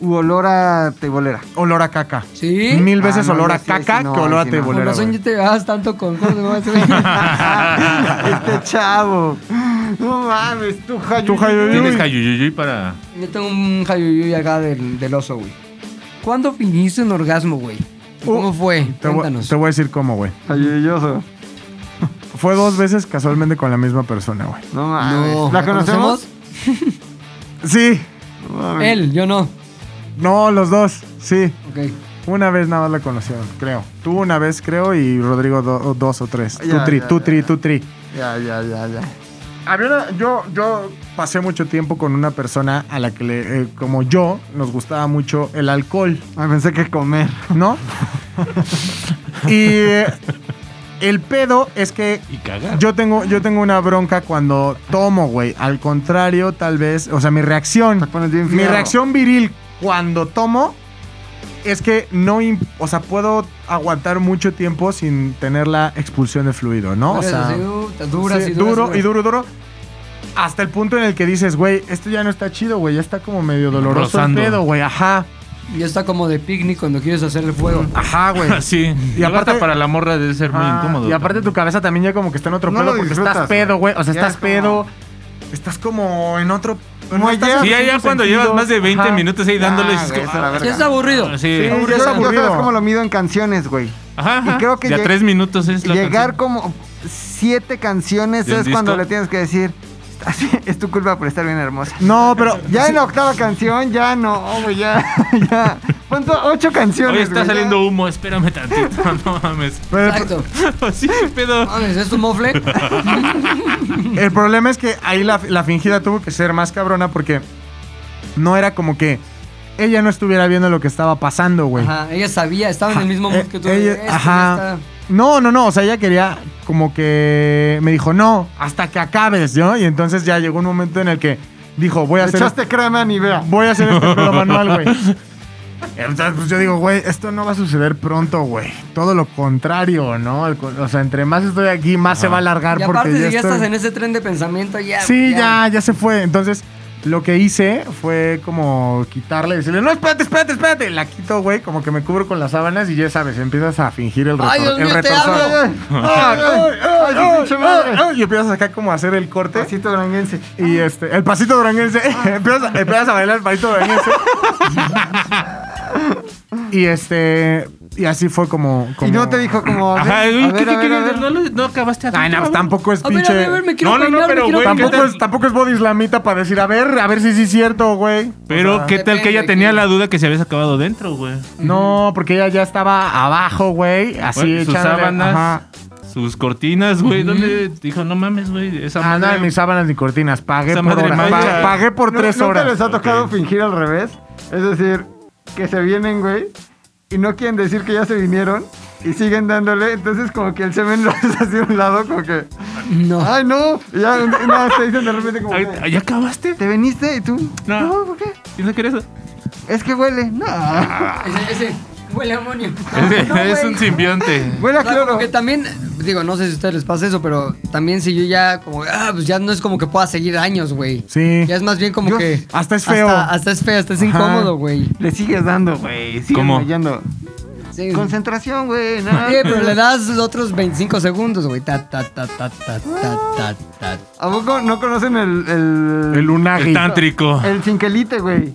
S6: u olor a
S5: *laughs*
S6: tebolera?
S5: Olor a caca.
S1: ¿Sí?
S5: Mil
S6: Ah,
S5: veces
S6: no,
S5: olor
S6: yo
S5: a
S6: sí,
S5: caca
S6: sí, no,
S5: que olor a
S6: sí, no.
S1: Por
S5: tebolera.
S1: razón
S5: güey.
S1: ya te vas tanto con... ¿cómo se llama ese
S5: *laughs*
S1: güey?
S6: este chavo. No mames, tú, Jayu.
S5: Tú, Jayu.
S7: Tienes
S5: Uy.
S7: cayuyuyuy para.
S1: Yo tengo un jayuyuy acá del, del oso, güey. ¿Cuándo finiste un orgasmo, güey? ¿Cómo
S5: Uh,
S1: fue?
S5: Te voy,
S1: Cuéntanos.
S5: te voy a decir cómo, güey.
S6: Jayuyoso.
S5: Fue dos veces casualmente con la misma persona, güey.
S6: No mames.
S1: No,
S6: ¿La conocemos?
S5: Sí.
S6: No mames.
S1: Él, yo no.
S5: No, los dos. Sí.
S1: Ok.
S5: Una vez nada más la conocieron, creo. Tú una vez, creo, y Rodrigo do- dos o tres.
S6: Ya,
S5: tú tri,
S6: ya,
S5: tú
S6: ya,
S5: tri,
S6: ya.
S5: tú tri.
S6: Ya, ya, ya, ya.
S5: Había una- yo, yo pasé mucho tiempo con una persona a la que, le, eh, como yo, nos gustaba mucho el alcohol.
S6: Ay, pensé que comer.
S5: *laughs* ¿no? y eh, el pedo es que
S7: Y cagar.
S5: yo tengo, yo tengo una bronca cuando tomo, güey. Al contrario, tal vez, o sea, mi
S6: Te
S5: reacción,
S6: pones bien
S5: mi
S6: fierro.
S5: reacción viril cuando tomo es que no, im- o sea, puedo aguantar mucho tiempo sin tener la expulsión de fluido, ¿no? O
S1: Eres
S5: sea,
S1: así, uh, te duras
S5: sí,
S1: y duras,
S5: duro
S1: duras.
S5: y duro, duro. Hasta el punto en el que dices, güey, esto ya no está chido, güey, ya está como medio doloroso
S7: Rozando.
S5: el pedo, güey, ajá,
S1: Y está como de picnic cuando quieres hacer el fuego.
S5: ajá, güey.
S7: *laughs* *laughs* Sí.
S5: Y
S7: Y
S5: aparte-
S7: aparte para la morra debe ser muy
S5: Ah,
S7: incómodo.
S5: Y aparte tu cabeza también ya como que está en otro
S6: No lo
S5: pedo porque estás
S6: disfrutas,
S5: pedo, güey. O sea,
S6: Ya
S5: estás
S6: es como-
S5: pedo. Estás como en otro.
S6: Como
S5: estás
S6: ayer.
S5: en
S7: Sí, ya,
S5: tus
S7: ya cuando
S5: sentidos.
S7: llevas más de 20
S5: Ajá.
S7: minutos ahí dándole.
S6: Ah,
S7: es
S6: güey,
S7: como-
S6: eso la
S1: Sí,
S6: verga.
S1: es aburrido.
S5: Sí,
S7: Ah, sí.
S5: ya
S6: Yo,
S5: es
S6: yo
S5: aburrido.
S6: sabes cómo lo mido en canciones, güey.
S7: Ajá,
S6: Y
S7: ajá.
S6: creo que
S7: ya
S6: lleg-
S7: tres minutos es la
S6: Llegar
S7: canción.
S6: como siete canciones
S7: ¿De un
S6: es cuando
S7: disco?
S6: le tienes que decir, es tu culpa por estar bien hermosa.
S5: No, pero.
S6: Ya en la octava canción, ya no, güey, ya, ya. Ponte ocho canciones.
S7: Hoy está
S6: güey, ya.
S7: saliendo humo, espérame tantito. *laughs* No mames.
S5: pero el,
S1: Exacto.
S7: Sí, qué pedo.
S1: Mames, ¿es tu
S5: *laughs*
S1: mofle?
S5: el problema es que ahí la, la fingida tuvo que ser más cabrona porque no era como que ella no estuviera viendo lo que estaba pasando, güey.
S1: Ajá, ella sabía, estaba en el mismo mood
S5: Eh,
S1: que tú.
S5: ella-
S1: Este ya
S5: ajá.
S1: está-
S5: No, no, no. O sea, ella quería como que me dijo, no, hasta que acabes, ¿no? Y entonces ya llegó un momento en el que dijo, voy a
S6: Le
S5: hacer...
S6: echaste crema ni vea.
S5: Voy a hacer este pedo manual, güey.
S6: *laughs*
S5: Entonces, pues yo digo, güey, esto no va a suceder pronto, güey. Todo lo contrario, ¿no? El co- O sea, entre más estoy aquí, más se va a alargar
S1: Y
S5: porque
S1: aparte,
S5: ya,
S1: si ya
S5: estoy-
S1: estás en ese tren de pensamiento, Ah, ya.
S5: Sí, ya, ya se fue. Entonces, lo que hice fue como quitarle, decirle, no, espérate, espérate, espérate. La quito, güey, como que me cubro con las sábanas y ya sabes, empiezas a fingir el, retor
S1: Ay, Dios
S5: el
S1: mío, te
S5: retorso.
S1: hablo,
S5: Ay, ay, ay, ay,
S6: Ay, su pinche madre.
S5: ay, ay, Y empiezas acá como a hacer el corte.
S6: Pasito duranguense.
S5: Y este, el pasito duranguense. *laughs* empiezas, empiezas a bailar el pasito duranguense. *laughs* y este. Y así fue como. como-
S6: Y no te dijo como.
S7: Ajá,
S6: a ver,
S7: güey,
S6: a
S7: ¿qué
S6: ver,
S7: te
S6: a ver, a
S7: quieres?
S6: ver.
S7: No, no acabaste
S5: Ay, no, pues, tampoco es
S1: A ver, a
S5: pinche.
S1: ver, a ver, me quiero
S7: No, no, no,
S1: peinar, me
S7: pero,
S1: quiero
S7: güey,
S1: peinar.
S5: Tampoco
S7: ¿qué
S5: es, tampoco es body islamita para decir, a ver, a ver si sí es cierto, güey.
S7: Pero, ¿qué tal que ella
S1: depende,
S7: tenía
S1: güey.
S7: la duda que se habías acabado dentro, güey?
S5: No, porque ella ya estaba abajo, güey. Así
S7: Güey, sus
S5: echándole-
S7: sábanas,
S5: Ajá.
S7: sus cortinas, güey. ¿Dónde? Dijo, no mames, güey. Esa
S5: Ah, no,
S7: madre-
S5: mis sábanas ni cortinas. Pagué
S7: Esa
S5: por
S7: madre
S5: horas. Pa-
S7: mancha.
S5: pagué por
S6: ¿Nu-
S5: tres
S6: ¿nunca
S5: horas.
S6: les ha tocado fingir al revés? Es decir, que se vienen, güey, y no quieren decir que ya se vinieron y siguen dándole. Entonces, como que el semen *laughs* lo haces hacia un lado, como que.
S1: No.
S6: ¡Ay, no! Y ya nada, te dicen de repente, como.
S7: Ay,
S6: que,
S7: ¿Ya acabaste?
S6: ¿Te viniste? ¿Y tú?
S7: No.
S6: No, ¿por qué?
S7: ¿Y no quieres?
S6: Es que huele. No.
S5: Ah.
S1: Ese, ese huele a amonio.
S7: Es,
S1: No,
S7: es
S1: güey.
S7: un simbionte.
S6: Huele
S1: O
S5: Ah,
S6: a
S1: sea,
S6: cloro.
S1: como que también, digo, no sé si a ustedes les pasa eso, pero también si yo ya, como, ah, pues ya no es como que pueda seguir años, güey.
S5: Sí.
S1: Ya es más bien como
S6: Yo-
S1: que.
S5: hasta es feo.
S1: Hasta, hasta es feo, hasta es
S5: Ajá.
S1: incómodo, güey.
S6: Le sigues dando, güey. Sigues
S7: ¿Cómo?
S6: Mayando.
S1: Sí.
S6: Concentración, güey. No.
S1: *laughs* Eh, pero le das otros 25 segundos, güey. Ta, ta, ta, ta, ta, ta, ta, ta.
S6: ¿A poco no conocen el.
S5: El
S6: El,
S5: unagi.
S7: El tántrico.
S6: el cinquelite, güey?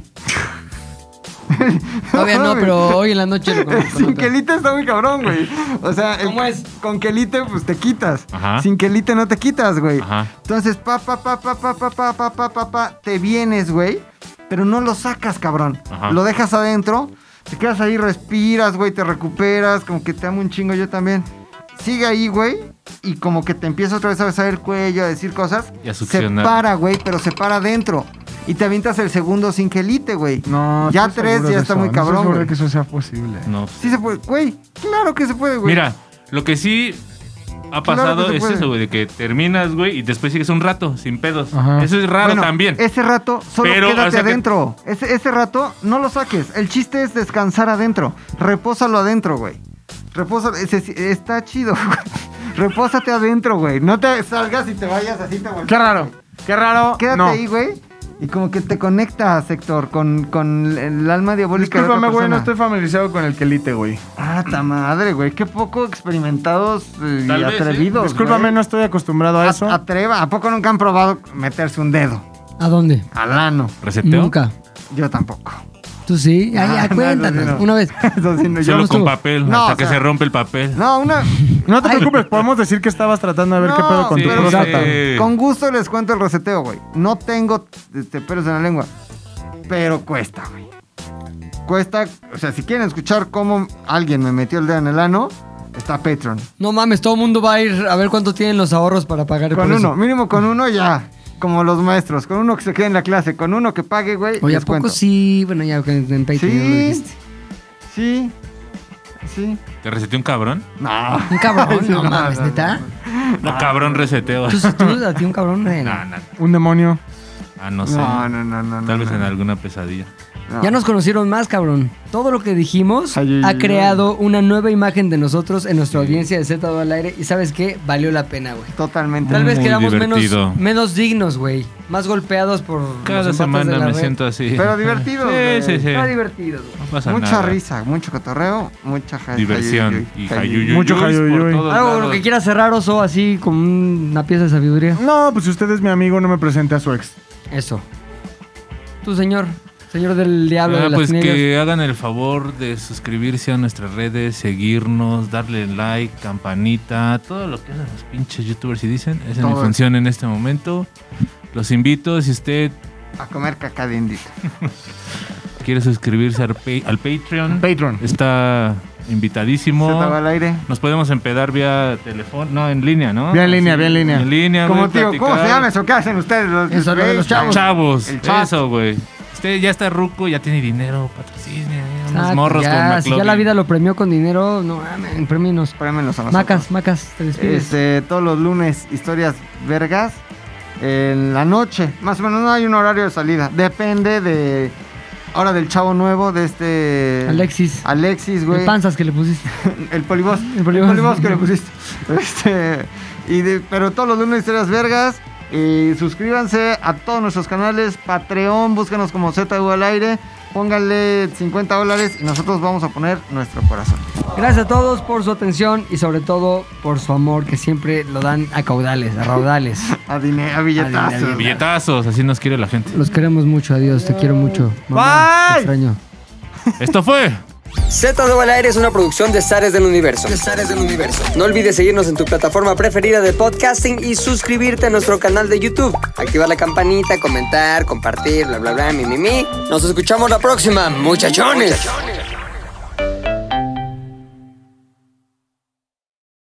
S1: Todavía
S6: *laughs*
S1: no, pero hoy en la noche lo
S6: El
S1: conozco.
S6: sin quelite está muy cabrón, güey. O sea, el-
S1: ¿Cómo es?
S6: con quelite, pues te quitas.
S7: Ajá.
S6: Sin quelite no te quitas, güey.
S7: Ajá.
S6: Entonces, pa, pa, pa, pa, pa, pa, pa, pa, pa, pa, pa, te vienes, güey. Pero no lo sacas, cabrón.
S7: Ajá.
S6: Lo dejas adentro. Te quedas ahí, respiras, güey, te recuperas. Como que te amo un chingo yo también. Sigue ahí, güey. Y como que te empieza otra vez a besar el cuello, a decir cosas.
S7: Y a
S6: se
S7: succionar.
S6: para, güey, pero se para adentro. Y te avientas el segundo sin quelite, güey.
S5: No,
S6: Ya
S5: estoy
S6: tres,
S5: seguro
S6: ya
S5: de
S6: está
S5: eso.
S6: muy
S5: No estoy
S6: cabrón,
S5: seguro de
S6: güey.
S5: que eso sea posible.
S7: No. pues,
S6: Sí se puede, güey. Claro que se puede, güey.
S7: Mira, lo que sí ha pasado
S6: que se
S7: es
S6: puede.
S7: eso, güey, de que terminas, güey, y después sigues un rato sin pedos.
S5: Ajá.
S7: Eso es raro
S6: Bueno,
S7: también.
S6: Ese rato solo
S7: Pero,
S6: quédate
S7: o sea que-
S6: adentro. Ese, ese rato no lo saques. El chiste es descansar adentro. Repósalo adentro, güey. Repósalo. ese- está chido, *laughs* güey. Repósate adentro, güey. No te salgas y te vayas así, te volteas.
S5: Qué raro. Qué raro.
S6: Quédate
S5: no.
S6: ahí, güey. Y como que te conectas, Héctor, con, con el alma diabólica de
S5: Discúlpame,
S6: otra
S5: güey, no
S6: persona.
S5: estoy familiarizado con el quelite, güey.
S6: Ah, ta madre, güey. Qué poco experimentados eh, y
S7: Tal vez, ¿eh?
S6: atrevidos,
S5: Discúlpame,
S6: güey.
S5: no estoy acostumbrado a eso.
S6: A- Atreva. ¿A poco nunca han probado meterse un dedo?
S1: ¿A dónde?
S6: Al ano.
S7: ¿Reseteo?
S1: Nunca.
S6: Yo tampoco.
S1: ¿Tú sí? Ay,
S6: Ah,
S1: ya,
S6: *laughs* no,
S1: cuéntanos.
S6: no, no.
S1: Una vez.
S6: *laughs* Eso sí, no, yo
S7: Solo
S1: no
S7: con
S1: estuvo.
S7: papel,
S6: No,
S7: hasta
S6: o
S7: que
S6: sea-
S7: se rompe el papel.
S6: No, una.
S5: No te preocupes, podemos decir que estabas tratando de ver qué
S6: No,
S5: pedo con tu
S6: pero-
S5: próstata.
S7: Sí.
S6: Con gusto les cuento el reseteo, güey. No tengo este, pelos en la lengua. Pero cuesta, güey. Cuesta. O sea, si quieren escuchar cómo alguien me metió el dedo en el ano, está Patreon.
S1: No mames, todo el mundo va a ir a ver cuánto tienen los ahorros para pagar
S6: Con
S1: por eso.
S6: uno, mínimo con uno ya. Como los maestros. Con uno que se quede en la clase. Con uno que pague, güey.
S1: Oye, ¿a
S6: les
S1: poco
S6: cuento.
S1: sí? Bueno, ya que en Patreon
S6: Sí.
S1: lo dijiste.
S6: Sí. Sí.
S7: ¿Te reseteó un cabrón?
S6: No.
S1: Un
S6: *laughs*
S1: cabrón, no,
S6: no,
S1: mames,
S6: no,
S1: ¿neta?
S7: No, cabrón reseteo.
S1: ¿Tú, tú a ti un cabrón? eh, no.
S7: No, no,
S5: Un demonio.
S7: Ah, no sé.
S6: No, no, no, no.
S7: Tal
S6: no,
S7: vez
S6: no.
S7: en alguna pesadilla.
S6: No.
S1: Ya nos conocieron más, cabrón. Todo lo que dijimos
S6: Ay, ay,
S1: ha
S6: ay.
S1: creado una nueva imagen de nosotros en nuestra audiencia de Z al aire. Y sabes qué? Valió la pena, güey.
S6: Totalmente.
S1: Tal vez
S7: Muy
S1: quedamos
S7: divertido.
S1: menos, menos dignos, güey. Más golpeados por. los
S7: Cada
S1: embates de
S7: semana
S1: la
S7: me
S1: red.
S7: siento así.
S6: Pero divertido. güey.
S7: *laughs* Sí, sí, sí.
S1: Está divertido, güey.
S7: No pasa
S6: Mucha
S7: nada.
S6: risa, mucho cotorreo, mucha ja-
S7: Diversión.
S6: jayuyuy,
S7: Y
S6: jayuyuy.
S7: jayuyuyuy
S5: Mucho
S7: por
S5: jayuyuy.
S7: todos
S1: Algo con
S7: lados.
S1: lo que quiera cerrar oso así con una pieza de sabiduría.
S5: No, pues si usted es mi amigo, no me presente a su ex.
S1: Eso. Tú, señor. Señor del diablo
S7: Ah,
S1: de las
S7: pues
S1: negras.
S7: que hagan el favor de suscribirse a nuestras redes, seguirnos, darle like, campanita, todo lo que hacen los pinches youtubers si dicen. Esa es mi
S6: Todo.
S7: función en este momento. Los invito, si usted
S6: A comer caca de indito.
S7: quiere suscribirse al, pa- al Patreon,
S5: Patreon.
S7: está
S6: Se
S7: invitadísimo.
S6: estaba al aire.
S7: Nos podemos empedar vía teléfono, no, en línea, ¿no?
S5: Bien en línea, bien en línea.
S7: En línea,
S6: Como
S7: güey,
S6: tío, ¿cómo
S7: platicar.
S6: se llama eso? ¿Qué hacen ustedes? Los,
S1: Eso, lo de los chavos.
S7: Chavos,
S6: El chat.
S7: eso, güey. Usted ya está ruco, ya tiene dinero, patrocine, eh, unos
S1: Ah,
S7: morros con
S1: ya, si ya
S7: McLovin.
S1: la vida lo premió con dinero, no mames, premienos.
S6: Espérenmelos a nosotros.
S1: Macas, macas, te despides.
S6: Este, todos los lunes, historias vergas. en la noche. Más o menos no hay un horario de salida. Depende de. Ahora del chavo nuevo, de este.
S1: Alexis.
S6: Alexis, güey.
S1: El panzas que le pusiste.
S6: El polibos.
S1: El
S6: El
S1: polibos.
S6: polibos, que le pusiste. *laughs* Este, y de- pero todos los lunes historias vergas. Y suscríbanse a todos nuestros canales. Patreon, búscanos como ZU al aire. Pónganle 50 dólares y nosotros vamos a poner nuestro corazón.
S1: Gracias a todos por su atención y sobre todo por su amor que siempre lo dan a caudales, a raudales.
S6: A dinero, a
S1: A dinero,
S6: billetazos.
S7: Billetazos, así nos quiere la gente.
S1: Los queremos mucho, adiós, te quiero mucho. Mamá, Te extraño.
S7: Esto fue.
S9: Z2 al aire es una producción de Zares del Universo. del Universo. No olvides seguirnos en tu plataforma preferida de podcasting y suscribirte a nuestro canal de YouTube. Activar la campanita, comentar, compartir, bla, bla, bla, mi, mi, mi. Nos escuchamos la próxima, muchachones.